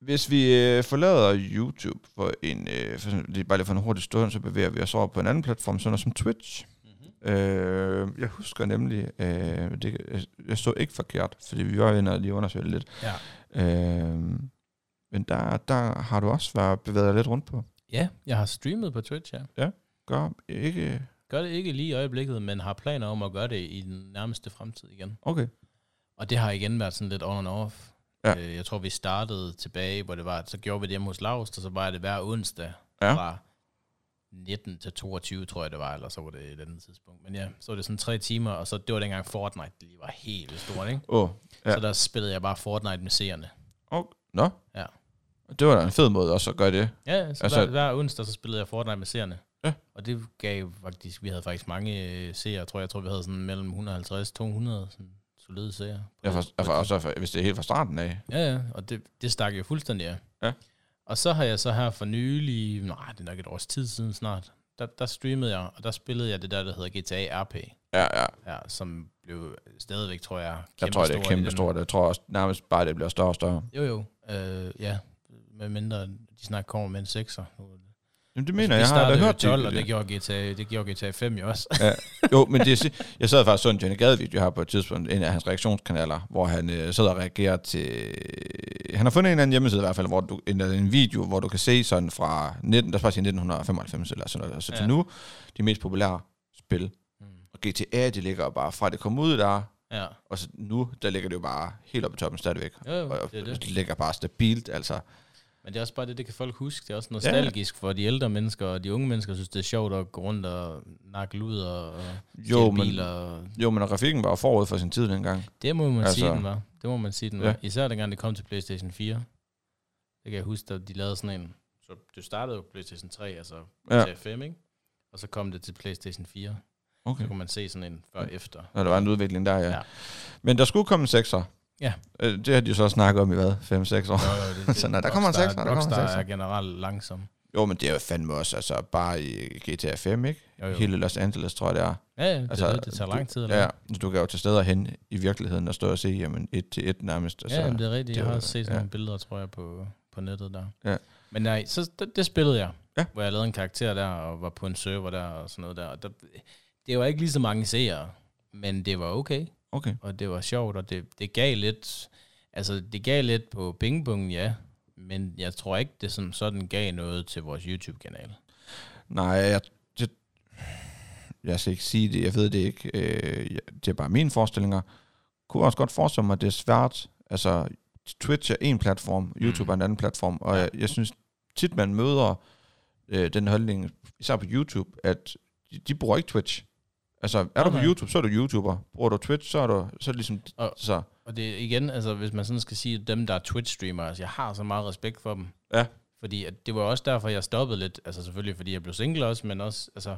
hvis vi øh, forlader YouTube for en, øh, for, sådan- det er bare lige for en hurtig stund, så bevæger vi os over på en anden platform, sådan noget som Twitch. Mm-hmm. Øh, jeg husker nemlig, øh, det, jeg- jeg så ikke forkert, fordi vi var inde og lige undersøgte lidt. Ja. Øh, men der, der har du også været bevæget dig lidt rundt på. ja, jeg har streamet på Twitch, ja. Gør ikke... Gør det ikke lige i øjeblikket, men har planer om at gøre det i den nærmeste fremtid igen. Okay. Og det har igen været sådan lidt on and off. Ja. Ja. Øh, jeg tror, vi startede tilbage, hvor det var, så gjorde vi det hjemme hos Laust, og så var det hver onsdag Ja. fra 19 til 22, tror jeg det var, eller så var det et andet tidspunkt. Men ja, så var det sådan tre timer, og så det var dengang Fortnite lige var helt vildt stort, ikke? Åh, oh, Ja. Ja. Så der spillede jeg bare Fortnite med seerne. nå. Ja. Det var da en fed måde også at gøre det. Ja, så Altså- altså, hver, hver onsdag, så spillede jeg Fortnite med seerne. Ja. Og det gav faktisk, vi havde faktisk mange øh, seere, tror jeg. Jeg tror, vi havde sådan mellem 150 200 sådan solide seere. på Jeg det- for, på jeg det for, også for, hvis det er helt fra starten af. Ja, ja, og det, det stak jo fuldstændig af. Ja. Og så har jeg så her for nylig, nej, det er nok et års tid siden snart, der, der streamede jeg, og der spillede jeg det der, der hedder GTA RP, Ja, ja. ja, som blev stadigvæk, tror jeg, kæmpe Jeg tror, det er kæmpe stort. Jeg tror også nærmest bare, det bliver større og større. Jo, jo, øh, ja, med mindre de snart kommer med en sekser. Nu- Jamen, det mener jeg. Altså, vi Jeg har da startede jo hørt 12, og det. det gjorde, GTA, det gjorde GTA 5 jo også. <laughs> Jo, men det er, si- jeg sad faktisk sådan en Johnny Gade-video her på et tidspunkt, en af hans reaktionskanaler, hvor han øh, sidder og reagerer til... øh, Han har fundet en eller anden hjemmeside i hvert fald, hvor du, en, eller en video, hvor du kan se sådan fra 19, der skal bare sige 1995 eller sådan noget, og så til ja. Ja. nu, de mest populære spil. Mm. Og GTA, det ligger jo bare fra det kom ud der, Ja, og så nu, der ligger det jo bare helt oppe i toppen stadigvæk. jo, jo, Og Mm, det er det, det. ligger bare stabilt, altså. Men det er også bare det, det kan folk huske. Det er også Ja. nostalgisk for de ældre mennesker, og de unge mennesker synes, det er sjovt at gå rundt og nakke luder og Jo, men, biler. Og jo, men grafikken var jo forud for sin tid dengang. Det må man Altså- altså, sige, den var. Det må man sige, den var. Ja. Ja. Især dengang det kom til PlayStation 4. Det kan jeg huske, at de lavede sådan en. Så det startede jo på PlayStation 3, altså Ja. GTA 5, ikke? Og så kom det til PlayStation 4. Okay. Så kunne man se sådan en før og efter. Når der var en udvikling der, ja. ja. Ja. Men der skulle komme en sekser. Ja. Øh, Det har de jo så snakket om i hvad? 5-6 år? Jo, jo, det, det, Så nej, der kommer en Rockstar- sekser, der kommer en Rockstar sekser. er generelt langsom. Jo, men det er jo fandme også, altså bare i GTA 5, ikke? Jo, jo. Hele Los Angeles, tror jeg, det er. ja, ja, det, altså, altså, det, det tager lang tid. Eller? Ja, så du kan jo tage steder hen i virkeligheden og stå og se, jamen, et til et nærmest. Altså, ja, jamen, det er rigtigt. det Jeg har var- også set sådan ja. nogle billeder, tror jeg, på på nettet der. Ja. Men nej, så det, det spillede jeg. Ja. Hvor jeg lavede en karakter der, og var på en server der, og sådan noget der. Og der det var ikke lige så mange seere, men det var okay, Okay. og det var sjovt, og det, det gav lidt... Altså, det gav lidt på bingbungen, ja, men jeg tror ikke, det som sådan gav noget til vores YouTube-kanal. Nej, jeg, det, jeg skal ikke sige det, jeg ved det ikke. Øh, jeg- det er bare mine forestillinger. Kunne også godt forestille mig, at det er svært. Altså, Twitch er en platform, YouTube er en anden platform, og jeg, jeg synes tit, man møder øh, den holdning, især på YouTube, at de, de bruger ikke Twitch. Altså, er du på Okay. YouTube, så er du YouTuber. Bruger du Twitch, så er du så er det ligesom... Og- så, Og det igen, altså hvis man sådan skal sige, at dem der er Twitch-streamere, altså jeg har så meget respekt for dem. Ja. Fordi at det var også derfor, jeg stoppede lidt. Altså selvfølgelig, fordi jeg blev single også, men også, altså,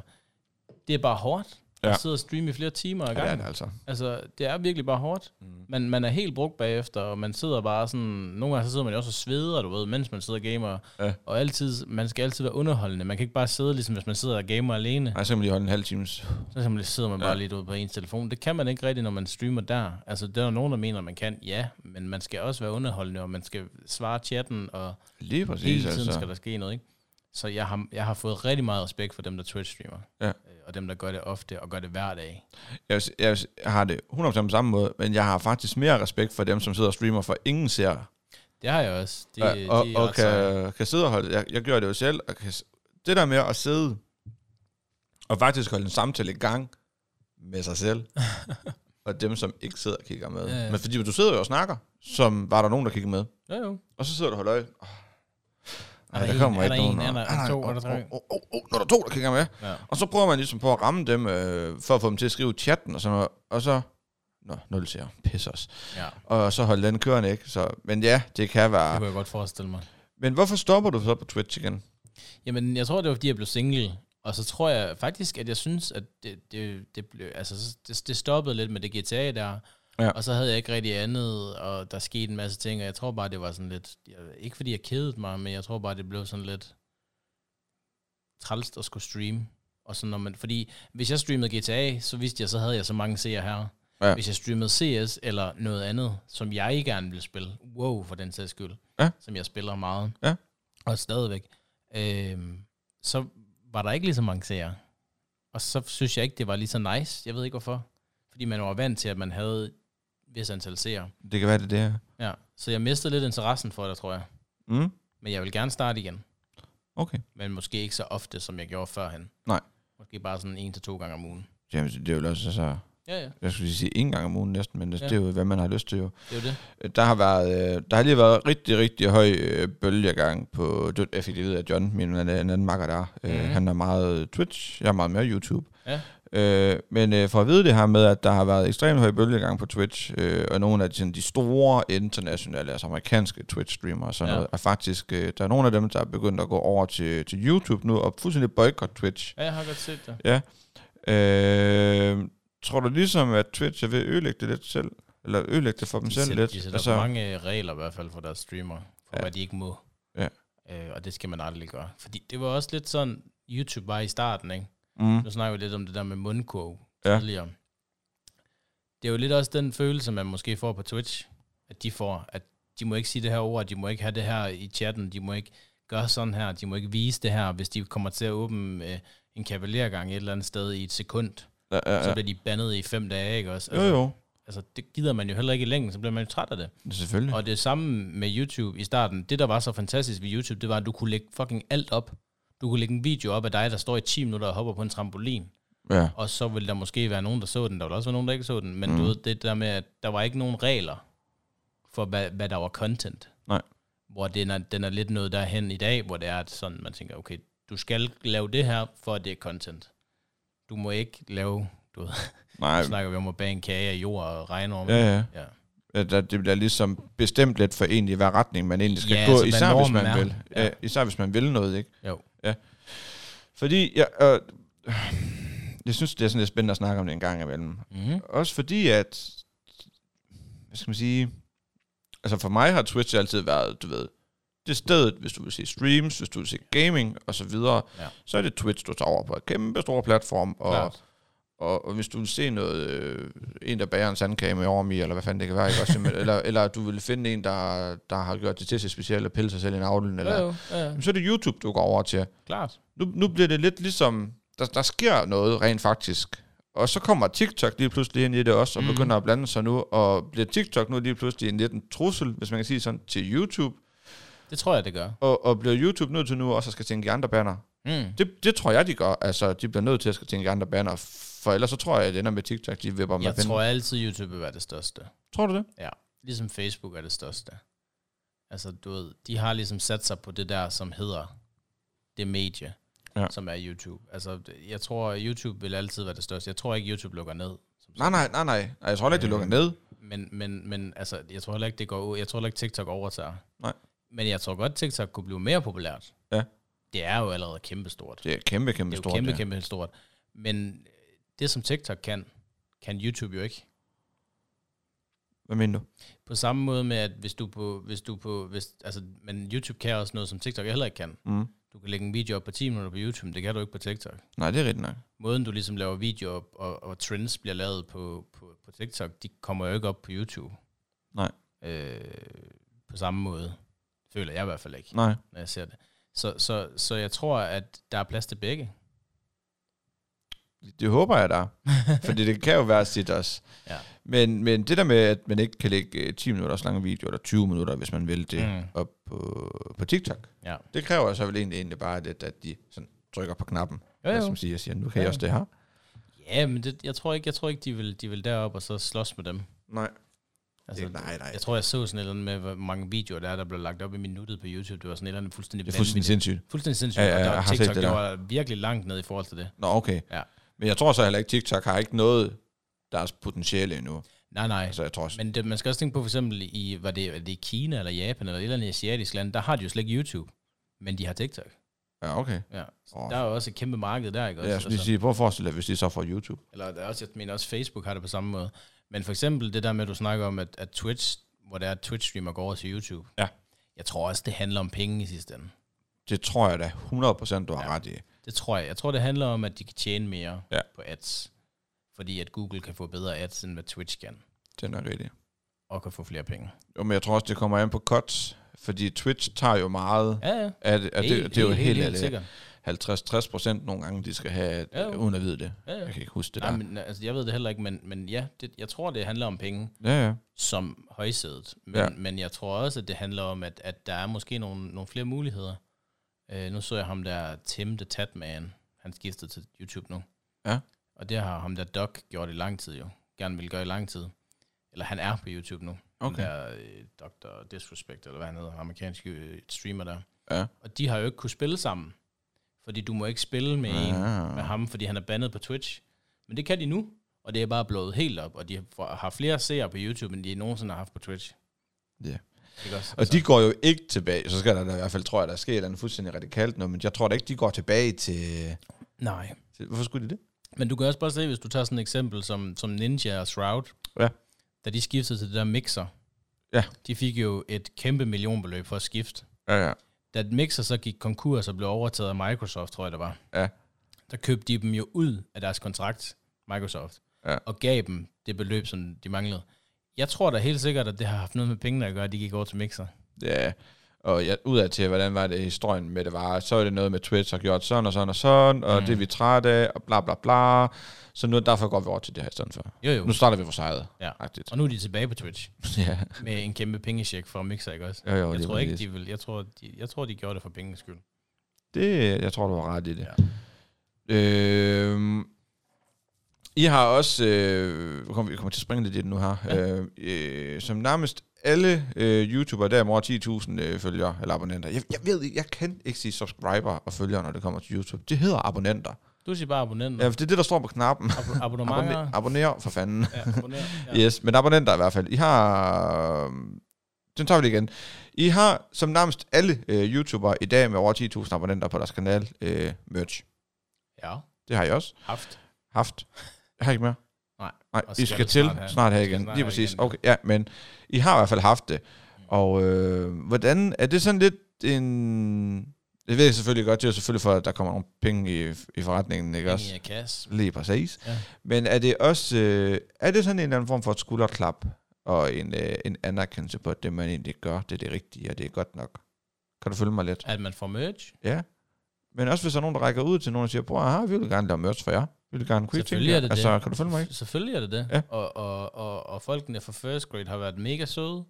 det er bare hårdt. Ja. Ja. At sidde og streame i flere timer ad ja, det er gangen. det altså. Altså, det er virkelig bare hårdt. Mm. Man, man er helt brugt bagefter, og man sidder bare sådan... Nogle gange så sidder man jo også og sveder, du ved, mens man sidder og gamer. Ja. Og altid, man skal altid være underholdende. Man kan ikke bare sidde, ligesom hvis man sidder og gamer alene. Nej, så kan man lige holde en halv times. Så simpelthen sidder man bare ja. lidt ude på ens telefon. Det kan man ikke rigtigt, når man streamer der. Altså, der er nogen, der mener, man kan, ja, men man skal også være underholdende, og man skal svare chatten, og Lige hele præcis, tiden altså. skal der ske noget, ikke? Så jeg har, jeg har fået rigtig meget respekt for dem, der Twitch-streamer, Ja. Øh, og dem, der gør det ofte, og gør det hver dag. jeg, vil s- jeg, vil s- jeg har det 100% på samme måde, men jeg har faktisk mere respekt for dem, som sidder og streamer, for ingen ser. Det har jeg også. Det, Ja, og, det er og ret sejt. kan, kan sidde og holde, jeg, jeg gør det jo selv, og kan, s- det der med at sidde og faktisk holde en samtale i gang med sig <laughs> selv, og dem, som ikke sidder og kigger med. Ja, ja. Men fordi du sidder jo og snakker, som var der nogen, der kiggede med, Jo, jo. og så sidder du og holder øje. Oh. Er Nej, der der en? kommer Er ikke der en? nogen. Er der Ah, nej, to? åh, Er der tre? åh, åh, åh, nu er der to, der kigger med. Ja. Og så prøver man ligesom på at ramme dem, øh, for at få dem til at skrive i chatten og sådan noget. Og så... Nå, nul ser. Pis os. ja, Og så holde den kørende, ikke? Så, men ja, det kan det være. kunne jeg godt forestille mig. Men hvorfor stopper du så på Twitch igen? Jamen, jeg tror, det var, fordi jeg blev single. Og så tror jeg faktisk, at jeg synes, at det, det, det, blev, altså, så- det, det stoppede lidt med det GTA der. Ja. Og så havde jeg ikke rigtig andet, og der skete en masse ting, og jeg tror bare, det var sådan lidt... Jeg, ikke fordi jeg kedede mig, men jeg tror bare, det blev sådan lidt trælst at skulle streame. Og så når man, fordi hvis jeg streamede GTA, så vidste jeg, så havde jeg så mange seere her. Ja. Hvis jeg streamede CS eller noget andet, som jeg ikke gerne ville spille, wow for den sags skyld, Ja. som jeg spiller meget, Ja. og stadigvæk, øhm, så var der ikke lige så mange seere. Og så synes jeg ikke, det var lige så nice. Jeg ved ikke hvorfor. Fordi man var vant til, at man havde et vis antal seere. Det kan være det der. Ja. Så jeg mistede lidt interessen for det, tror jeg. Mm? Men jeg vil gerne starte igen. Okay. Men måske ikke så ofte, som jeg gjorde førhen. Nej. Måske bare sådan en til to gange om ugen. Jamen, det er jo også, altså, Ja, ja. jeg skulle lige sige en gang om ugen næsten, men det, Ja. ja. det er jo, hvad man har lyst til jo. Det er jo det. Øh, Der har, været, øh, der har lige været rigtig, rigtig høj øh, bølgegang på, det- jeg fik det ved af John, min en anden makker der. Mm. Mhm. Øh, han er meget Twitch, jeg er meget mere YouTube. Ja. Øh, men øh, for at vide det her med, at der har været ekstremt høj bølgegang på Twitch, øh, og nogle af de, sådan, de store internationale, altså amerikanske Twitch-streamere og sådan Ja. ja. noget, er faktisk, øh, der er nogle af dem, der er begyndt at gå over til, til YouTube nu, og fuldstændig boykotte Twitch. Ja, jeg har godt set det. Øh, tror du ligesom, at Twitch er ved at ødelægge det lidt selv? Eller ødelægge det for dem De selv sætter, lidt? de sætter altså, mange regler i hvert fald for deres streamer, for ja. Ja. hvad de ikke må. Ja. Øh, og det skal man aldrig gøre. Fordi det var også lidt sådan, YouTube var i starten, ikke? mm, Nu snakker vi lidt om det der med mundkurv Ja. tidligere. Det er jo lidt også den følelse, man måske får på Twitch, at de får, at de må ikke sige det her ord, de må ikke have det her i chatten, de må ikke gøre sådan her, de må ikke vise det her, hvis de kommer til at åbne øh, en kavalergang et eller andet sted i et sekund, ja, ja. ja, så ja. bliver de bandet i fem dage, ikke også? Jo, Altså, jo. altså, det gider man jo heller ikke i længden, så bliver man jo træt af det. Selvfølgelig. Og det samme med YouTube i starten. Det, der var så fantastisk ved YouTube, det var, at du kunne lægge fucking alt op. Du kunne lægge en video op af dig, der står i 10 minutter og hopper på en trampolin. Ja. Og så ville der måske være nogen, der så den. Der ville også være nogen, der ikke så den. Men mm. du Mm. ved, det der med, at der var ikke nogen regler for, hvad, hvad der var content. Nej. Hvor den er, den er lidt noget derhen i dag, hvor det er at sådan, man tænker, okay, du skal lave det her, for at det er content. Du må ikke lave, Nej, så snakker vi om at bage en kage af jord og regnorme. ja, ja. ja. At der- Det bliver ligesom bestemt lidt for egentlig, hvad retning man egentlig skal Ja, ja, gå, altså, hvad især hvis normen man er. vil. Ja. Ja. Især hvis man vil noget, ikke? Jo. Ja. Fordi, jeg, øh, jeg synes, det er sådan lidt spændende at snakke om det en gang imellem. Mm-hmm. Også fordi, at... Hvad skal man sige? Altså for mig har Twitch altid været, du ved, det stedet, hvis du vil se streams, hvis du vil se gaming og så videre, Ja. så er det Twitch, du tager over på en kæmpe stor platform, og, Klart. Og, og hvis du vil se noget, øh, en, der bager en sandkage med orm i, eller hvad fanden det kan være, ikke? Også, simpelthen- eller, eller du vil finde en, der, der har gjort det til sig specielt, eller pille sig selv i navlen, eller, Jo, jo, ja, ja. Jamen, så er det YouTube, du går over til. klart. Nu, nu bliver det lidt ligesom, der, der sker noget rent faktisk. Og så kommer TikTok lige pludselig ind i det også, og Mm. mm. begynder at blande sig nu, og bliver TikTok nu lige pludselig en lidt en trussel, hvis man kan sige sådan, til YouTube, Det tror jeg, det gør. og, og bliver YouTube nødt til nu også at skal tænke i andre banner. Mm. Det, det tror jeg, de gør. Altså, de bliver nødt til at skal tænke i andre banner, for ellers så tror jeg, at det ender med TikTok, de vipper med Jeg pinden. tror altid, YouTube vil være det største. tror du det? Ligesom Facebook er det største. Altså, du ved, de har ligesom sat sig på det der, som hedder det medie, Ja. ja. som er YouTube. Altså, det- jeg tror, YouTube vil altid være det største. Jeg tror ikke, YouTube lukker ned. som Nej, nej, nej, nej. nej jeg tror heller ikke, de Øh. lukker ned. Men, men, men altså, jeg tror heller ikke, det går ud. Jeg tror heller ikke, TikTok overtager. Nej. Men jeg tror godt, TikTok kunne blive mere populært. Ja. Det er jo allerede kæmpestort. Det er kæmpe, kæmpe Det er stort. jo kæmpe, det. kæmpe stort. Men det, som TikTok kan, kan YouTube jo ikke. Hvad mener du? På samme måde med, at hvis du på, hvis du på, hvis, altså, men YouTube kan også noget, som TikTok heller ikke kan. Mm. Du kan lægge en video op på 10 minutter på YouTube, men det kan du ikke på TikTok. Nej, det er rigtigt nok. Måden, du ligesom laver videoer op, og, og trends bliver lavet på, på, på TikTok, de kommer jo ikke op på YouTube. Nej. Øh, på samme måde. Føler jeg i hvert fald ikke, Nej. når jeg ser det. Så, så, så jeg tror, at der er plads til begge. Det håber <laughs> jeg, der er. Fordi det kan jo være sit også. Ja. Men, men det der med, at man ikke kan lægge øh, 10 minutters lange video, eller 20 minutter, hvis man vil det, mm. Mm. op på, på TikTok, Ja. det kræver så vel egentlig, egentlig bare lidt, at de sådan trykker på knappen, Jo, ja, jo. som siger, siger, nu kan ja. Ja. jeg også det her. Ja, men det, jeg tror ikke, jeg tror ikke de, vil, de vil derop og så slås med dem. Nej, Altså, det, nej, nej. jeg tror, jeg så sådan et eller andet med, hvor mange videoer der er, der blev lagt op i minuttet på YouTube. Det var sådan et eller andet fuldstændig det er fuldstændig sindssygt. fuldstændig sindssygt. Ja, Ja, ja, ja, jeg der, har set TikTok, det det der. var virkelig langt ned i forhold til det. Nå, okay. Ja. Men jeg tror så heller ikke, TikTok har ikke noget deres potentiale endnu. Nej, nej. Altså, jeg tror også, Men det, man skal også tænke på for eksempel i, var det, er det Kina eller Japan eller et eller andet asiatisk land, der har de jo slet ikke YouTube, men de har TikTok. ja, okay. Ja. Så Åh. der er jo også et kæmpe marked der, ikke Ja, også? Altså, jeg skulle lige sige, prøv at forestille dig, hvis de så får YouTube. Eller der er også, jeg mener også Facebook har det på samme måde. Men for eksempel det der med, at du snakker om, at, at Twitch, hvor der er Twitch-streamer går over til YouTube. Ja. Jeg tror også, det handler om penge i sidste ende. Det tror jeg da 100% du har ja. ret i. Det tror jeg. Jeg tror, det handler om, at de kan tjene mere Ja. ja. på ads. Fordi at Google kan få bedre ads, end hvad Twitch kan. Det er nok rigtigt. Og kan få flere penge. Jo, men jeg tror også, det kommer an på cuts, fordi Twitch tager jo meget Ja, ja. af det, og det, det er jo helt, helt helt, sikkert. 50-60 procent nogle gange, de skal have, Ja, ja, jo. uden at vide det. Ja, ja. Jeg kan ikke huske det Nej, der. men, altså, jeg ved det heller ikke, men, men ja, det, jeg tror, det handler om penge Ja, ja. som højsædet. Men, Ja. ja. men jeg tror også, at det handler om, at, at der er måske nogle, nogle flere muligheder. Øh, nu så jeg ham der, Tim the Tatman. Han skiftede til YouTube nu. Ja. Og det har ham der Doc gjort i lang tid jo. Gerne vil gøre i lang tid. Eller han er på YouTube nu. Okay. Den Okay. der øh, Dr. Disrespect, eller hvad han hedder, amerikanske øh, streamer der. Ja. Og de har jo ikke kunne spille sammen. Fordi du må ikke spille med en, med Ah, ham, fordi han er bandet på Twitch. Men det kan de nu, og det er bare blået helt op, og de har- har flere seere på YouTube, end de nogensinde har haft på Twitch. Ja. Ikke også? Altså, og de går jo ikke tilbage, så skal der da i hvert fald, tror jeg, der sker et eller andet fuldstændig radikalt noget, men jeg tror da ikke, de går tilbage til... Nej. til hvorfor skulle de det? Men du kan også bare se, hvis du tager sådan et eksempel som, som Ninja og Shroud, Ja. da de skiftede til det der mixer, Ja. de fik jo et kæmpe millionbeløb for at skifte. Ja, ja. Da Mixer så gik konkurs og blev overtaget af Microsoft, tror jeg det var, Ja. der købte de dem jo ud af deres kontrakt, Microsoft, Ja. og gav dem det beløb, som de manglede. Jeg tror da helt sikkert, at det har haft noget med pengene at gøre, at de gik over til Mixer. Ja, og jeg, udad til, hvordan var det historien med det var, så er det noget med Twitch har gjort sådan og sådan og sådan, og mm. Mm. det er vi trætte af, og bla bla bla. Så nu derfor går vi over til det her i stedet for. Jo jo, Nu starter vi vores eget. Ja. Agtigt. <laughs> og nu er de tilbage på Twitch ja. med en kæmpe pengecheck fra Mixer, ikke også? Jo, jo, Jeg lige tror ikke, præcis. de vil. Jeg tror, de, jeg tror, de gjorde det for pengenes skyld. Det, jeg tror, du har ret i det. Ja. Øh, I har også, øh, vi kommer vi kommer til at springe lidt i det nu her, ja. øh, øh, som nærmest alle øh, YouTubere, der er over 10.000 øh, følgere eller abonnenter. Jeg, jeg ved ikke, jeg kan ikke sige subscriber og følgere, når det kommer til YouTube. Det hedder abonnenter. Du siger bare abonnenter. Ja, for det er det, der står på knappen. Ab- abonnementer. Abonner, abonner for fanden. Ja, abonner. Ja. Ja. Yes, men abonnenter i hvert fald. I har... øh, Den tager vi lige igen. I har som nærmest alle øh, YouTubere i dag med over 10.000 abonnenter på deres kanal øh, merch. ja, Det har jeg også haft. haft. Jeg har ikke mere. Nej. Nej, Og I skal skal det til snart have. snart her Skal igen. snart Lige have præcis. igen, ja. Mm. Okay, ja, men I har i hvert fald haft det. Og øh, hvordan... Er det sådan lidt en... Det ved jeg selvfølgelig godt, det er jo selvfølgelig for, at der kommer nogle penge i, i forretningen, ikke også? i kasse. Lige præcis. Ja. Ja. Men er det også, øh, er det sådan en eller anden form for et skulderklap, og en, øh, en anerkendelse på, at det man egentlig gør, det er det rigtige, og det er godt nok? Kan du følge mig lidt? At man får merch. Ja. Men også hvis der er nogen, der rækker ud til nogen og siger, bror, aha, vi vil gerne lave merch for jer. Vi vil gerne kunne Selvfølgelig er det altså, det. kan du følge mig ikke? Selvfølgelig er det det. Ja. Og, og, og, og folkene fra first grade har været mega søde,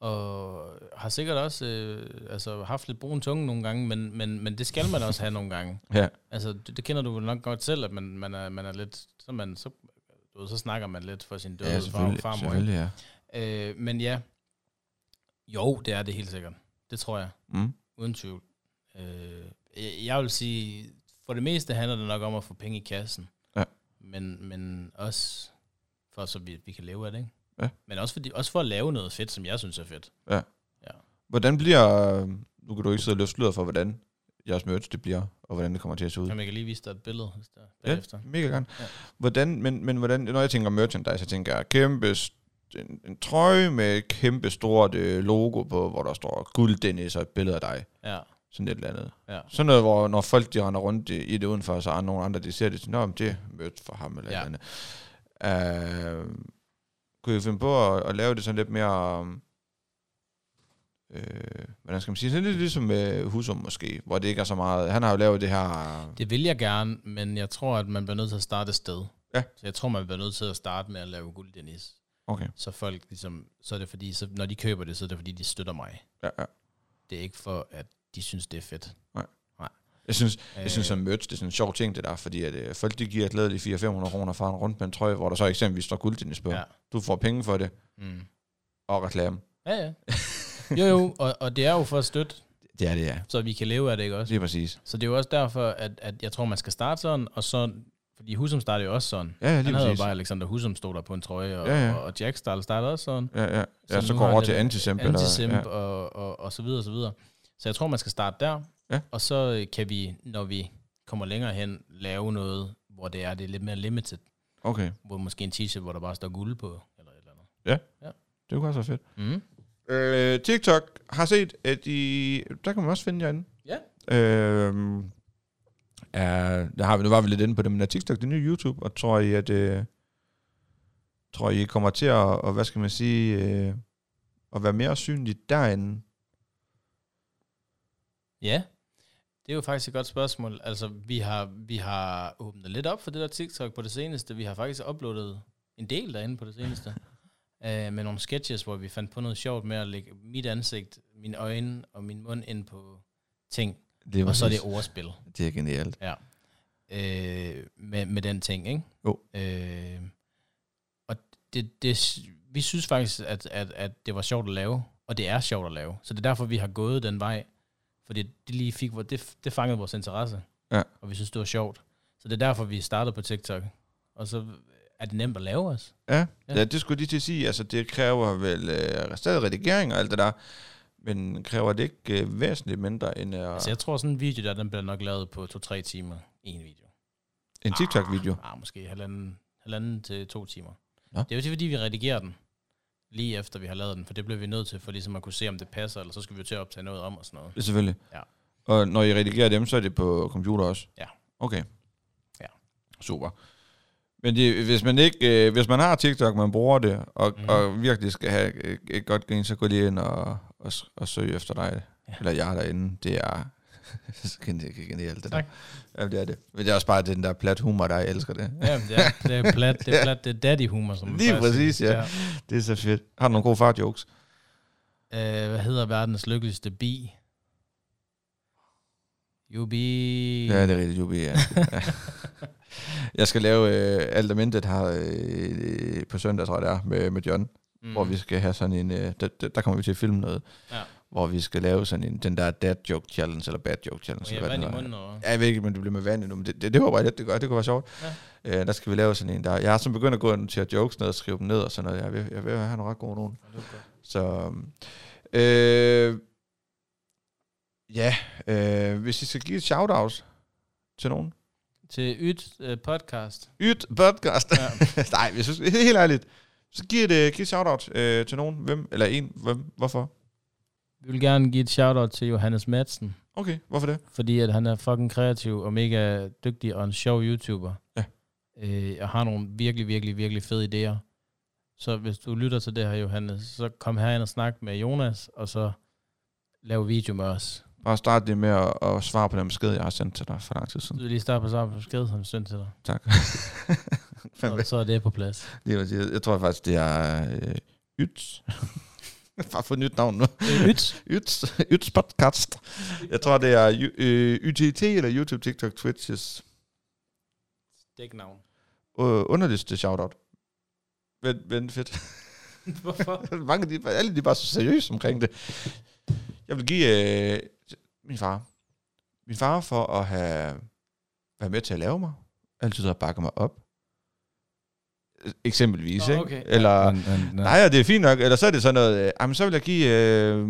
og har sikkert også øh, altså, haft lidt brun tunge nogle gange, men, men, men det skal man også have nogle gange. <laughs> Ja. Altså, det, det kender du vel nok godt selv, at man, man, er, man er lidt... Så, man, så, du ved, så snakker man lidt for sin døde ja, far, farmor. ikke? selvfølgelig, ja. Øh, men ja, jo, det er det helt sikkert. Det tror jeg, Mm. uden tvivl. Øh, jeg, jeg vil sige, for det meste handler det nok om at få penge i kassen. Ja. Men, men også for, så vi, vi kan leve af det, ikke? Ja. Men også, fordi, også for at lave noget fedt, som jeg synes er fedt. Hvordan bliver, øh, nu kan du ikke sidde og løfte sløret for, hvordan jeres merch det bliver, og hvordan det kommer til at se ud. Jamen, jeg kan lige vise dig et billede hvis der, Ja. bagefter. Mega gerne. Ja. Ja. Hvordan, men, men hvordan, når jeg tænker merchandise, jeg tænker kæmpe, st- en, en trøje med et kæmpe stort øh, logo på, hvor der står guld Dennis og et billede af dig. Ja. ja. Sådan et eller andet. Ja. Sådan noget, hvor når folk de render rundt i, i det udenfor, så er nogle andre, de ser det, så, Nå, men det er mødt for ham eller Ja. ja. et eller andet. Øh, kunne I finde på at, at lave det sådan lidt mere... um, Øh, hvordan skal man sige? Sådan lidt ligesom øh, Husum måske, hvor det ikke er så meget... Han har jo lavet det her... Det vil jeg gerne, men jeg tror, at man bliver nødt til at starte et sted. Ja. Så jeg tror, man bliver nødt til at starte med at lave guld, Dennis. Okay. så folk ligesom, så er det fordi, så når de køber det, så er det fordi, de støtter mig. Ja, ja. Det er ikke for, at de synes, det er fedt. Øh, Jeg synes, Jeg synes, at merch, det er sådan en sjov ting, det der, fordi at, øh, folk de giver et glædeligt 400-500 kroner for en rundt med en trøje, hvor der så eksempelvis står guldtennis på. Ja. Ja. Du får penge for det, Mm. og reklame. Ja, ja. Jo, jo, <laughs> og, og det er jo for at støtte, Det er det, ja. så vi kan leve af det, ikke også? Lige præcis. Så det er jo også derfor, at, at jeg tror, man skal starte sådan, og så, fordi Husum startede jo også sådan. Ja, ja, lige Han havde jo præcis. bare Alexander Husum stod der på en trøje, og, Ja, ja. og, og Jack Stahl startede også sådan. Ja, ja. ja Så så nu går har over det til været antisemp. eller- antisemp ja. og, og, og så videre og så videre. Så jeg tror, man skal starte der, Ja. og så øh, kan vi, når vi kommer længere hen, lave noget, hvor det er, det er lidt mere limited. Okay, hvor måske en t-shirt, hvor der bare står guld på, eller et eller andet. det kunne også være fedt. Mm. Øh, TikTok har set, at I... Der kan man også finde jer inde. Ja. Øh, er, der har vi, nu var vi lidt inde på det, men er TikTok det nye YouTube, og tror I, at... Øh, tror I I kommer til at, og hvad skal man sige, øh, at være mere synligt derinde? Ja, det er jo faktisk et godt spørgsmål. Altså, vi har, vi har åbnet lidt op for det der TikTok på det seneste. Vi har faktisk uploadet en del derinde på det seneste. uh, med nogle sketches, hvor vi fandt på noget sjovt med at lægge mit ansigt, mine øjne og min mund ind på ting. Det Og så er det ordspil. det er genialt. øh, med, med den ting, ikke? Jo. Øh, og det, det, vi synes faktisk, at, at, at det var sjovt at lave, og det er sjovt at lave. Så det er derfor, vi har gået den vej, fordi det lige fik, vor- det, det fangede vores interesse, Ja. og vi synes, det var sjovt. Så det er derfor, vi startede på TikTok. Og så er det nemt at lave os. Ja, Ja. ja. ja det skulle jeg lige til at sige. Altså, det kræver vel øh, stadig redigering og alt det der, men kræver det ikke øh, væsentligt mindre end øh, Altså, jeg tror, sådan en video der, den bliver nok lavet på to-tre timer. En video. en TikTok-video? Ah, måske halvanden, halvanden til to timer. Nå. Det er jo til, fordi vi redigerer den, lige efter vi har lavet den, for det bliver vi nødt til, for ligesom at kunne se, om det passer, eller så skal vi jo til at optage noget om og sådan noget. Ja, Selvfølgelig. Ah. Ja. Og når I redigerer dem, så er det på computer også? Ja. Okay. Ja. Super. Men det, hvis, man ikke, øh, hvis man har TikTok, man bruger det, og, Mhm. mm. og virkelig skal have et, et godt grin, så gå lige ind og, og, s- og søg efter dig. Ja. Ja. Eller jeg derinde. Det er <laughs> så genialt, genialt det Tak. der. Ja, det er det. Men det er også bare den der plat humor, der jeg elsker det. Ja, men det er, det er plat, det er plat, det er daddy-humor, som man Lige plejer at sige. præcis, ja. Det er så fedt. Har du nogle gode far-jokes? ja. Øh, hvad hedder verdens lykkeligste bi? You be... Ja, det er rigtigt, Jubi, ja. Ja. <laughs> Jeg skal lave øh, alt om intet her øh, på søndag, tror jeg det er, med, med John. mm. hvor vi skal have sådan en, øh, der, der, der kommer vi til at filme noget, Ja. hvor vi skal lave sådan en, den der dad joke challenge, eller bad joke challenge. Må jeg eller have vand i det hedder. munden over? Ja, jeg ved ikke, men det bliver med vand endnu, men det, det, det håber jeg lidt, det gør, det kunne være sjovt. Ja. Øh, der skal vi lave sådan en der. Jeg har sådan begyndt at gå ind til at jokes ned og skrive dem ned og sådan noget. Jeg vil, jeg vil have nogle ret gode nogen. Så, øh, ja, øh, hvis I skal give et shout-out til nogen. Til Yt øh, Podcast. Yt podcast. Ja. <laughs> Nej, jeg synes, helt ærligt. Så giv et, øh, giv et shout-out øh, til nogen. Hvem? Eller en? Hvem? Hvorfor? Vi vil gerne give et shout-out til Johannes Madsen. Okay, hvorfor det? fordi at han er fucking kreativ og mega dygtig og en sjov YouTuber. Ja. Øh, og har nogle virkelig, virkelig, virkelig fede idéer. Så hvis du lytter til det her, Johannes, så kom herind og snak med Jonas, og så lav video med os. Bare start det med at, at svare på den besked, jeg har sendt til dig for lang tid siden. Du vil lige starte på samme besked, som sendt til dig. Tak. Fandme. Og så er det på plads. Det var- jeg, jeg tror faktisk, det er øh, Yts. <laughs> Bare få et nyt navn nu. Yt. Yts, Yts Podcast. Jeg tror, det er Y- øh, YTT eller YouTube, TikTok, Twitches Dæknavn. øh, underliste shoutout. Vent, vent, fedt. <laughs> <laughs> Hvorfor? Mange af de, alle de er bare så seriøse omkring det. Jeg vil give øh, min far. Min far for at have været med til at lave mig. Altid at bakke mig op. Eksempelvis, Nå, ikke? okay. Eller, Ja, men, men, Ah. Nej, ja, det er fint nok. Eller så er det sådan noget... Øh, jamen, så vil jeg give... Øh,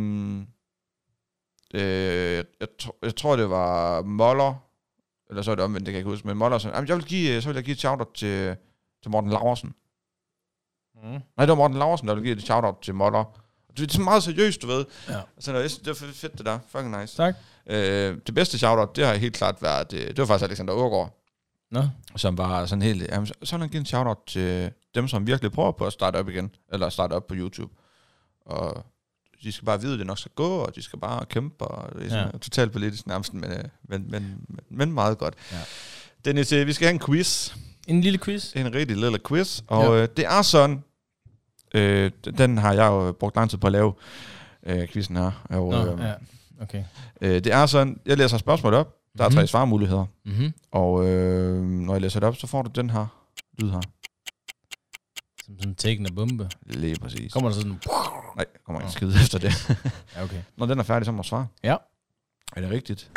øh, jeg, tr- jeg tror, det var Moller. Eller så er det omvendt, det kan jeg ikke huske. Men Moller sådan... Jamen, jeg vil give, øh, så vil jeg give et shout-out til, til Morten Laversen. Mm. Nej, det var Morten Laversen, der ville give et shout-out til Moller. Det er så meget seriøst, du ved. Altså, Ja. Så det, det var fedt, det der. Fucking nice. Tak. Øh, det bedste shout-out, det har helt klart været... Øh, det var faktisk Alexander Ågaard Nå, som var sådan helt, jamen, så så vil han give en shout-out til dem, som virkelig prøver på at starte op igen, eller starte op på YouTube. Og de skal bare vide, at det nok skal gå, og de skal bare kæmpe, og det er sådan, ja. totalt politisk nærmest, men, øh, men, men, men, men meget godt. Ja. Dennis, øh, vi skal have en quiz, en lille quiz. en rigtig lille quiz, og Ja. ja. øh, det er sådan, øh, den har jeg jo brugt lang tid på at lave, øh, quizzen her, og Nå, øh, ja. Okay. øh, det er sådan, jeg læser spørgsmålet op, der er Mhm. tre svarmuligheder, Mm-hmm. og øh, når jeg læser det op, så får du den her lyd her. Som, som taken af bombe. Lige præcis. Kom. Kommer der sådan... Nej, kommer ikke Nå. en skid efter det. <laughs> Ja, okay. Når den er færdig, så må du svare. Ja. Er det rigtigt?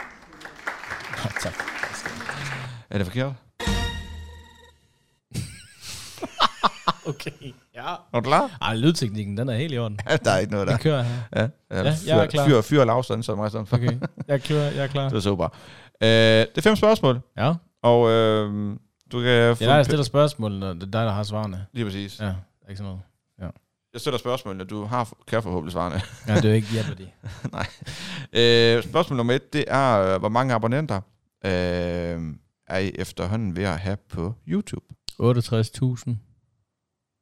<laughs> tak. Er det forkert? Okay. Ja. Er du klar? Ej, lydteknikken, den er helt i orden. Ja, der er ikke noget der. Vi kører her. Ja, ja, jeg fyr, er klar. Fyr, fyr lav, sådan, så meget sådan. Okay, jeg kører, jeg er klar. <laughs> Det er super. Øh, det er fem spørgsmål, Ja, og øh, du kan få... det er dig, der en stiller spørgsmål, og det er dig, der har svarene. p- Lige præcis. Ja. Ja, der er ikke sådan noget. Jeg stiller spørgsmålene, du har, kan forhåbentlig svarene. Ja, det er jo ikke Jeopardy. øh, spørgsmål nummer et, det er, øh, hvor mange abonnenter øh, er I efterhånden ved at have på YouTube? 68.000.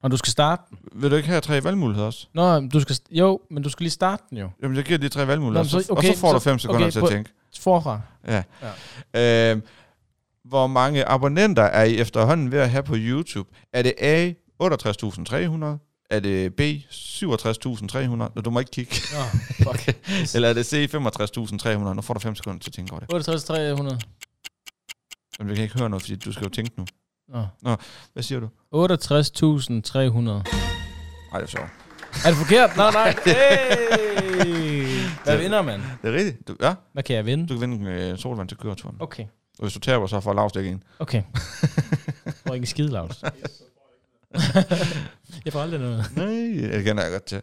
Og du skal starte den. Vil du ikke have tre valgmuligheder også? Nå, men du skal, st- jo, men du skal lige starte den jo. Jamen, jeg giver lige tre valgmuligheder, Nå, Nå, så, men så- og så okay, får du så- fem sekunder okay, til prøv- at tænke. Forfra. Ja. Ja. Øh, hvor mange abonnenter er I efterhånden ved at have på YouTube? Er det A, 68.300? Er det B, 67.300? Nå, du må ikke <laughs> kigge. Nå, fuck. Eller er det C, 65.300? Nu får du 5 sekunder til at tænke over det. 68.300. Jamen, jeg kan ikke høre noget, fordi du skal jo tænke nu. Nå. Hvad siger du? 68.300. Nej, det er sjovt. Er det forkert? Nej, nej. Hey! Hvad vinder man? Det er rigtigt. Du, ja, Hvad kan jeg vinde? du kan vinde en øh, solvand til køreturen. Okay. Okay, Og hvis du taber, så får Lars det <laughs> ikke en. okay. Jeg får ikke en skide, Lars. jeg får aldrig noget. Nej, det kender jeg godt til.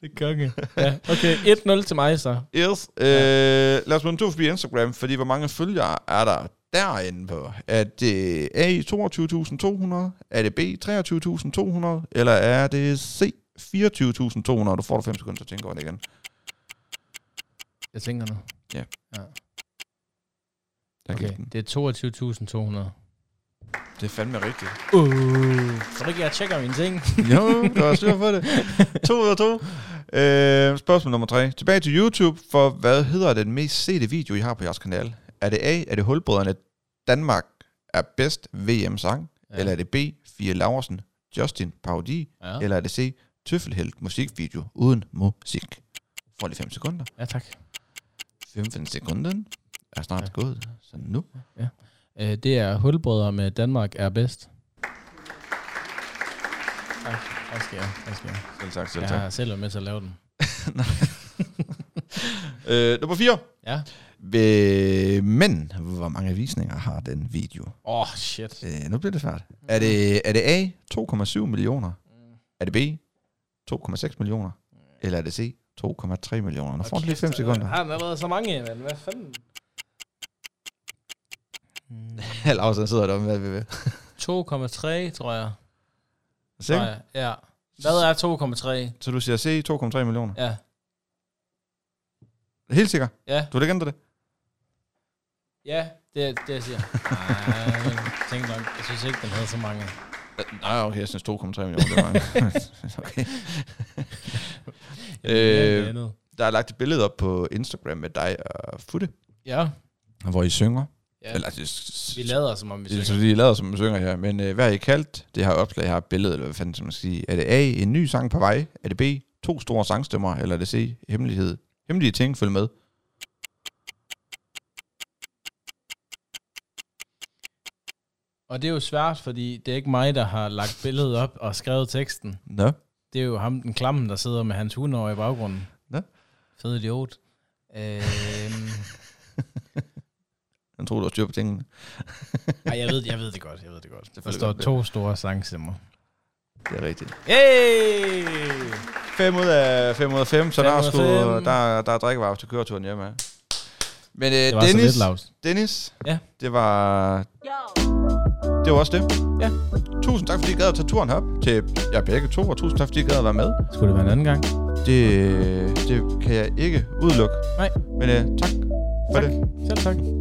Det er konge. Ja, okay. 1-0 til mig så. Yes. Øh, Lad os gå en tur forbi Instagram, fordi hvor mange følgere er der derinde på? Er det A, 22.200? Er det B, 23.200? Eller er det C, 24.200? Du får du 5 sekunder til at tænke over det igen. Jeg tænker nu. Ja. ja. Der Okay, okay. den. det er 22.200. Det er fandme rigtigt. Uh. Tror du ikke, jeg tjekker mine ting? jo, du har styr på det. To ud af to. Øh, spørgsmål nummer tre. Tilbage til YouTube, for hvad hedder den mest sete video, I har på jeres kanal? Er det A, er det hulbrødrene Danmark er bedst VM-sang? Ja. Eller er det B, Fie Laversen, Justin Parodi? Ja, Ja. Eller er det C, Tøffelhelt musikvideo uden musik? Får lige 5 sekunder. ja tak. 15 sekunder er snart Ja. ja. gået, så nu. Øh, det er hulbrødre med Danmark er bedst. Tak. Tak skal jeg. Tak skal jeg. Selv tak, selv Jeg tak. har selv været med til at lave den. Ja. Øh, nummer 4. Ja. Men, hvor mange visninger har den video? Åh, oh, shit. Øh, nu bliver det svært. Er det, er det A, 2,7 millioner? Er det B, 2,6 millioner? Eller er det C, 2,3 millioner? Nu får du lige 5 sekunder. Har den allerede så mange, men hvad fanden? Mm, Lars, han sidder deromme, hvad vi vil. 2,3, tror jeg. Sikker? Nej, ja. Hvad er 2,3? Så du siger C, 2,3 millioner? Ja. Helt sikker. Ja, Du vil ikke ændre det? ja, det er det, jeg siger. Nej, men tænk nok, jeg synes ikke, den havde så mange. Øh, Nej, okay, jeg synes 2,3 millioner, det var <laughs> <laughs> okay. Jeg ved ikke, Øh. hvad det andet. Der er lagt et billede op på Instagram med dig og Futte, Ja, hvor I synger. ja. Ja. Eller, altså, det, vi lader som om vi det, synger. så de lader som I synger her, men øh, hvad har I kaldt det her opslag, jeg har et billede, eller hvad fanden skal man sige? Er det A, en ny sang på vej? Er det B, to store sangstemmer? Eller er det C, hemmelighed? Hemmelige ting, følg med. Og det er jo svært, fordi det er ikke mig, der har lagt billedet op og skrevet teksten. Nå, Det er jo ham, den klamme, der sidder med hans hund over i baggrunden. Nå. Fed idiot. Øhm, jeg tror, du har styr på tingene. ej, jeg ved, jeg ved det godt, jeg ved det godt. Der Selvfølgelig står godt, det. to store sangstemmer. Det er rigtigt. Hey! 5 ud af 5 ud af 5, så Fem der er, ud af sgu, fem. der, der er drikkevarer til køreturen hjemme. ja. Men øh, Det var så Dennis, lidt lavt. Dennis, Ja. det var, det var også det. Ja. Tusind tak, fordi I gad at tage turen herop til jer begge to, og tusind tak, fordi I gad at være med. Skulle det være en anden gang? Det, det kan jeg ikke udelukke. Nej. Men øh, tak for Tak. det. Selv tak.